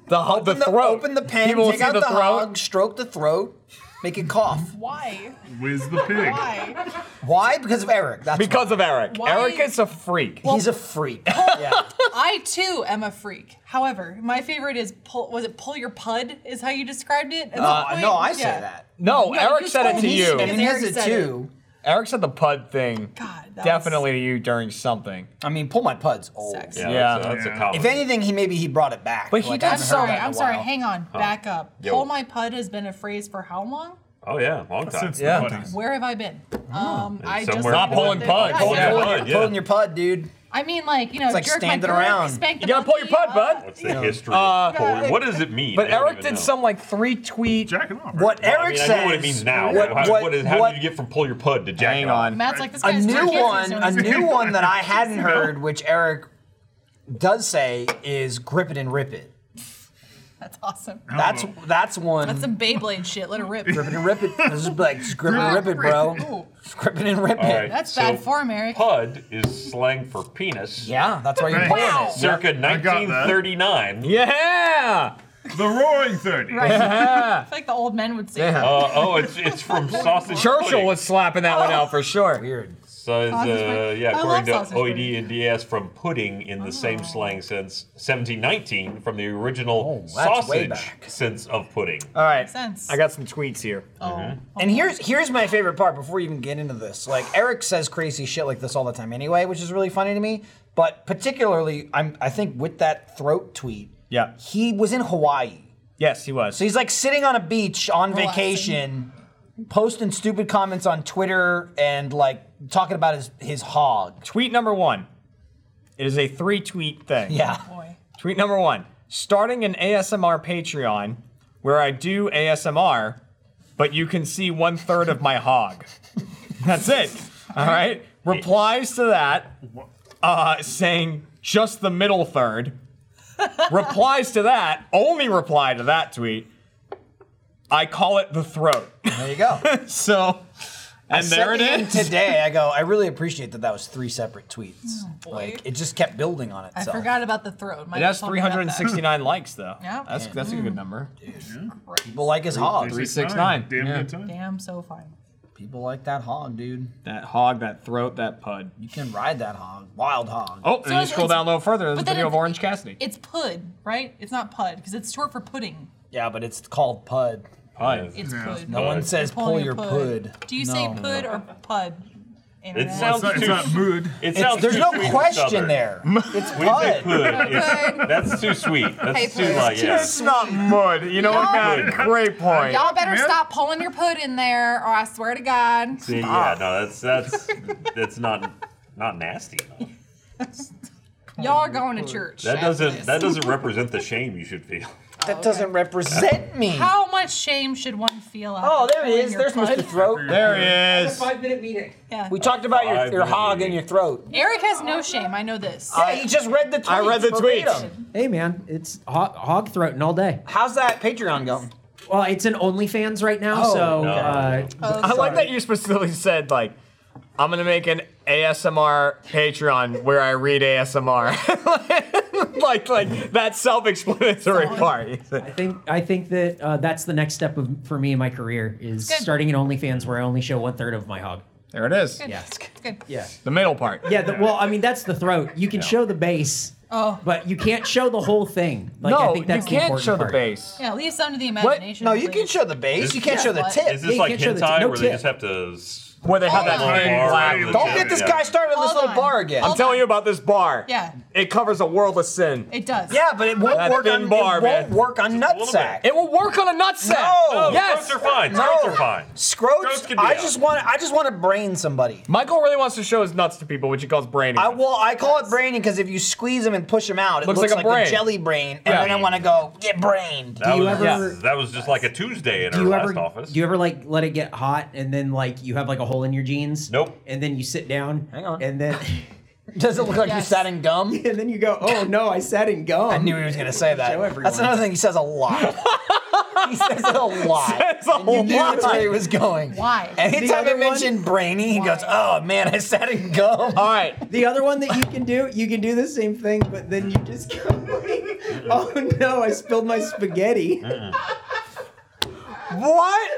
the hub, the
Open the-
throat.
Open the pen,
People will
take
see
out the,
the throat.
hog, stroke the throat, make it cough.
Why?
Whiz the pig.
Why?
Why? Because of Eric. That's
Because of Eric.
Why-
Eric is a freak.
why. he's a freak. yeah.
I too am a freak. However, my favorite is pull. Was it pull your pud? Is how you described it? At some
Uh,
point?
no, I say
Yeah.
that.
no,
No,
Eric
you
said it
told
to
me
you.
And
Because
he
Eric
has it
said
too.
Eric said the pud thing.
God, that
Definitely
was
to you during something.
I mean, pull my puds. Oh.
Sex.
Yeah.
Yeah.
That's, a, that's a
Yeah.
common.
If anything, he maybe he brought it back.
But he
I
did
I'm
haven't heard
sorry.
that in a
I'm sorry.
while.
Hang on. Back up.
Yo.
Pull my pud has been a phrase for how long?
oh yeah, long time.
Since
Yeah.
the buddies.
Where have I been?
Oh.
Um, I just
somewhere- Not
pulling puds.
Yeah,
Pulling
yeah.
puds.
Pulling your,
Yeah.
pulling your pud, dude.
I mean, like you know,
like
jerk my
standing
dick,
around.
Spank the
You gotta pull your
monkey,
pud,
uh,
bud.
What's the history?
Uh,
of pulling- what does it mean?
But
I don't
Eric
even
did
know.
some like three tweet.
Jack it off.
What
Well,
Eric
I mean,
says.
I know what it means now.
What-
how,
what-
what is, how
what-
did you get from pull your pud to jack
Hang
it off?
on.
Matt's like this
a
guy's
new
turkey is
one,
doing
a
this.
new one that I hadn't heard, which Eric does say is grip it and rip it.
That's awesome.
That's that's one.
That's some Beyblade shit. Let it rip.
grip it and rip it. This is like just grip it and rip it, bro.
Ooh,
Just grip it and rip
All
it.
right,
That's
so
bad form, Eric.
Pud is slang for penis.
Yeah, that's why you're
Right.
pulling
Wow.
it.
Circa
I got that.
1939.
Yeah.
The roaring 30.
Right. I feel like the old men would say.
Yeah.
Uh, oh, it's it's from sausage.
Churchill
pudding.
was slapping that one out for sure.
Weird.
So is,
Sausage
uh,
pudding. I
yeah,
love
according to
sausage pudding. Oh.
OED and DS from pudding in the same slang since 1719 from the original
Oh, that's
sausage
way back. Uh,
sense of pudding.
All right.
sense.
I got some tweets here.
Oh.
And here's here's my favorite part before you even get into this. Like Eric says crazy shit like this all the time anyway, which is really funny to me. But particularly I'm I think with that throat tweet,
Yeah.
he was in Hawaii.
Yes, he was.
So he's like sitting on a beach on
Relaxing.
vacation, posting stupid comments on Twitter and like talking about his, his hog.
Tweet number one. It is a three tweet thing.
Yeah.
Boy.
Tweet number one. Starting an ASMR Patreon where I do ASMR, but you can see one third of my hog. That's it. All right. Replies to that uh, saying just the middle third. Replies to that, only reply to that tweet. I call it the throat.
There you go.
So, and there it
Sent him
is.
Today, I go, I really appreciate that that was three separate tweets. like, it just kept building on
Oh, I
itself.
forgot about the throat. Mike
It has
told me about that.
369 likes though.
Yeah.
That's that's a good number.
People like his hog.
Three, six, nine.
Damn
Yeah.
good time.
Damn, so fine.
People like that hog, dude.
That hog, that throat, that pud.
You can ride that hog. Wild hog.
Oh, and you
it's-
scroll
it's-
down a little further. There's a
but then
video of
it's-
Orange Cassidy.
It's pud, right? It's not pud because it's short for pudding.
Yeah, but it's called pud.
Pud.
It's pud.
No one
Pud.
says
Pulling
pull your
pud.
pud.
Do you say
No.
pud or pud?
It
Internet.
sounds
It's
too.
not mood.
It sounds
There's
too
no
sweet and
question
southern.
there. It's
When you say
pud.
pud, it's- that's too sweet. That's
Hey,
too
pud.
like yeah.
It's not mud. You know what?
No.
Matt? Great point.
Y'all better
Man.
stop pulling your put in there, or I swear to God.
See, yeah, no, that's that's that's not not nasty. enough.
Y'all are going to church.
That
after
doesn't
this.
that doesn't represent the shame you should feel.
That doesn't represent me.
How much shame should one feel? after
Oh, there it
pulling
is.
your
There's
pud?
Mr. Throat.
There he is.
Five minute meeting.
Yeah.
We talked about your,
Five
your hog
minutes.
in your throat.
Eric has no shame. I know this.
Yeah, you just read the tweet.
I read the tweet.
Hey man, it's hog, hog throating all day.
How's that Patreon going?
Well, it's an OnlyFans right now,
Oh,
so
No.
uh,
Oh,
I like that you specifically said like, I'm gonna make an ASMR Patreon where I read ASMR. like like that self-explanatory part.
I think I think that uh, that's the next step of, for me in my career is
Good.
starting an OnlyFans where I only show one third of my hog.
There it is.
Good. It's good. Good.
Yeah.
The middle part.
Yeah. The, well, I mean that's the throat. You can show the base.
Oh.
But you can't show the whole thing. Like,
no,
I think that's
you
the
can't
important
show the
part.
base.
yeah, leave some to the
What?
imagination.
No, you
please.
can show the base. You can't show the
What?
tip.
Is this
Yeah,
like
you can't show the-
hentai
no
where they
tip.
just have to? s-
Where they have that
Oh, Hold on.
thing
Bar
black.
around the
Don't
tip,
get this
yeah.
guy started in this
Hold
little
on.
bar again.
I'm telling you about this bar.
Yeah.
It covers a world of sin.
It does.
yeah, but it won't
That
work
thin
on
bar,
it
man.
won't work on
little
nutsack.
bit.
It will work on a nutsack.
No.
No,
Yes.
yes. are fine.
No.
Scrotes are fine. Scrotes
Scroach,
can be
I
out.
just want I just want to brain somebody.
Michael really wants to show his nuts to people, which he calls braining.
I well, I call it braining because if you squeeze them and push them out, it looks,
Looks
like,
like a
a,
brain.
jelly brain, and
Yeah.
then I want to go get brained.
That
you
was,
ever-
yeah, that was just like a Tuesday in
Do
our
you
last
ever
office.
do you ever like let it get hot and then like you have like a hole in your jeans?
Nope.
And then you sit down. Hang
on.
And then
Does it look like you
Yes.
sat in gum?
and then you go, oh no, I sat in gum.
I knew he was gonna say that.
Show everyone.
That's another thing he says a lot. he says it a lot.
Says a
and you knew
lot.
that's where he was going.
Why?
The
Anytime I
other one-
mention brainy, he goes, "Oh man, I sat in gum."
All right.
The other one that you can do, you can do the same thing, but then you just go like, oh no, I spilled my spaghetti.
What?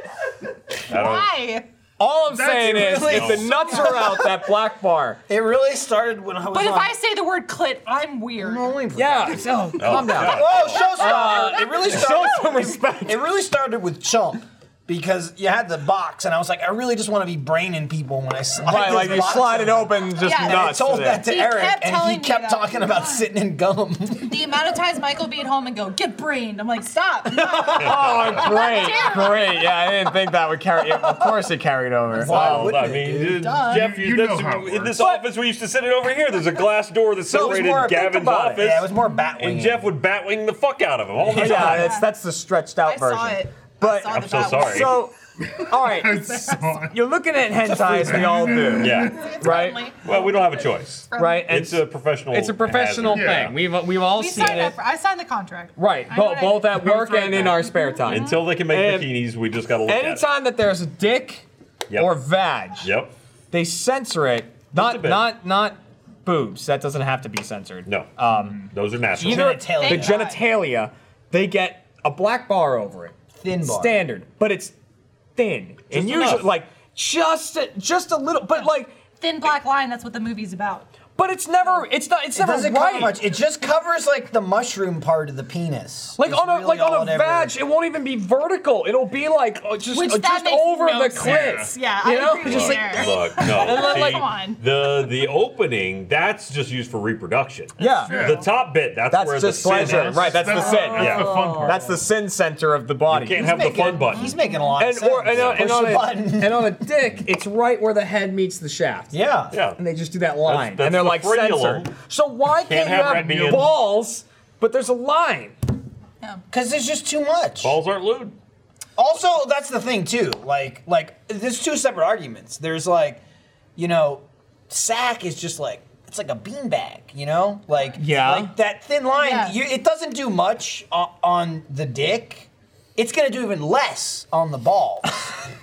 I don't-
Why?
All I'm
That's
saying is,
really
if the nuts are out, that black bar.
It really started when I was.
But if
on-
I say the word clit, I'm weird.
Only-
Yeah. Calm down.
Oh, show some. it really
Show
started.
some respect.
It really started with chump. Because you had the box, and I was like, I really just want to be braining people when I slide
Right,
this
like you
box
slide it
over.
open, just
Yeah, and
And I
nuts.
told
to
that to
He
Eric,
kept
and he
telling me
kept
that.
talking about sitting in gum.
The amount of times Michael be at home and go, get brained. I'm like, stop. no."
Oh, great, great. Yeah, I didn't think that would carry. Of course, it carried over.
Why
Well,
wouldn't
I
it,
mean,
dude?
uh, Jeff,
You-
you,
you
that's,
know how it
in this
works.
office we used to sit in over here. There's a glass door that
So it was
separated
more- think
Gavin's
about it.
office,
Yeah, it was more bat
and
winging.
Jeff would batwing the fuck out of him all the
Yeah,
time.
that's that's the stretched out
I
version.
saw it.
But-
I saw
I'm
the
so
bat-
sorry.
So, all right,
It's so-
you're looking at hentai as we all do,
yeah.
It's
Right.
friendly.
Well, we don't have a choice.
right? And
It's a professional.
it's a professional
hazard.
Yeah.
thing. We've we've all
We
seen
signed
it,
up for, I signed the contract.
right?
I know
Both
what I-
both at work
right.
and in our spare time.
Until they can make
And-
bikinis, we just got to look at
Anytime that there's a dick
it. Yep.
or vag,
Yep.
they censor it.
a
Not
bit.
not not boobs. That doesn't have to be censored.
No.
Um,
Those are natural.
either
Genitalia.
the
Thank God.
genitalia, they get a black bar over it.
Thin bar.
Standard, but it's thin. and
enough.
usually like just a, just a little, but like
Thin black line, that's what the movie's about.
but it's never it's not it's
It
never
doesn't
right.
cover much. It just covers like the mushroom part of the penis.
Like
It's
on a
really
like
all
on
it
a
ever-
vag, it won't even be vertical. It'll be like uh, just
Which
uh,
that
just
makes
over
no
the
sense.
clit.
Yeah,
you
I
know,
agree
just
with
like
Eric.
Look, no.
then, like,
see,
come on.
the the opening that's just used for reproduction.
Yeah.
The top bit that's,
That's
where
just
the sin
pleasure,
is.
right? That's the sin.
That's the fun part.
That's the sin center of the body.
Can't have the
making
fun
it-
button.
He's making a lot of
and,
sense.
or, and, on, and,
Push
on
the button.
a, and on a dick, it's right where the head meets the shaft.
Yeah.
yeah.
And they just do that line.
that's
and they're
the
like
frenulum.
censored. So why can't,
have red
you
bean.
have balls, but there's a line?
Because there's just too much.
Balls aren't lewd.
Also, that's the thing too. Like, like there's two separate arguments. There's like, you know, sack is just like it's like a beanbag. You know, like
Yeah.
like that thin line.
Yeah.
You, it doesn't do much on, on the dick. It's gonna do even less on the ball,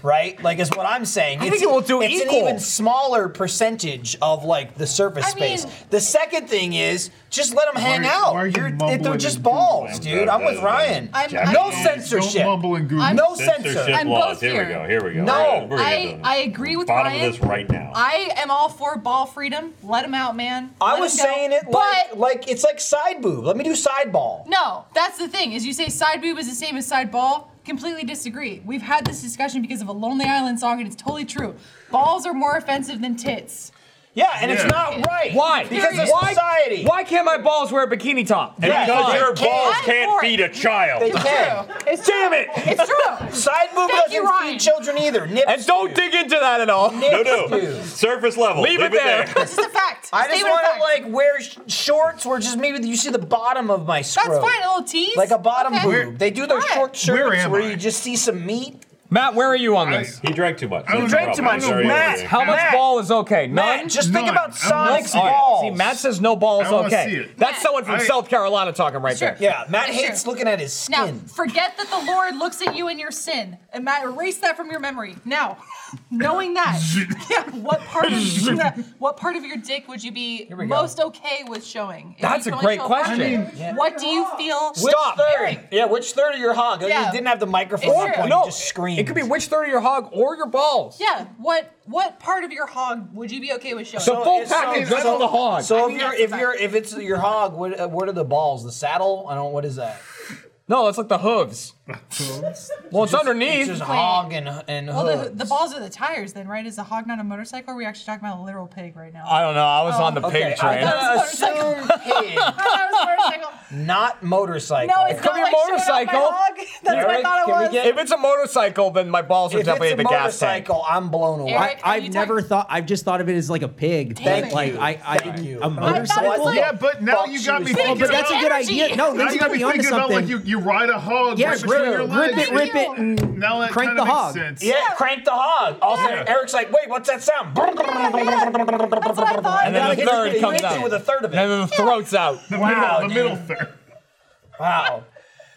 right? Like, is what I'm saying. I it's,
think it will do
It's
equal.
an even smaller percentage of like the surface
I mean-
space. The second thing is just let them hang
Why-
out.
why are you
You're- it- they're
mumbling
just
and googling?
balls, dude. I'm with Ryan.
I'm,
Yeah.
no
I-
Don't-
censorship.
Don't mumble and Google.
I'm-
no
Censorship
censor.
I'm
laws.
both
Here we
here.
go. Here we go.
No.
All right, we're gonna
I,
get to
I
the
agree with
Bottom
Ryan.
of this right now.
I am all for ball freedom. Let him out, man.
I
Let
was
'em go.
saying it like,
but
like it's like side boob. Let me do side ball.
no, that's the thing. Is you say side boob is the same as side ball. completely disagree. We've had this discussion because of a Lonely Island song, and it's totally true. Balls are more offensive than tits.
Yeah, and it's
Yeah.
not right.
Why?
Because of
Because why-
society. Why can't my balls wear a bikini top?
And
Yeah,
because
fine.
your balls
I'm
can't
for it.
feed a child.
They can.
It's
Damn it!
It's true.
Side boob
Thank
doesn't
you, Ryan.
feed children either. Nips.
And don't dig into that at all.
No, no. Surface level.
Leave it there.
It's just a fact.
I
Stay
just
with the
want
fact.
to like wear sh- shorts where just maybe you see the bottom of my
That's
scrotum.
fine. A little tease.
Like a bottom
Okay.
boob. They do those
Alright.
Where
short shirts where,
am I?
you just see some meat.
Matt, where are you on this?
He drank too much.
I don't
That's
drink
the
too
problem.
much.
I'm sorry,
Matt,
everybody.
How much
Matt.
ball is okay? None.
Matt, just think
None.
about
I don't
Sonic's
see it.
balls.
See, Matt says no balls
I wanna
okay.
see it.
That's someone from
I-
South Carolina talking right
Sure.
there.
Yeah, Matt
That's
hates
true.
looking at his
Now,
skin.
forget that the Lord looks at you in your sin, and Matt, erase that from your memory. Now, knowing that, yeah, what part of what part of your dick would you be
we go.
most okay with showing? If
That's
you
a
could only
great
show
question.
part of
I
it, What do you feel?
Stop.
Which third? Yeah, which third of your hog?
Yeah.
You didn't have the microphone
It's
on
true.
point.
No,
you just screamed.
It could be which third of your hog or your balls.
Yeah. What what part of your hog would you be okay with showing?
So- full package, that's the hog.
So
I
if
mean,
you're
that's
if you're if it's your hog, what uh, what are the balls? The saddle? I don't. What is that?
No, that's like the hooves. well, it's underneath.
It's just hog and and
well, the,
hooves.
the balls are the tires, then, right? Is the hog not a motorcycle? Are we actually talking about a literal pig right now?
I don't know. I was on the
Okay,
pig train.
Oh, thought-
I'm gonna assume
I thought it was a motorcycle.
pig, not motorcycle.
No, it's
could
not
be a
like showing off my
motorcycle.
hog. That's what I
Eric,
thought it
can we
was.
get-
if it's a motorcycle, then my balls are
if
definitely
it's a
in the gas tank.
motorcycle, I'm blown away.
Eric, are
I,
you
I've never
talking-
thought. I've just thought of it as like a pig.
Thank
but, like
you.
I, I
Thank
didn't.
you.
A
I
thought it was
motorcycle.
like-
Yeah, but now
Fuck,
you
she
got
was
me
thinking
Oh,
thinking
but that's a
about-
good
Energy.
idea. No,
Now
Lindsay
you got
got
me
me onto
thinking about
something.
like you, you ride a hog
yeah,
right between your
rip,
legs.
rip it, rip it, and
Now that
crank
kind of
the
makes
hog.
sense.
Yeah, crank the hog. Also,
Yeah.
Eric's like, wait, what's that sound?
That's what I thought.
And then the
hits
third
it-
comes
hits it
out.
with a third of it.
And then the throat's out.
The
Wow,
middle, the middle
dude.
third.
Wow.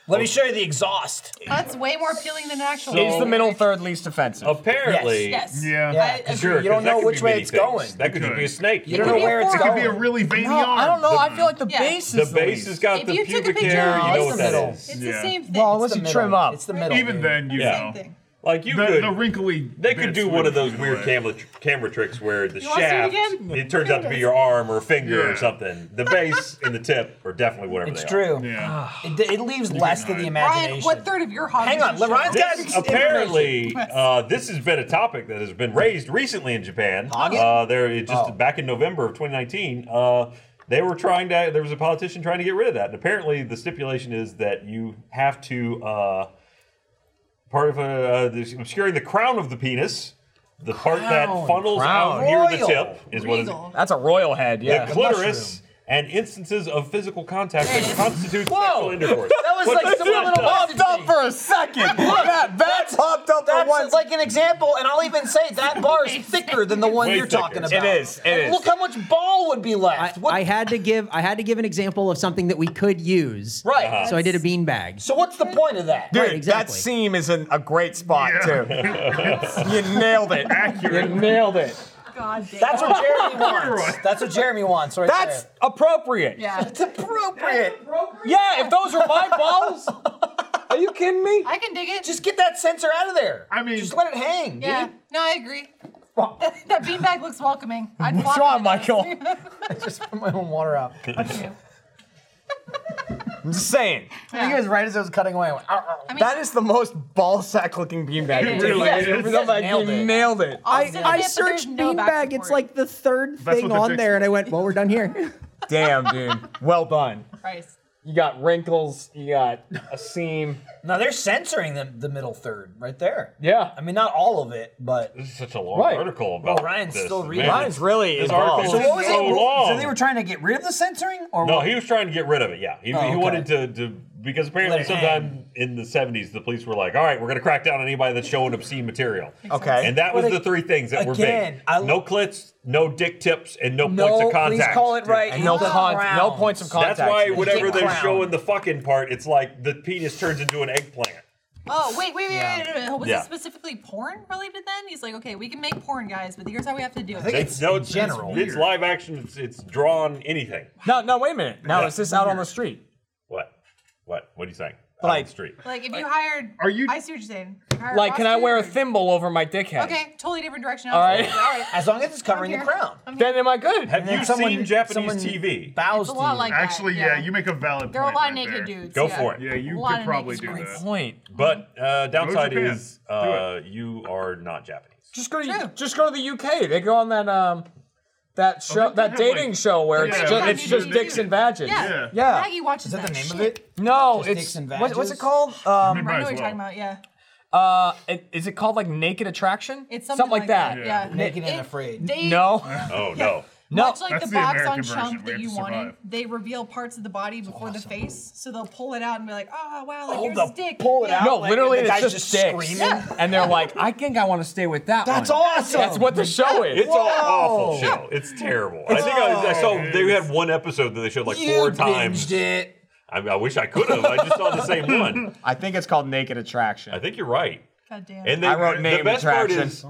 Let me show you the exhaust.
That's way more appealing than an actual.
So-
Is the middle third least
Oh.
offensive?
Apparently.
Yes.
Yeah.
Yeah.
I
Sure,
agree.
You don't
'cause that
know
could
which
be
way
many
it's
things.
going.
That could just be a snake.
You don't know where it's
It could
Could
going.
be a really veiny
No,
arm.
I don't know. I feel like the
Yeah.
base
The
is the
base
least.
has got
If
the
you took a
pubic
picture,
hair.
no,
You
it's
know
the
what that
middle.
is.
It's the
Yeah.
same thing.
Well,
It's
unless
It's
you
the
trim
middle.
up.
It's the middle.
Even
dude.
then, you
Yeah.
know.
the same thing.
Like you
The,
could.
the wrinkly.
They could
bits
do
would
one of
be
those weird
away.
camera camera tricks where the
wanna see it
shaft
again?
it turns out to be your arm or finger
Yeah.
or something. The base and the tip are definitely whatever
It's
they
true.
Yeah.
Oh,
It, it leaves less to the imagination.
Ryan, what third of your hog?
Hang
did
on,
you show?
Ryan's
are.
got
This,
information.
apparently, uh, this has been a topic that has been raised recently in Japan.
Hagen?
Uh, there, it just
Oh.
back in November of 2019, uh, they were trying to. There was a politician trying to get rid of that, and apparently, the stipulation is that you have to uh, part of uh, uh, this- obscuring the crown of the penis, the part that
Crown,
funnels out
crown.
near the
Royal,
tip, is what it,
Regal.
That's a royal head, yeah.
the clitoris and instances of physical contact that constitute sexual intercourse.
That was
What this
like some little
does-
hopped up for
a second. that, that's hopped up
That's like an example, and I'll even say that bar is thicker than the one
Way
you're talking
thicker.
about.
It is, it is.
Look how much ball would be
I,
left. What-
I had to give. I had to give an example of something that we could use.
right.
So I did a beanbag.
So what's the point of that?
Dude,
Right, exactly.
that seam is in a great spot, too. you nailed it.
Accurate.
You nailed it.
God damn.
That's what Jeremy wants. That's what Jeremy wants, right
That's
there.
appropriate.
yeah.
It's appropriate.
Yeah, if those are my balls, are you kidding me?
I can dig it.
Just get that sensor out of there.
I mean-
just let it hang.
yeah.
dude.
No, I agree. that beanbag looks welcoming. I'd
What's
walk
wrong,
in.
Michael?
Just put my own water out.
I'm just saying.
I think it was right as I was cutting away. I went, "Ow, ow."
I mean,
That is the most ball sack looking beanbag.
It really
Yeah,
is.
you
Nailed it.
nailed it.
I'll
I, I
sit with it, but there's
searched
no back
beanbag. It's
support.
like the third
That's
thing
what the
on
text-
there, and I went, "Well, we're done here."
Damn, dude. Well done.
Christ.
You got wrinkles, you got a seam.
Now they're censoring the, the middle third right there.
Yeah.
I mean, not all of it, but.
This is such a long
Right.
article about
Well, Ryan's
this.
still
Man,
reading.
Ryan's really
this
involved.
article
So
is
what was
so
it?
long.
So they were trying to get rid of the censoring, or
No,
what?
he was trying to get rid of it. Yeah, he,
Oh,
he
okay.
wanted to, to because apparently
Let it
sometime in the '70s, the police were like, "All right, we're going to crack down on anybody that's showing obscene material."
Okay.
And that was
But
the
ag-
three things that were
again,
big:
I-
no clits, no dick tips, and no,
no.
points of
please
contact.
call it right.
And no,
He's
con-
around.
no points of contact.
That's why whenever
dick
they're
crown.
showing the fucking part, it's like the penis turns into an eggplant.
Oh wait, wait, wait, wait, wait, wait. Was
Yeah.
it specifically porn related then? He's like, okay, we can make porn, guys, but here's how we have to do it.
think
It's,
It's
no,
in
it's,
general
It's, it's
weird.
live action. It's, it's drawn anything.
No, no, wait a minute. Now, is this out on the street?
What? What? What are you saying? on
Like-
the street.
Like if you hired,
Are you-
I see what you're saying. You hired
Like, can I wear a
prostitute
thimble over my dickhead?
or- Okay, totally different direction.
All right.
All right.
As long as it's covering the
here.
crown.
I'm here.
Then am I good?
Have you
someone-
seen Japanese
someone
TV?
Bows
It's a
to
lot
you.
like that,
Actually, yeah. you make a valid
There are
point.
a lot of
right
naked
there.
dudes.
Go
yeah.
for it.
Yeah, you
A lot
could
of
probably do
naked
that.
squirts.
Point.
But uh, downside
Japan.
is uh, you are not Japanese.
Just go to just go to the UK. They go on that um that show
they
that
have,
dating
like-
show where
Yeah,
it's
they
just,
have
it's
these
just
movies.
dicks and badges.
Yeah.
Yeah.
Yeah.
Maggie watches
Is that the name
shit.
of it?
No,
Just
it's
dicks and
what- what's it
badges?
called?
You
Um,
I
might
know
as
what you're
well.
talking about. Yeah.
uh, it- is it called like naked attraction?
It's something,
like that.
Yeah.
Naked and
It-
Afraid.
They,
No,
Oh no.
No.
Much like
That's
the
the
box on
American version.
chunk
We
that
have
you
to
wanted,
survive.
they reveal parts of the body before the face, so they'll pull it out and be like, "Oh wow, like, here's
the-
a stick."
pull it
Yeah.
out.
no,
Like,
literally
the
it's
guy's
just,
just
dicks,
screaming?
and they're like, I think I want to stay with that.
That's
one.
awesome.
That's what the show is.
It's all awful show. It's terrible. I think I, I saw they had one episode that they showed like
You
four
binged
times.
it.
I, I wish I could have. I just saw the same one.
I think it's called naked attraction.
I think you're right.
God damn.
And they,
I wrote
the
name
best part
attraction.
is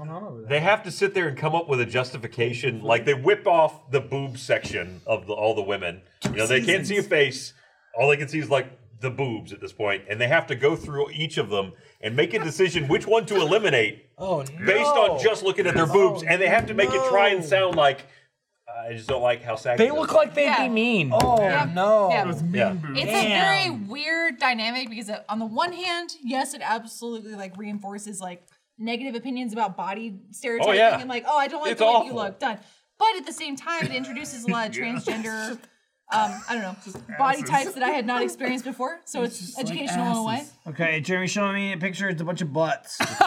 they have to sit there and come up with a justification. Like they whip off the boob section of the, all the women. You know, they can't see a face. All they can see is like the boobs at this point, and they have to go through each of them and make a decision which one to eliminate
Oh,
based on just looking at their boobs, and they have to make it try and
no.
sound like I just don't like how saggy
They
those
look
are."
like they'd
Yeah.
be mean.
Oh,
Yeah.
no.
Yeah.
Those mean
Yeah.
boobs.
It's a very
Damn.
weird dynamic because it, on the one hand, yes, it absolutely like reinforces like negative opinions about body stereotyping
yeah.
and like, oh, I don't like
It's
the way you
awful.
look. Done. But at the same time, it introduces a lot of transgender, um, I don't know, body
asses.
types that I had not experienced before. So it's, educational in a way.
Okay, Jeremy showing me a picture. It's a bunch of butts.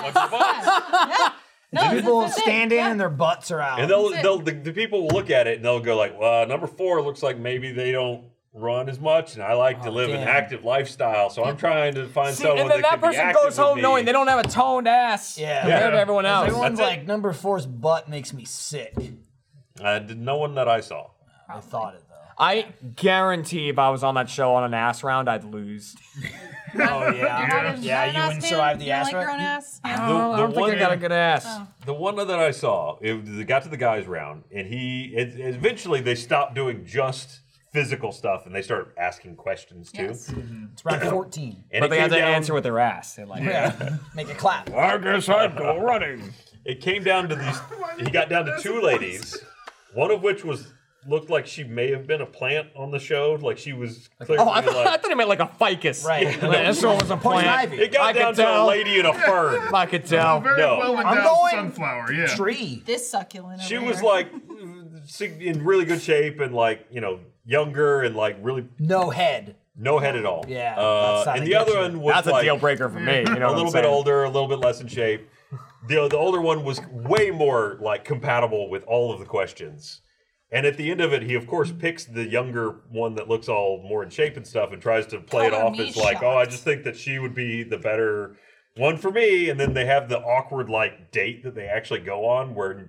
No,
People
that's the thing,
standing
yeah.
and their butts are out.
And they'll, they'll the, the people will look at it and they'll go like, "Well, number four looks like maybe they don't run as much, and I like
Oh,
to live an
damn.
active lifestyle, so I'm trying to find
See,
someone
and then
that,
that
can
person
be active
goes
with
home
me."
Oh, knowing they don't have a toned ass
Yeah.
compared to
Yeah.
everyone else.
Everyone's
That's it.
like, number four's butt makes me sick.
Uh, did- no one that I saw.
I thought it, though.
I guarantee if I was on that show on an ass round, I'd lose.
Oh, yeah.
Not an-
Yeah,
not an
you
ass
wouldn't
man?
survive the
You don't
ass
like your
right?
own ass. Yeah.
The,
Oh, I don't
the
think I got a good ass.
The one that I saw, it, they got to the guy's round, and he it, it- eventually they stopped doing just physical stuff, and they started asking questions too.
Yes.
It's round 14.
And
But
it
they
came
had to
down-
answer with their ass. They're like,
Yeah. Make it clap.
I guess I'd go running. It came down to these. He got down to two ladies, one of which was looked like she may have been a plant on the show. Like she was clearly
Oh, I thought, I
like.
thought he meant like a ficus.
Right.
Like, this one was a
Poison
plant.
ivy.
It got
I could
down to a
tell.
lady in a fern.
I could tell.
Very
No.
well
I'm
endowed
going
sunflower. Yeah.
Tree.
This succulent.
She
over
was
here.
like mm, sig- in really good shape and like you know younger and like really
No head.
no head at all.
Yeah,
Uh,
that's not
and
a
the
good
other
show.
one was
That's a
like
deal breaker for me. You know what
a
I'm
little bit
saying?
older, a little bit less in shape. The, the older one was way more like compatible with all of the questions. And at the end of it, he of course picks the younger one that looks all more in shape and stuff, and tries to play it
Color
off
me
as like, "Oh, I
shocked."
just think that she would be the better one for me." And then they have the awkward like date that they actually go on, where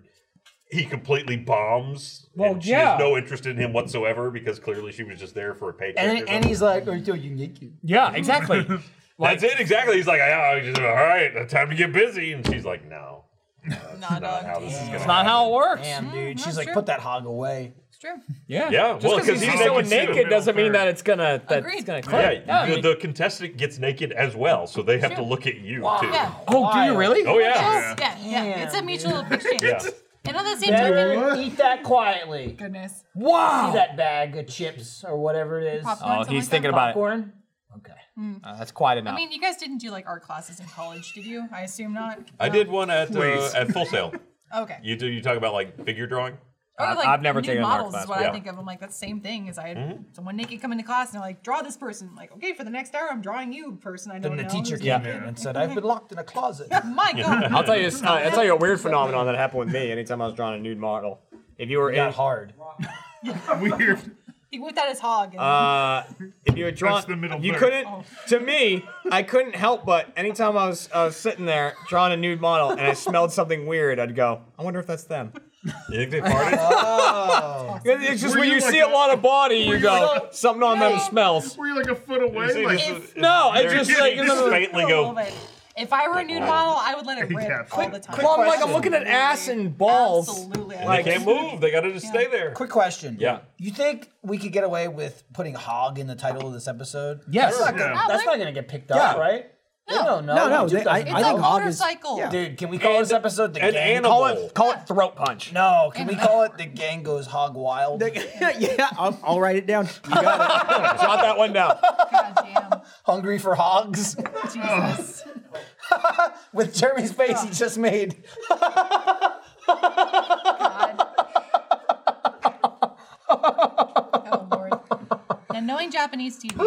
he completely bombs.
Well,
and she
yeah.
has no interest in him whatsoever because clearly she was just there for a paycheck. or
And, and
something.
he's like, are you naked?
Yeah, exactly.
That's it, exactly. He's like, "Yeah, I just- all right, time to get busy. And she's like, no.
nah,
Not
dog.
how this is going to
It's not how it works.
Damn, dude. She's like,
sure.
put that hog away.
It's true.
Yeah.
Yeah,
Just
well,
because
'cause
he's
he's
so
naked
naked,
too.
doesn't mean that it's gonna that
Agreed.
it's gonna
Yeah,
click. I
the,
mean-
the contestant gets naked as well, so they have to look at you too.
Yeah.
oh, do you really?
Oh yeah.
Yes, yeah, yeah. It's a mutual exchange.
Yeah.
And at the same token,
eat that quietly.
goodness.
Wow.
That bag of chips or whatever it is.
Popcorn,
Oh,
something
he's
like
thinking
that.
about it.
Popcorn. Okay.
Uh, that's quite enough.
I mean, you guys didn't do like art classes in college, did you? I assume not.
I did one at uh,
Please.
at Full Sail.
Okay.
You do you talk about like figure drawing?
Or like
I've never
nude
taken an art
models
class,
is what
yeah.
I think of. I'm like, that's the same thing as I had
Mm-hmm.
someone naked come into class and they're like, draw this person. I'm like, okay, for the next hour, I'm drawing you, person I don't
Then the
know.
teacher
It's
came
Yeah.
in and said, I've been locked in a closet.
like, My God.
I'll tell you, uh, I'll tell you a weird phenomenon that happened with me. Anytime I was drawing a nude model, if you were in,
Got hard.
Weird.
He whipped out his hog. And
uh, if you were drawing,
That's the middle
you
third.
couldn't.
Oh.
To me, I couldn't help but anytime I was, I was sitting there drawing a nude model and I smelled something weird, I'd go, I wonder if that's them.
You think they farted?
It's just
Were
when
you
you
like
see a
that-
lot of body, you
you
go,
like-
something on them smells.
Were you like a foot
You see,
away?
this
Like,
is-
No, I
they're
just
getting-
like
this is faintly
I love
go.
it. If I were a nude model, I would let it
Yeah,
rip all
quick-
the time.
Well, I'm like I'm looking at ass and balls.
Absolutely.
And
Like-
they can't move. They got to just stay there.
Quick question.
Yeah.
You think we could get away with putting hog in the title of this episode?
Yes.
That's not
Sure.
gonna,
Yeah.
that's not gonna get picked up,
Yeah.
right? No, no,
No, no,
Dude,
they- I-
doesn't
I
do
think
that.
hog is-
motorcycle. Yeah.
Dude, can we call this episode the
an
gang?
animal.
Call it, call it throat punch.
No, can we call it the gang goes hog wild?
yeah, I'll, I'll write it down. You got
Jot that one down.
God
Hungry for hogs?
damn. Jesus.
With Jeremy's face he just made.
God. Oh, Lord. And knowing Japanese TV,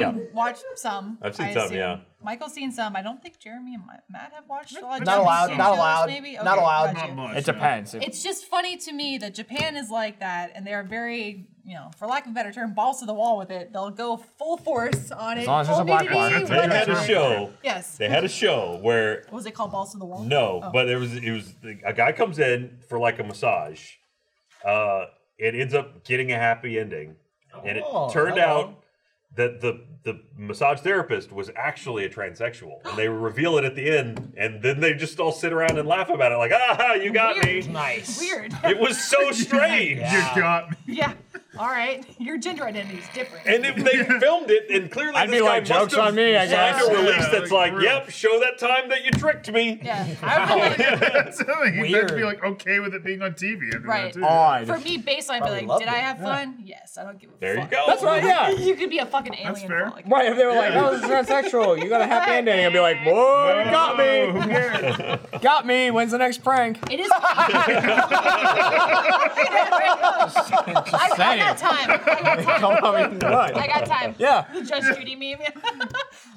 Yeah.
watch some.
I've seen
I
some,
assume.
yeah.
Michael's seen some. I don't think Jeremy and Ma- Matt have watched a lot.
Not
of Japanese
allowed,
TV
not
shows,
allowed,
Maybe?
not
Okay,
allowed.
got
Not
you.
much.
It
no.
depends. If-
It's just funny to me that Japan is like that, and they're very, you know, for lack of a better term, balls to the wall with it. They'll go full force on it.
long as there's
full
a black
nudity,
bar.
That's
They
What
had a
is-
show.
Yes.
They had a show where
What was it called? Balls to the wall?
No,
Oh.
but there was it was a guy comes in for like a massage. Uh, it ends up getting a happy ending, and it
Oh,
turned
hello.
out that the the massage therapist was actually a transsexual, and they reveal it at the end, and then they just all sit around and laugh about it, like, ah, you got me.
Nice.
Weird.
It was so strange.
You got me.
yeah. All right. Your gender identity is different.
And if they filmed it, and clearly
I'd
this
be
guy
like,
must
"Joke's
have
on me, I
signed
guess."
a release
Yeah,
that's
like,
like,
real.
yep, show that time that you tricked me.
yeah. I would be like,
That's how you-
Weird.
They'd be like okay with it being on TV. After
Right.
That too.
Odd.
for me, baseline,
Probably
be like,
loved
did I
it.
have fun? Yes. I don't give a
There you
fuck.
go.
That's right, yeah.
You could be a fucking alien.
That's fair.
for all I care.
Right, if they were like,
Yeah.
"Oh, this is transsexual," you got a happy ending, I'd be like, "Whoa, you got
Who
me,
cares?
got me." When's the next prank?
It is. I, I
saying.
got time. I got time.
Come on, me what?
I got time.
Yeah.
The Judge Judy meme.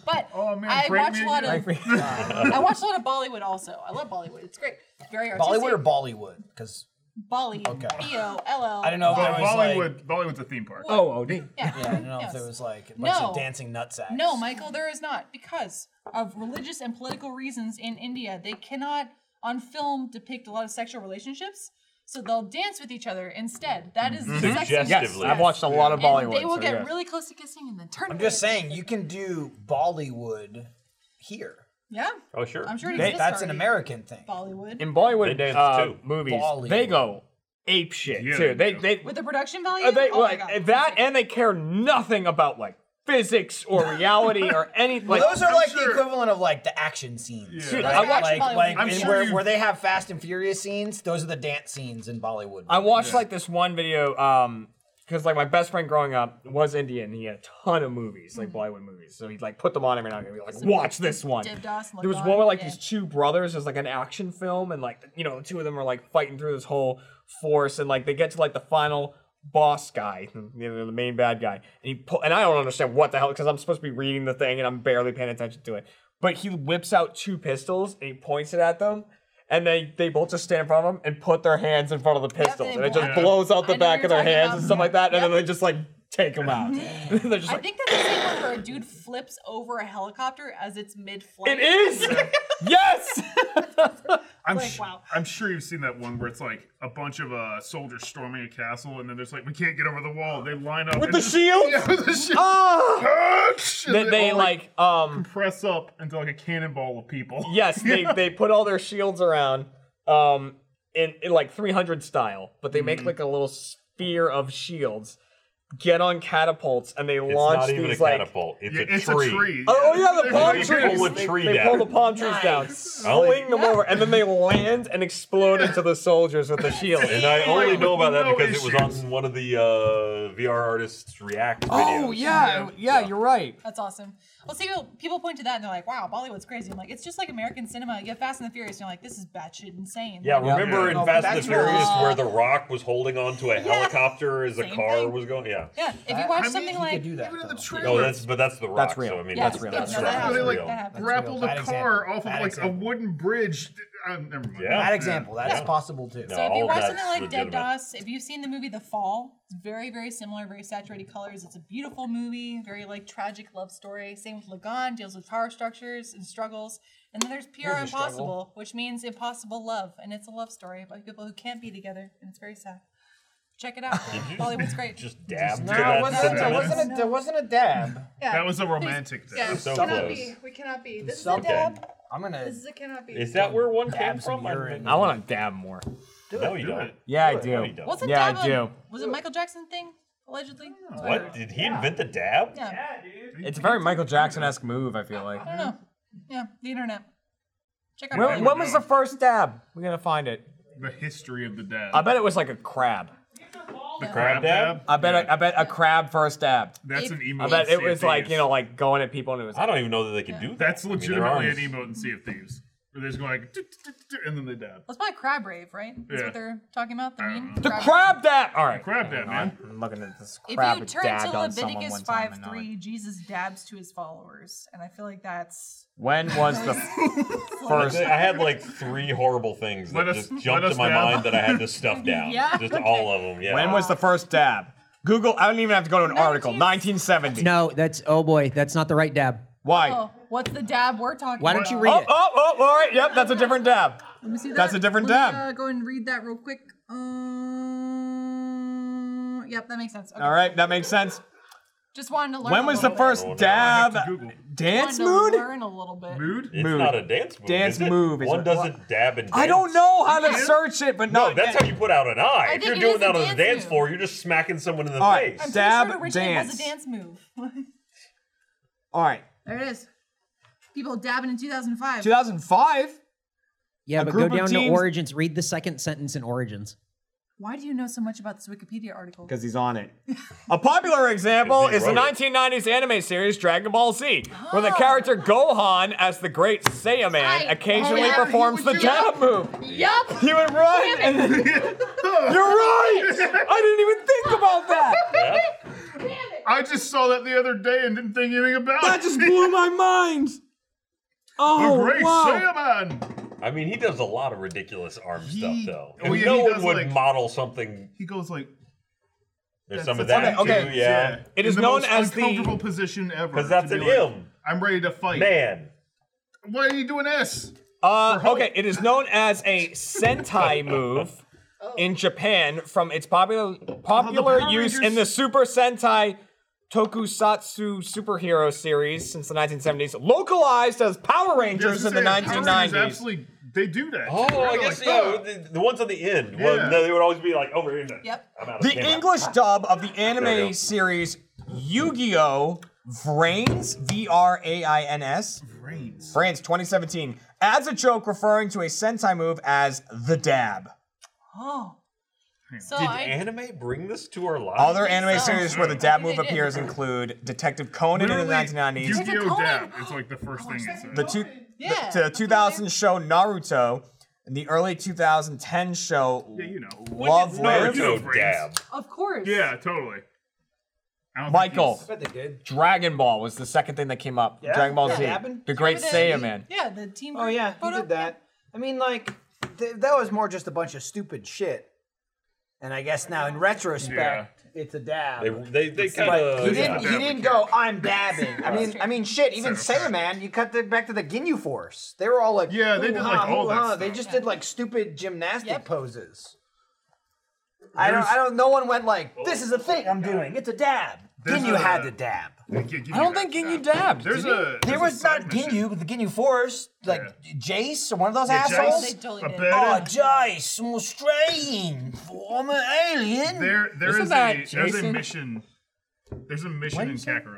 but
Oh, man,
I
break
watch
me
a lot
again.
of I watch a lot of Bollywood also. I love Bollywood. It's great. It's very artistic.
Bollywood or Bollywood? Because
Bolly.
Okay.
B O L L.
I don't know if there
But
was like,
Bollywood, Bollywood's a theme park.
Oh, OD.
Yeah.
yeah, I don't know
Yes.
if there was like a bunch
No.
of dancing nutsacks.
No, Michael, there is not. Because of religious and political reasons in India, they cannot on film depict a lot of sexual relationships. So they'll dance with each other instead. That is
Mm-hmm.
the sex
Suggestively.
Yes,
Yes.
I've watched a lot of Bollywood.
And they will
so
get
yeah.
really close to kissing and then turn.
I'm
away.
just saying you can do Bollywood here.
Yeah,
Oh, sure.
I'm sure it
They-
exists.
that's an
already.
American thing.
Bollywood
in Bollywood
They dance,
uh,
too.
movies.
Bollywood.
They go ape shit
Yeah,
too.
they
They
do.
they
with the production value.
uh, they
oh my
like
God.
that, and they care nothing about like physics or reality or anything. Like,
Those are like the
sure-
equivalent of like the action scenes.
Yeah.
right?
I watch-
like,
Bollywood.
like,
I'm
in
sure
where,
you-
where they have Fast and Furious scenes, those are the dance scenes in Bollywood.
I watched like this one video um because like my best friend growing up was Indian and he had a ton of movies,
Mm-hmm.
like Bollywood movies. So he'd like put them on every now and then and be like, watch this one.
Dev Das and
There was
Lagan,
one where like
yeah.
these two brothers, there's like an action film and like you know, the two of them are like fighting through this whole force and like they get to like the final boss guy, hmm, you know, the main bad guy. And he pull, and I don't understand what the hell because I'm supposed to be reading the thing and I'm barely paying attention to it. But he whips out two pistols and he points it at them. And they, they both just stand in front of him and put their hands in front of the
they
pistols. and it just
blow-
blows out the
I know
back
you're
of their
talking
hands
about.
and stuff like that. And then
Yep.
they just like take them out. They're just
I
like,
think that's the same one where a dude flips over a helicopter as it's mid-flight.
it is! yes!
I'm,
Like,
sh-
wow.
I'm sure you've seen that one where it's like a bunch of uh, soldiers storming a castle, and then there's like, we can't get over the wall. They line up
With
and
the
just-
shield?
Yeah, with the shield.
Ah!
And
They, they
all,
like, um,
press up into like a cannonball of people.
yes, they, they put all their shields around, um, in, in like 300 style, but they make like a little sphere of shields, get on catapults, and they
It's
launch
not even
these
a
like.
catapult. It's,
Yeah,
a,
it's
tree.
a tree.
Oh, oh, yeah, the palm
They
trees.
pull a tree
They
down.
pull the palm trees down, swing them over, and then they land and explode into the soldiers with the shield.
And I only know about that
No
because it was
issues.
on one of the uh, VR artists React videos.
Oh yeah, yeah, you're right.
That's awesome. Well, see, people- people point to that and they're like, "Wow, Bollywood's crazy." I'm like, it's just like American cinema. You get Fast and the Furious, and you're like, "This is batshit insane."
Yeah,
Like,
remember in
Yeah.
Fast and
That's
the Furious
wrong.
where The Rock was holding on to a helicopter as a
Same
car
thing.
was going? Yeah.
yeah. If you
I
watch
mean,
something
you
you
like
could do that.
Even in the
though.
trailer,
No, that's but that's The Rock.
That's real.
So I mean,
Yeah,
that's
yeah,
that's,
no, that
that's
How
happens.
they like
real.
grappled
Bad
a
example.
car off of
Bad
like
example.
a wooden bridge. Uh, never mind.
Yeah.
Bad example. That's
Yeah.
possible too.
No.
So if
all
you
of
watch
that's
something like
legitimate.
Dead Dust, if you've seen the movie The Fall, it's very, very similar, very saturated colors. It's a beautiful movie, very like tragic love story. Same with Lagan, deals with power structures and struggles. And then there's PR
a struggle.
Impossible, which means impossible love, and it's a love story about people who can't be together, and it's very sad. Check it out. Hollywood's great.
Just dab to
No, it
that
wasn't, it
sentiment?
wasn't a, there wasn't a dab.
Yeah.
That was a romantic
Yeah,
thing.
we
So
cannot
close.
be. We cannot be. This is
Something.
a dab.
I'm gonna
This is a cannot be.
Is that where one came
dab some
from?
urine.
I want to dab more.
No, you
Do
don't.
it.
Yeah, I
No,
do.
you don't.
What's a
Yeah, I
dab? on-
do.
Was it Michael Jackson thing allegedly? That's I
What?
heard.
Did he invent the dab?
Yeah.
It's a very Michael Jackson esque move, I feel like.
I don't know. Yeah, the internet. Check out.
When, when was the first dab? We're going to find it.
The history of the dab.
I bet it was like a crab.
the
Crab dab?
I bet I bet a crab first dab.
That's an emo.
I
in
bet
Sea
it
of
was like,
Thieves.
you know, like going at people and it was
I don't even know that they can do that.
That's
I mean, their
legitimately
arms-
an emote in Sea of Thieves. Where they're just going like, "Tut, tut, tut, tut," and then they dab.
That's probably crab rave, right? That's
Yeah.
what they're talking about. The meme.
The crab dab! All right.
Crab dab, man.
I'm looking at this
If
crab
you
with
turn
dabbed
to
on someone
Leviticus
one time.
five
and I'm like,
three, Jesus dabs to his followers, and I feel like that's
When was the first?
I had like three horrible things that
Let us-
just
let
jumped
us
to my
dab.
mind that I had to stuff down.
Yeah,
Just all of them. Yeah.
When was the first dab? Google. I don't even have to go to an article. 1970.
No, that's oh boy, that's not the right dab.
Why?
oh,
Oh,
what's the dab we're talking?
Why
about?
don't you read
oh,
it?
oh! All right. Yep, that's a different dab.
Let me see that.
That's a different
Let me,
dab.
uh, go and read that real quick. Um, yep, that makes sense. Okay.
All right, that makes sense.
Just wanted to learn.
When
a
was the
little
first
Hold on, I
dab?
Google.
bit.
Dance
Wanted
mood?
To learn a little bit.
Mood?
It's
Mood.
not a dance move.
Dance
is it?
move is
One
a-
doesn't dab and dance.
I don't know how to
Yeah.
search it, but
No,
not
that's how you put out an eye.
I
if you're
think it
doing
is a
that on the
dance
dance
move.
floor, you're just smacking someone in the
All right.
face.
I'm
Dab
pretty sure it originally was
dance.
a dance move.
All right,
there it is. People dabbing in 2005.
2005.
Yeah,
A
but
group
go
of
down to
teams-
Origins. Read the second sentence in Origins.
Why do you know so much about this Wikipedia article?
Because he's on it. A popular example
'Cause he
is the
wrote it.
1990s anime series Dragon Ball Z, where the character Gohan, as the great
Oh.
Saiyaman,
Right.
occasionally
Oh, yeah, he
performs the
would do that.
jab move.
Yup!
He would run, and then- you're right. I didn't even think about that.
I just saw that the other day and didn't think anything about
That
it.
just blew my mind. Oh
The great
wow!
Saiyaman.
I mean, he does a lot of ridiculous arm stuff, though.
oh,
And
yeah,
no
he
one
does,
would
like-
model something.
He goes like,
There's
That's
some of
the-
that
okay, okay,
too. Yeah.
in
It is
the
known
most
as the
uncomfortable position ever.
Because that's
to
an
be like,
him.
I'm ready to fight.
Man.
Why are you doing this?
uh, okay. It is known as a Sentai move in Japan from its popular popular
Power
use in
Rangers-
the Super Sentai Tokusatsu superhero series since the 1970s, localized as Power Rangers in the
Power Rangers
1990s.
Absolutely, they do that.
Oh, I
They're
guess
like,
yeah.
"Fuck."
The, the ones on the end. Well,
Yeah.
no, they would always be like over here.
Yep.
I'm out of
The
I'm out.
English dub of the
There we
anime
go.
series Yu-Gi-Oh! Vrains, V-R-A-I-N-S,
Brains.
France 2017, adds a joke referring to a Sentai move as the dab.
Oh. So
Did
I
anime bring this to our lives?
Other anime
so.
series where the dab
I think
move
they did.
appears include Detective Conan in the
Literally,
1990s,
There's a
Yu-Gi-Oh!
Conan.
Dab. It's like the first
Oh,
thing it says.
the, two,
Yeah,
the, to the 2000 show Naruto, and the early 2010 show
Yeah, you know.
Love
Naruto
Live,
Brains.
dab.
Of course.
Yeah, totally. I don't think
Michael.
he's-
I bet they did.
Dragon Ball was the second thing that came up. Dragon Ball
Yeah,
Z.
it happened.
The Great
Remember the-
Saiyaman.
Yeah, the team.
Oh yeah, he
photo?
did that. I mean, like th- that was more just a bunch of stupid shit. And I guess now in retrospect, it's a dab.
They they, they kind
But
of.
he didn't. He
dab
didn't
we
go. I'm dabbing. I mean, I mean, shit. Even Saiyaman, you cut the, back to the Ginyu Force. They were all like,
Yeah, they did,
"Ooh,
like,
huh,
all
ooh,
that
huh."
stuff.
They just did like stupid gymnastic
Yep.
poses. I don't. I don't. No one went like, "This is a thing I'm doing. It's a dab."
There's
Ginyu
a-
had to dab.
They can't give
I
you
don't
that
think Ginyu
dab.
dabbed.
There's
did
a.
he?
There
there's a
was not
side mission.
Ginyu, but the Ginyu Force, like Jace or one of those
Yeah,
assholes.
They totally
a
did.
bad-
Oh, Jace, I'm Australian. I'm an alien.
There, there
Isn't
is
that
a there's a
Jason?
mission. There's a mission in Kakarot.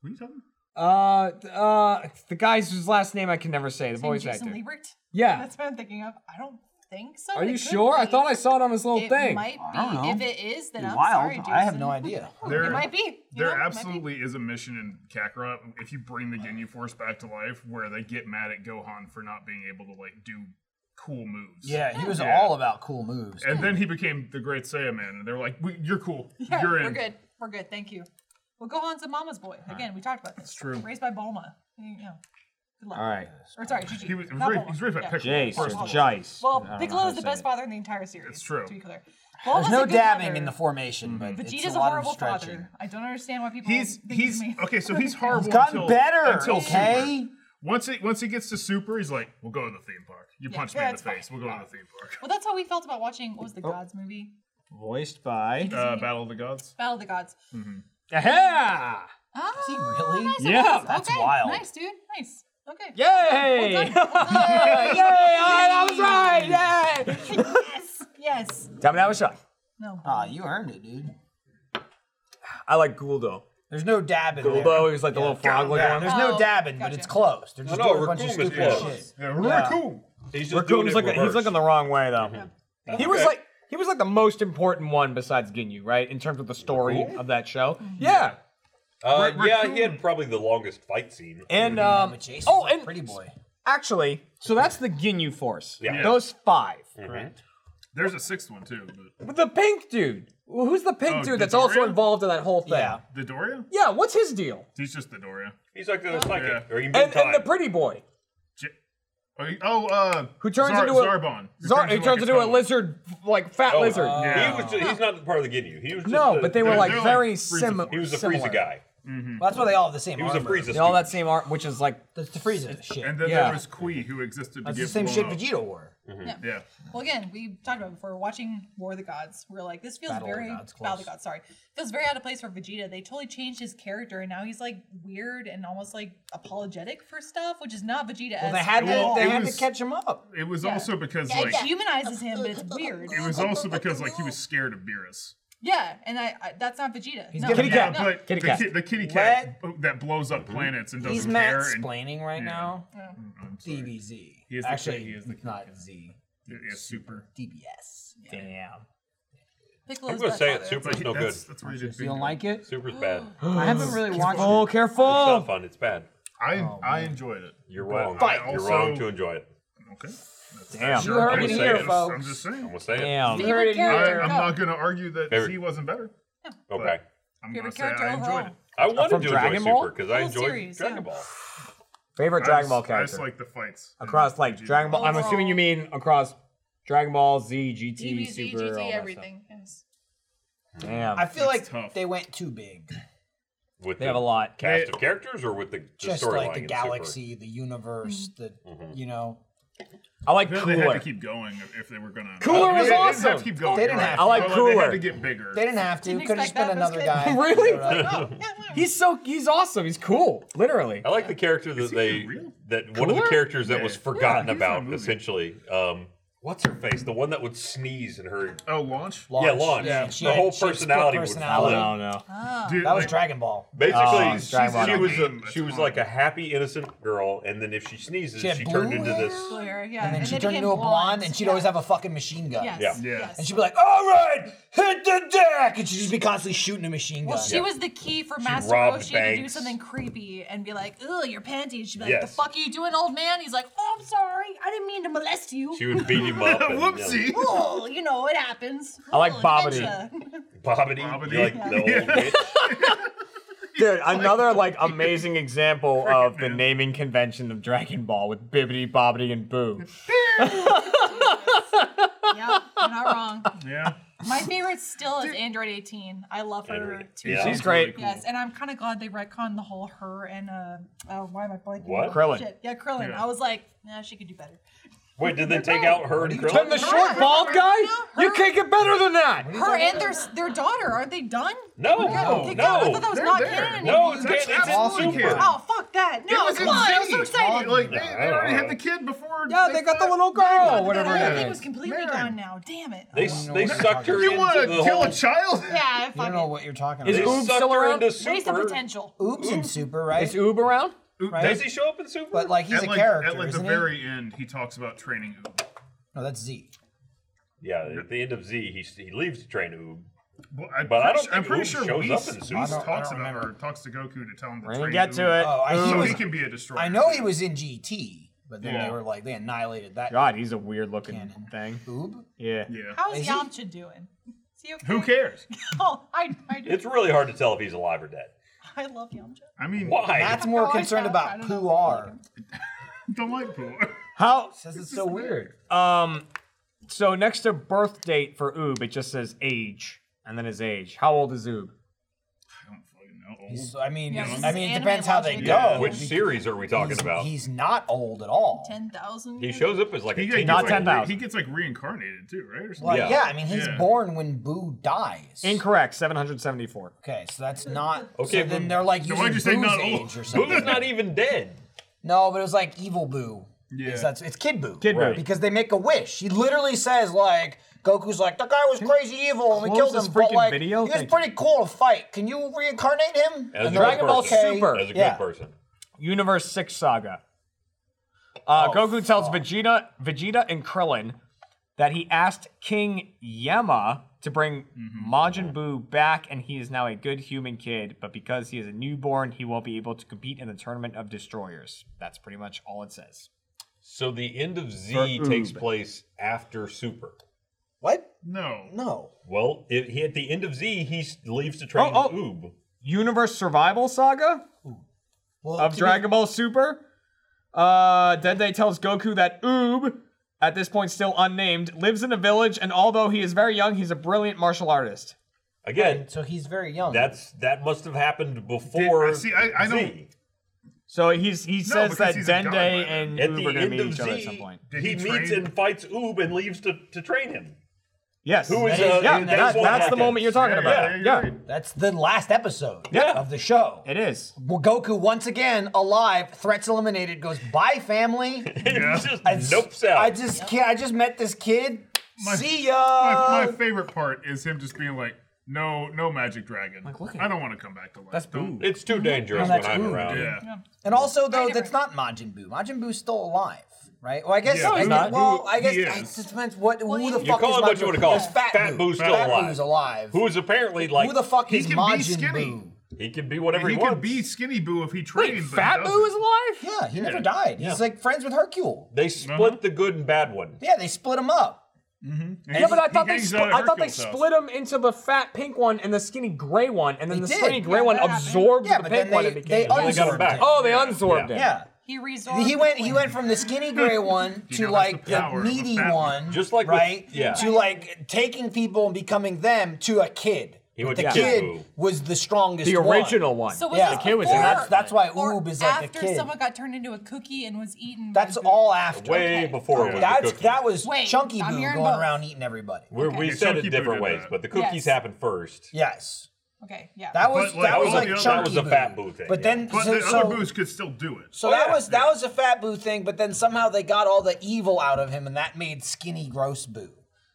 What are you talking?
Uh, th- uh, the guy's whose last name I can never say. The voice
Jason
actor.
Liebert.
Yeah.
That's what I'm thinking of. I don't think so.
Are
but it
you
could
sure? I
be.
thought I saw it on his little
It
thing.
might be. If it is, then I'm
Wild.
sorry, Jason.
I have no idea.
There,
It might be. You
There
know, it might be.
absolutely is a mission in Kakarot. If you bring the Ginyu Force back to life, where they get mad at Gohan for not being able to like do cool moves.
Yeah, he was
Yeah.
all about cool moves.
And then he became the Great Saiyaman, and they're like, "We- "You're cool.
Yeah,
You're in."
We're good. We're good. Thank you. We'll go on to Mama's Boy. Again, we talked about this. That's
true.
Raised by Bulma. You know. Good luck.
All right.
Or sorry, Gigi.
He was- he was
Not
raised-
Bulma.
he was raised by Piccolo.
Jace
First
or
of all.
Jice. I don't
Well,
know
Piccolo
how
is
to
the
say
best
it.
father in the entire series.
It's true.
To be clear.
There's
Bulma's
no
a good
dabbing
mother.
in the formation,
Mm-hmm.
but it's
Vegeta's
a
a,
lot
horrible
of stretching.
father. I don't understand why people.
He's
think
he's
me.
okay. So he's horrible.
Gotten
until,
better,
Until
okay?
Super. Once he once he gets to Super, he's like, "We'll go to the theme park. You punch me
yeah,
in the
it's fine.
face. We'll go to the theme park."
Well, that's how we felt about watching. What was the Gods movie?
Voiced by.
Uh, Battle of the Gods.
Battle of the Gods.
Yeah.
Oh,
Is he really?
nice,
Yeah,
nice.
that's
okay.
wild.
Nice, dude. Nice. Okay.
Yay!
Well done. Well
Yay!
done.
I, I was right. Yay!
yes. Yes.
Tell me that was shot.
No.
Aw, Ah, you earned it, dude.
I like Guldo.
There's no dabbing. there.
Guldo is like the little frog looking
Yeah,
one.
there's
Oh,
no dabbing,
gotcha.
but it's close. They're just
no,
doing a bunch of
Raccoon is
stupid
close.
shit.
Yeah, really
Yeah.
cool.
He's just doing
Raccoon's
it
looking, he's
reverse.
looking the wrong way though. He was
Okay.
like he was like the most important one besides Ginyu, right? In terms of the story of that show.
Mm-hmm.
Yeah.
Uh, yeah, he had probably the longest fight scene.
And um
But Jason's
Oh,
oh,
and-
pretty boy.
actually, so that's the Ginyu force.
Yeah.
Those five.
There's a sixth one too, but
But the pink dude. Who's the pink
Oh,
dude that's also
Midoriya?
involved in that whole thing?
Yeah.
the Doria?
Yeah, what's his deal?
He's just the Doria.
He's like the psychic,
Yeah.
or he time.
And, and the pretty boy.
J- oh, he- oh, uh,
Who turns
Zar-
into a-
Zarbon. Who
Zar- he turns
like,
into a
toad.
lizard, like fat
Oh,
lizard.
uh, Yeah.
He was. ju- he's not part of the Ginyu. He was. Just
No,
the-
but they were
they're-
like
they're like
very
Frieza
similar.
forms.
He was a
similar.
Frieza guy.
Well, that's why they all have the same
He was a
armor.
Frieza.
And all
student.
that same art, which is like
That's the Frieza shit.
And then
Yeah.
there was Kui, who existed to
That's
get
the same
blown
shit
up.
Vegeta wore.
Yeah.
Well, again, we talked about it before watching War of the Gods. We are like, this feels
Battle of the
very
Gods,
Battle of the
close.
Gods. Sorry, feels very out of place for Vegeta. They totally changed his character, and now he's like weird and almost like apologetic for stuff, which is not Vegeta.
Well, they had to,
Well,
they
it
had
was-
to catch him up.
It was
Yeah.
also because
yeah,
like
it humanizes him, but it's weird.
it was also because like he was scared of Beerus.
Yeah, and I, I that's not Vegeta.
He's
no.
getting
Kitty cat.
Yeah, but
Kitty
the,
cat.
Ki- the kitty cat oh, that blows
Mm-hmm.
up planets and
He's
doesn't
Matt
care.
explaining right
yeah.
now.
And, I'm sorry.
DBZ.
He is the
Actually,
kid, he is the
it's not Z.
Yeah, yeah, super.
DBS.
damn.
Piccolo's
I'm gonna say it.
godfather.
Super's no good.
that's, That's where he did
You don't like it?
Super's bad. It's
I haven't really watched
Oh,
it.
careful!
not fun. It's bad.
I I enjoyed it.
You're
But
wrong.
I
You're
also-
wrong to enjoy it.
Okay.
Damn.
You heard
I'm
it
just
here,
saying.
folks.
I'm just
I'm
saying.
gonna say
Damn.
it.
You heard it
I,
here.
I'm not going to argue that
Favorite-
Z wasn't better.
Okay.
I'm
Favorite
going to say I
character
enjoyed
overall.
it.
I wanted
from
to
Dragon
enjoy
Ball?
Super because I
Oh,
Whole
enjoyed
series,
Dragon
yeah.
Ball.
Favorite
I
Dragon
just-
Ball
I just
character.
like the fights. and
across like
Vegeta.
Dragon Ball. I'm assuming you mean across Dragon Ball Z, GT,
DBZ,
Super, all that
GT,
stuff.
everything. Yes.
Damn.
I feel like
That's tough.
they went too big.
With
they
the
have a lot.
cast
They-
of characters or with the, the
Just
storyline
like the
in
galaxy, the universe, the you know.
I like
I feel They had to
cooler.
keep going if- if they were going to.
Cooler
they,
was
They didn't have
awesome.
to keep going.
They didn't
you're
have
right.
to.
I
Well,
like
They
Cooler.
had to get bigger.
They didn't have to.
Didn't
Could have just
expect
been
that
another
from
guy.
Skid.
Really?
Oh, yeah, whatever.
He's so he's awesome. He's cool. Literally.
I like the character that
he
they
real?
that one of the
Cooler?
characters that was
Yeah.
forgotten
Yeah, he's in the
about
movie.
essentially. Um, what's her face? The one that would sneeze and her
Oh, launch.
yeah launch.
Yeah, she
Her
had-
whole
she had split
personality would
personality.
flip.
Oh, don't know.
Dude,
That was
like,
Dragon Ball.
Basically,
Oh,
she's-
Dragon Ball.
she was a,
That's
she was
fine.
like a happy, innocent girl, and then if she sneezes,
She
she,
had
turned
blue
into this.
Blue
hair,
hair, yeah.
And then she
they
turned
became
into a blonde,
blondes,
and she'd
yeah.
always have a fucking machine gun.
Yes.
Yeah.
Yeah.
Yes.
And she'd be like, "All right, hit the deck," and she'd just be constantly shooting a machine gun.
Well, she was the key for Master
robbed
Roshi to do
banks.
something creepy and be like, "Ugh, your panties." She'd be like, "The
Yes.
fuck are you doing, old man?" He's like, "Oh, I'm sorry. I didn't mean to molest you."
She would beat him up. and, you know,
Whoopsie.
oh, you know it happens.
I like
Oh,
Bobbity.
dementia.
Bobbity,
Bobbity.
like the old witch.
Dude, another like amazing example of the naming convention of Dragon Ball with Bibbidi Bobbidi and Boo.
yeah, you're not wrong.
Yeah.
My favorite still is Android 18. I love her
Android-
too.
yeah.
She's great.
Yes, and I'm kind of glad they retconned the whole her and uh, oh, why am I blanking?
What?
Krillin.
Shit. Yeah, Krillin.
Yeah.
I was like, nah, she could do better.
Wait, did they take out her and
Then the
Krillin?
short bald guy?
No,
You
her-
can't get better than that.
Her and their their daughter, aren't they done?
No,
Oh,
no,
thank God, I thought that was
They're
not
there.
canon anymore.
no, it's,
That's
it's, it's
absolutely
in
canon.
Super.
Oh fuck that!
It
No,
was
come on! I was
insane.
so excited.
Like, they, they
Yeah, I
already
don't
had
know.
the kid before.
Yeah, they got the little
Oh, whatever.
girl, whatever
That
it
thing
is.
was completely
Man.
gone now. Damn it.
They, they sucked her
You want
into
to
the
kill
whole.
a child?
yeah,
I
fuck
don't know
it.
what you're talking
Is
They
about.
Oob
sucked
still
her
around?
into
Raise the
Super.
potential.
Oops in Super, right?
Is Oob around?
Does he show up in Super?
But like he's
at
a
like,
character,
At like the
isn't he?
very end, he talks about training Oob.
No, that's Z.
yeah, at the end of Z, he, he leaves to train Oob.
Well, I'm
But I
pretty,
don't
I'm
think
pretty
Oob
sure
shows up
Whis
in Super.
Whis
I don't- I
talks
don't
about
remember.
or talks to Goku to tell him to
We're
train
gonna get
Oob.
to it.
Oh, I- he
So
was-
he can be a destroyer.
I know
too.
he was in GT, but then
Yeah.
they were like they annihilated that.
God, he's a weird looking
Cannon.
thing.
Oob.
Yeah.
Yeah.
How's
Is he-
Yamcha doing? Is he okay?
Who cares?
Oh, I, I, do.
It's really hard to tell if he's alive or dead.
I love Yamcha.
I mean,
Why?
That's more
I
concerned
don't-
about
I don't know.
who are.
don't like Pooh.
How
Says it's so weird.
um so next to birth date for Oob, it just says age and then his age. How old is Oob?
I don't fucking know. know,
He's,
old.
I mean,
Yeah,
he's-
he's
I mean, it
anime
depends how they
logic.
go.
Yeah,
Which
because
series are we talking
Oh, he's-
about?
He's not old at all.
Ten thousand.
He shows up as like
He
a
gets,
teen.
not
like,
ten thousand. He gets like reincarnated too, right? Or something.
Well, yeah. I mean, he's
Yeah.
born when Boo dies.
Incorrect. 774.
Okay, so that's not.
Okay,
Okay, so then
but-
they're like
So
using
why'd you
Boo's
say not old?
age or something.
Booga's not e- even dead.
no, but it was like evil Boo.
Yeah.
It's, that's, it's Kid Boo.
Kid Boo.
Right.
Because they make a wish. He literally says like, Goku's like, that guy was crazy evil and we
Close
killed
this
him, but
freaking
like,
video?
he was
Thank
pretty cool to fight. Can you reincarnate him?
As a good
they're like,
person.
okay.
Super.
As a good
Yeah.
person.
Universe 6 Saga. Uh, Goku tells Vegeta, Vegeta and Krillin that he asked King Yama to bring Majin Buu back, and he is now a good human kid, but because he is a newborn, he won't be able to compete in the Tournament of Destroyers. That's pretty much all it says.
So the end of Z takes place after Super.
What?
No.
No.
Well, it, he, at the end of Z, he s- leaves to train
Oh, oh.
Oob.
Universe Survival Saga
Well,
of
to be-
Dragon Ball Super. Uh, Dende tells Goku that Oob, at this point still unnamed, lives in a village, and although he is very young, he's a brilliant martial artist.
Again,
So he's very young.
that's that must have happened before.
see, I- I
Z.
don't-
So he's he says
because
that
he's a
Dende
god by
and
then.
At
Oob
the
are gonna
end
meet
of
each other at some
Z,
point.
Did
he,
he
meets
train-
and fights Oob and leaves to, to train him.
Yes.
Who is,
That is-
uh,
yeah,
that
that-
is what
that's the
happens.
moment you're talking
Yeah,
about.
yeah,
Yeah,
you're
That's the last episode
Yeah.
of the show.
it is.
Well, Goku once again alive, threats eliminated, goes bye family.
It's just
I-
nopes out.
I just can't, I just met this kid.
My-
See ya.
My, my favorite part is him just being like, "No, no magic dragon. Like,
look at
I
him.
don't want to come back to life.
That's
Don't-
Boo.
it's too dangerous
No,
when
that's
I'm
Oob,
around.
Yeah.
And also, though, that's not Majin Buu. Majin Boo's still alive, right? Well, I guess.
Yeah,
I
he's
guess-
not.
well, I
He
guess it
is.
just depends what who the
You
fuck
call
is
him what
Majin
you wanna
Buu?
call
There's
him.
Fat,
Fat
Buu.
Boo's still
Fat
alive.
Boo's alive.
Who is apparently like
who the fuck
He
is
can be
Majin
skinny.
Buu?
he can be whatever he,
He
wants.
could be skinny Boo if he trained. but he
Fat
doesn't.
Boo is alive?
Yeah, he never died. He's like friends with Hercule.
They split
Uh-huh.
the good and bad one.
Yeah, they split him up.
And
Yeah, but I
he
thought they
hangs
spl-
out at
I thought they
Hercule's house.
split him into the fat pink one and the skinny gray one, and then
They
the
did.
skinny gray
Yeah,
one
that happened.
absorbed
Yeah,
the
but
pink
then
one
they-
and became.
they
They got him
Absorbed
back.
it.
oh, they unsorbed him.
Yeah.
He resorbed.
He went. He went from the skinny gray one
You
to
know, that's
like
the
the
power of a
meaty
fat
one,
Just like with-
right,
yeah.
to like taking people and becoming them to a kid.
He went
the
to
kid
Kid Buu.
was the strongest.
The original one.
So was
Yeah.
this
The kid
was
before
in
One.
it.
And that's that's why
or
Oob is like a
after
kid.
someone got turned into a cookie and was eaten. by
That's
Boo?
all after.
Way
Okay.
before it was the
That's
cookie.
that was
Wait,
Chunky
I'm
Boo going
hearing both.
around eating everybody.
We're, we
Yeah,
said
Chunky
it different
Boo did
ways,
that.
but the cookies
Yes.
happen first.
Yes,
Okay. Yeah.
that was
But, like,
that
all
was
the
like
other-
Chunky
that
was the Fat Boo thing,
But
yeah.
then
But
so,
the
so-
other Boos could still do it.
So
Oh,
that
yeah.
was that was a fat boo thing, but then somehow they got all the evil out of him, and that made skinny gross boo.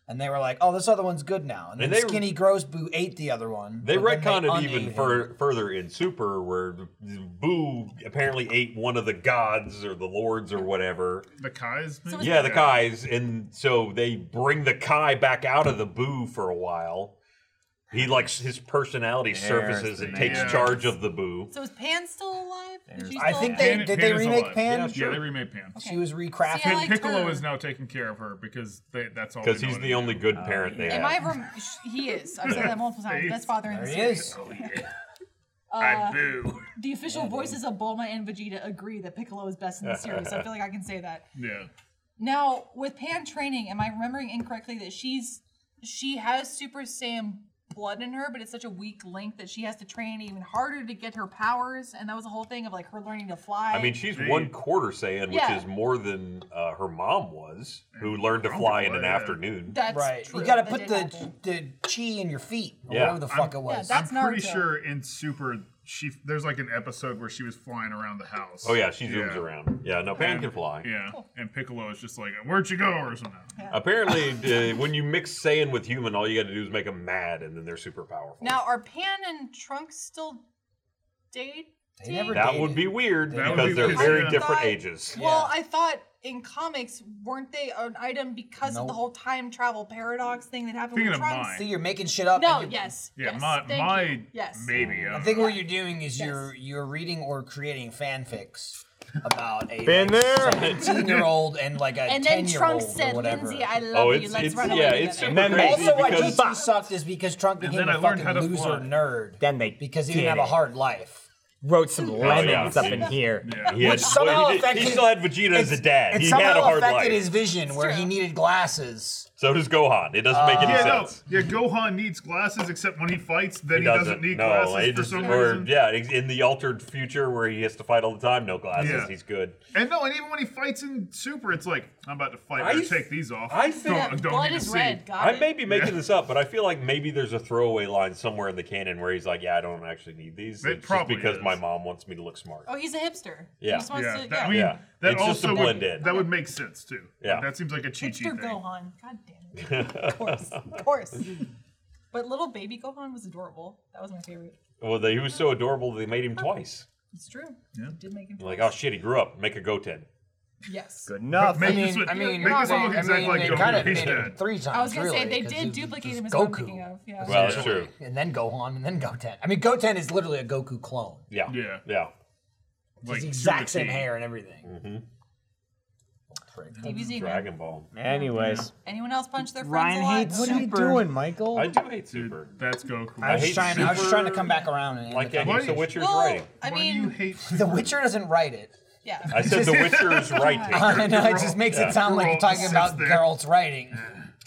And they were like, "Oh, this other one's good now." And then
And they-
skinny gross boo ate the other one.
They
but then
retconned it
unate
even
him.
fur- further in Super, where the- the Boo apparently ate one of the gods or the lords or whatever.
The Kai's. maybe?
Yeah, the Kai's, and so they bring the Kai back out of the Boo for a while. He likes his personality surfaces and takes
name.
charge of the Boo.
So is Pan still alive? Is she
I
still
think
alive?
they did. They
is
remake
alive.
Pan.
Yeah, they remade Pan.
She was recrafted.
See, I like
Piccolo
her.
is now taking care of her because they, that's all.
Because
they know
he's
how to
the
do.
only good parent they
Am I
have.
rem- sh- he is. I've said that multiple times. Best father in
there
the
he
series.
is.
Oh, yeah.
Uh,
I boo.
The official voices of Bulma and Vegeta agree that Piccolo is best in the series. so I feel like I can say that.
Yeah.
Now, with Pan training, am I remembering incorrectly that she's she has Super Saiyan blood in her, but it's such a weak link that she has to train even harder to get her powers, and that was a whole thing of like her learning to fly.
I mean, she's one quarter Saiyan, which
Yeah.
is more than uh, her mom was, who learned to fly in an
Yeah.
afternoon.
that's
right.
True.
You got to
That
put
did
the
happen.
the chi in your feet, or
Yeah.
whatever the fuck it was.
Yeah,
I'm
that's
pretty
Naruto.
sure in Super, she there's like an episode where she was flying around the house.
Oh yeah, she zooms around. Yeah, no, Pan can fly.
Yeah, and Piccolo is just like, "Where'd you go?" or something.
Apparently, uh, when you mix Saiyan with human, all you got to do is make them mad, and then they're super powerful.
Now, are Pan and Trunks still dating?
They never
that
dated.
would be weird
That would
because
be
they're
weird,
very
yeah.
different
Thought-
ages.
Well, I thought in comics weren't they an item because of the
Nope.
whole time travel paradox thing that happened
Speaking
with
of
Trunks?
mine.
See, you're making shit up.
No,
and you-
yes.
Yeah,
yes,
my
thank
my
you. yes.
maybe. uh, I
I
don't
think
know.
what you're doing is you're you're reading or creating fanfics about a
Been there.
17 year old and like a
And
10
then
year old
Trunks
or
said,
whatever.
"Lindsay, I love
Oh,
you.
it's
Let's
it's
run away
yeah,
together."
it's super
And then
crazy
Also, why
because
Jitsu sucked is because Trunk became
then I
a
learned
fucking
how to
loser
fly.
nerd
Then they
because he
did
didn't have
it.
a hard life. Oh,
Wrote some lemons
Oh, yeah.
up in here.
he, had,
Which somehow
well, he, did- he
affected-
still had Vegeta as a
It's-
dad.
It
He
somehow
had a hard
affected
life.
his vision where he needed glasses
So does Gohan. It doesn't make any
yeah,
sense.
no. Yeah, Gohan needs glasses, except when he fights, then he, doesn't, need
no,
glasses
he
for
just-
some
or,
reason.
Yeah, ex- in the altered future where he has to fight all the time, no glasses,
Yeah.
he's good.
And no, and even when he fights in Super, it's like I'm about to fight.
I
I
th-
take these off.
I think- Yeah, blood
need to
is
see.
red, got
I may be making this up, but I feel like maybe there's a throwaway line somewhere in the canon where he's like, "Yeah, I don't actually need these.
It
it's just
probably
because
is.
my mom wants me to look smart."
Oh, he's a hipster.
Yeah.
He just wants
Yeah,
to,
that,
yeah.
I mean,
Yeah.
that
It's just
also
to blend
would,
in.
that would make sense too.
Yeah.
that seems like a cheat
Hipster
thing.
Gohan. God damn it. Of course. of course. But little baby Gohan was adorable. That was my favorite.
Well, they, he was so adorable they made him twice.
It's true. It did make him
Like, oh shit, he grew up. Make a Goten.
Yes.
Good enough.
Make this one- make this one look exactly like Gohan.
kinda
He's
made him
dead.
three times.
I was gonna say
really,
they
'cause
did
it was
duplicate
just
him as I'm
Goku.
thinking of. Yeah.
Well, that's
essentially.
true.
And then Gohan, and then Goten. I mean, Goten is literally a Goku clone.
Yeah.
Yeah.
Yeah.
It's
Like
the
to a
exact same
T.
hair and everything.
Mm.
DBZ, man.
Dragon Ball.
Anyways,
Anyone else punch their friends
Ryan
a lot?
hates
Oh, no.
Super.
Michael?
I do hate Super.
That's Goku.
I was,
hate
just trying, I was just
Super-
trying to come back around and end
Like,
the
I hate The Witcher's
Well,
writing.
I
Why do you
mean,
hate
The Witcher doesn't write it.
yeah.
I said The Witcher's writing.
I know, it just makes it sound like
We're
you're
all
talking about
obsessed there.
Geralt's writing.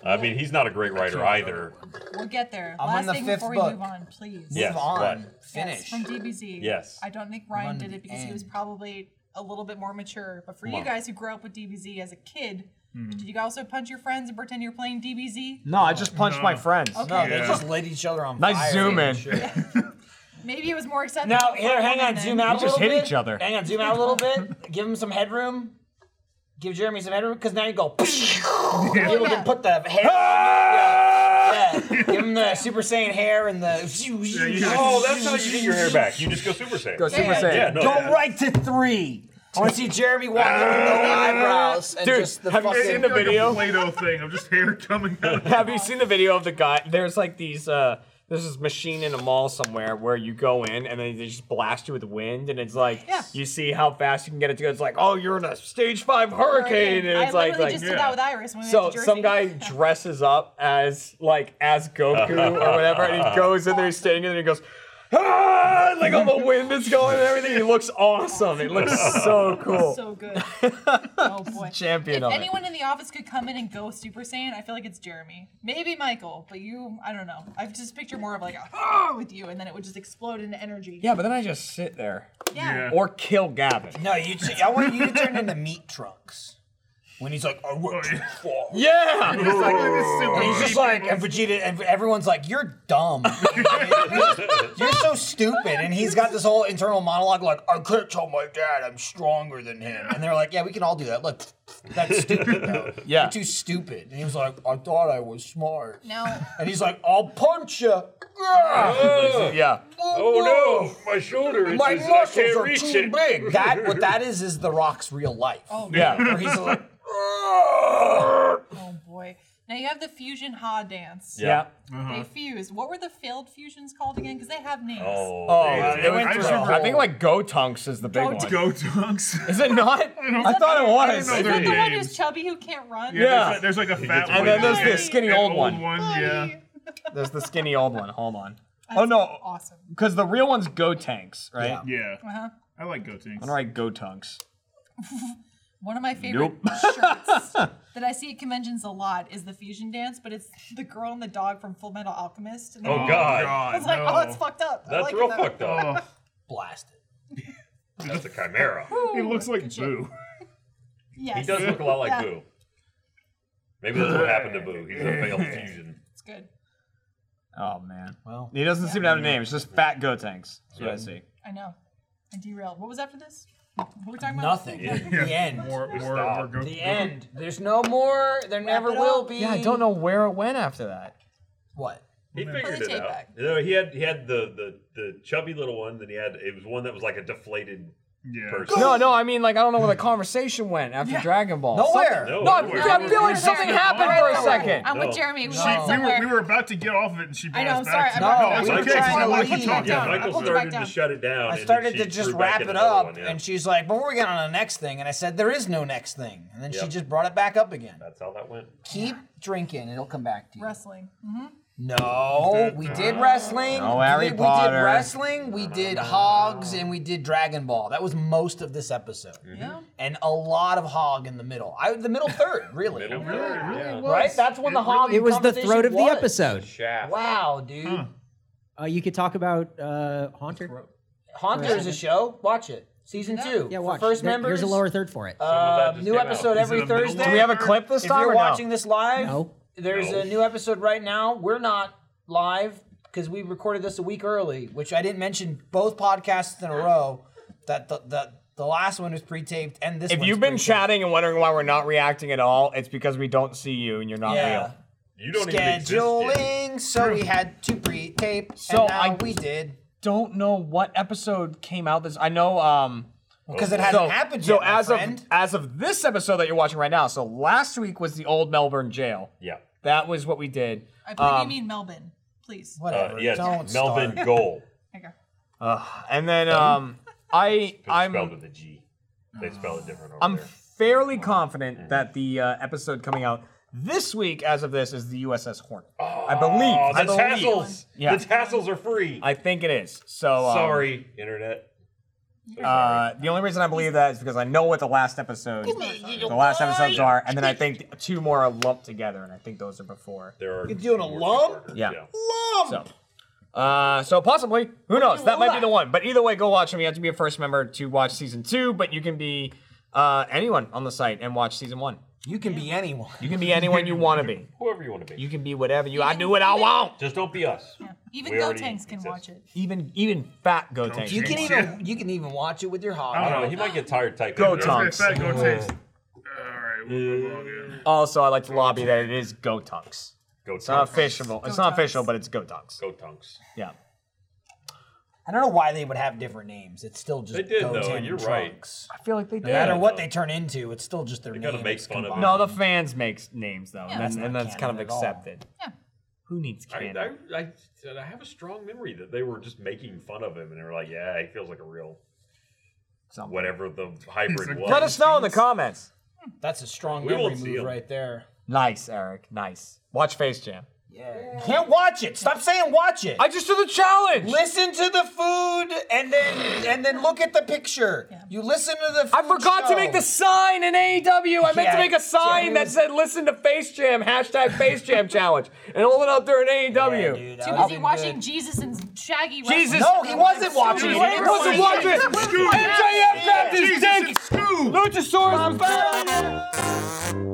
I mean, he's not a great writer either.
We'll get there.
I'm on
Last
the
thing
fifth
before
book.
we move on, please.
Yeah. Yes,
Move on.
what?
Yes,
Finish.
from DBZ.
Yes.
I don't think Ryan did
One
it because he was
end.
probably a little bit more mature. But for you
Wow.
guys who grew up with DBZ as a kid, did you also punch your friends and pretend you're playing DBZ?
No, I just punched my friends.
No, they
Yeah.
just lit each other on fire.
Nice zoom in.
Maybe it was more acceptable.
Now,
for
here, hang
women
on,
then.
zoom out a
We
little
just hit
bit.
each other.
Hang on, zoom out a little bit. Give him some headroom. Give Jeremy some headroom, because now you go. you
yeah.
can put the hair.
Ah!
Yeah. Yeah. Give him the Super Saiyan hair and the.
you-
Oh, that's how you get your hair back. You just go Super Saiyan.
Go Super Saiyan.
Yeah, no,
Go
yeah.
right to three. I want to see Jeremy walking with no eyebrows and
Ah! Dude,
just the
have you
fucking.
seen
the
the
like video?
video?
A Play-Doh thing of just hair coming out.
Have you seen the video of the guy? There's like these. uh There's this machine in a mall somewhere where you go in and then they just blast you with wind, and it's like
Yeah.
you see how fast you can get it to go. It's like, oh, you're in a stage five hurricane, and
I
it's like,
literally
like
just did that with Iris when we
So
went to Jersey.
some guy dresses up as like as Goku or whatever, and he goes in there, he's standing in there, and he goes, ah! and, like all the wind is going and everything. He looks awesome. It looks so cool.
so good. oh boy.
Champion
if
of it.
anyone in the office could come in and go Super Saiyan, I feel like it's Jeremy. Maybe Michael, but you, I don't know. I've just pictured more of like a "Ah," with you, and then it would just explode into energy.
yeah, but then I just sit there
Yeah.
or kill Gavin.
No, you. T- I want you to turn into meat trunks. When he's like, "Oh, I
Oh,
worked too far.
Yeah,
It's like this super
And he's just
cheap
like,
people.
and Vegeta, and everyone's like, you're dumb. you're so stupid. And he's got this whole internal monologue, like, I could tell my dad I'm stronger than him. And they're like, yeah, we can all do that. Look, that's stupid, though.
Yeah.
You're too stupid. And he was like, I thought I was smart.
Now,
And he's like, I'll punch you.
yeah.
Oh no, my shoulder. It's
My
just- I
muscles
can't
are
reach
too
it.
big. That, what that is, is The Rock's real life. Oh,
Yeah.
Where he's like,
oh boy. Now you have the fusion ha dance.
Yeah.
They
Uh-huh.
fused. What were the failed fusions called again? Because they have names.
Oh,
Oh,
there you
it went
I
through-
remember-
I think like Go Tunks is the big one.
Go Dunks.
Is it not? I thought it was.
I
Is
don't know
that the
their
one
names.
who's chubby who can't run?
Yeah.
There's, like- there's like a fat
And
one.
then there's
and
this skinny
an
old one.
yeah.
There's the skinny old one. Hold on. Oh no,
Awesome.
because the real one's Go Tanks, right?
Yeah.
Yeah.
Uh-huh.
I like Go Tanks.
I'm gonna write Go Tunks.
One of my favorite shirts that I see at conventions a lot is the fusion dance, but it's the girl and the dog from Full Metal Alchemist. And
Oh,
they're-
God.
I was like,
no.
oh, it's fucked up. I
That's
like it
real
though.
fucked up.
Oh,
blast it.
That's a chimera.
he looks like
shit.
Boo.
Yes.
He does look a lot like
Yeah.
Boo. Maybe that's what happened to Boo. He's a failed fusion.
It's good.
Oh man.
Well.
he doesn't seem to have a name. It's just Fat Go Tanks. That's what I
Yeah.
see.
I know. I derailed. What was after this? What were we talking about?
Nothing. The end.
More, more,
stop.
more Go
The end. There's no more. There never
it
will
up.
be.
Yeah, I don't know where it went after that.
What?
He figured
they
it
take
out.
back?
You know, he had he had the, the the chubby little one. Then he had it was one that was like a deflated
Yeah.
person.
No, no, I mean like I don't know where the conversation went after Dragon Ball.
Nowhere.
Something-
No,
No, I'm,
nowhere.
I'm feeling something happened for a
Somewhere.
second.
I'm
No.
with Jeremy. We
No.
went
We were,
somewhere.
we were about to get off of it, and she brought
I know,
us
I'm
back.
sorry,
No,
no, it's
we were
okay.
trying
so
to
let you
leave.
talk.
Yeah,
down. I
Michael
pulled it back
started to
down.
shut it down. and
I
then
started
she
to just
threw back
wrap
in
it
another
up,
one, yeah.
and she's like, "But we're getting on the next thing," and I said, "There is no next thing," and then she
Yep.
just brought it back up again.
That's how that went.
Keep drinking; it'll come back to you.
Wrestling.
No, we did wrestling.
No
we did-
Harry
we did,
Potter.
wrestling. We did hogs, and we did Dragon Ball. That was most of this episode.
Mm-hmm.
Yeah.
And a lot of hog in the middle. I the middle third, really.
yeah.
Right? That's when the hog.
It was the throat of the
conversation
episode.
Shaft.
Wow, dude.
Uh, you could talk about uh, Haunter.
Haunter is a show. Watch it. Season two.
Yeah,
For
watch.
First
There-
members.
Here's a lower third for it.
Uh,
just
new
came out.
episode
Is it
every
a middle
Thursday.
one? Do we have
a clip this
if
time
you're
or no?
watching this live,
No.
there's
No.
a new episode right now. We're not live because we recorded this a week early, which I didn't mention both podcasts in a row. That the the, the last one was pre-taped and this.
If
one's
you've been
pre-taped.
chatting and wondering why we're not reacting at all, it's because we don't see you and you're not
yeah.
real.
You don't even exist. yet.
Scheduling, so we had to pre-tape,
So
and now
I-
we did
Don't know what episode came out this. I know. Um,
Oh.
because it hasn't happened yet.
so
my
as
friend.
of as of this episode that you're watching right now. So last week was the old Melbourne jail.
Yeah.
That was what we did.
I believe
Um,
you mean Melbourne. Please.
whatever,
Uh, yes,
don't
Melvin
start.
Goal.
Okay.
And then um, I
It's spelled
I'm
with a G. They spell it different over
I'm
there.
fairly
Mm-hmm.
confident that the uh, episode coming out this week, as of this, is the USS Hornet. I believe.
Oh,
I
the
believe.
tassels.
Yeah.
The tassels are free.
I think it is. So um,
Sorry, internet. So sorry.
Uh, the only reason I believe that is because I know what the last episode, the last episodes are, and then I think two more are lumped together, and I think those are before.
there are.
You doing a
more
lump?
disorders,
Yeah.
Lump!
So, uh, so possibly, who knows? That might be the one. But either way, go watch them. You have to be a first member to watch season two, but you can be uh, anyone on the site and watch season one.
You can be anyone.
You can be anyone you want to be.
Whoever you want to be.
You can be whatever you. I do what I want.
Just don't be us.
Even
We
Go
already
Tanks can
exist.
watch it.
Even even fat go tanks.
You can
Yeah.
even you can even watch it with your hog.
I don't know. He might get tired typing.
Go,
it.
Tom.
Okay, fat go taste. Alright, we'll move on here.
Also, I like to lobby that it is go tunks.
Go
It's not
Tonks.
official. It's not official, but it's go tunks.
Go Tonks.
Yeah.
I don't know why they would have different names. It's still just
They did,
Goten
though,
and
you're right.
Trunks.
I feel like they
No
Yeah,
matter
I
what
know.
they turn into, it's still just their
They gotta
names.
make fun of
combined.
No, the fans make names though, and, that's,
it's not
and that's kind
canon
of
at all.
accepted.
Yeah.
Who needs
I,
canon?
I, I, said I have a strong memory that they were just making fun of him, and they were like, "Yeah, he feels like a real
Something.
whatever the hybrid was."
Let us know in the comments.
That's a strong
We won't
memory
see
move
them.
right there.
Nice, Eric. Nice. Watch Face Jam.
Yeah. Can't watch it. Stop saying watch it.
I just did the challenge.
listen to the food and then and then look at the picture. You listen to the food
I forgot to
show.
make the sign in AEW. I meant
Yeah,
to make a sign
dude.
that said "Listen to Face Jam" hashtag Face Jam challenge, and hold it out there in E
Yeah,
AEW.
dude, that
Too
would've
busy
been
watching
good.
Jesus and Shaggy wrestling.
Jesus.
No, he wasn't watching it.
He wasn't watching it.
Scoob.
MJF grabbed his
Jesus and
dick.
Scoob.
Luchasaurus was back.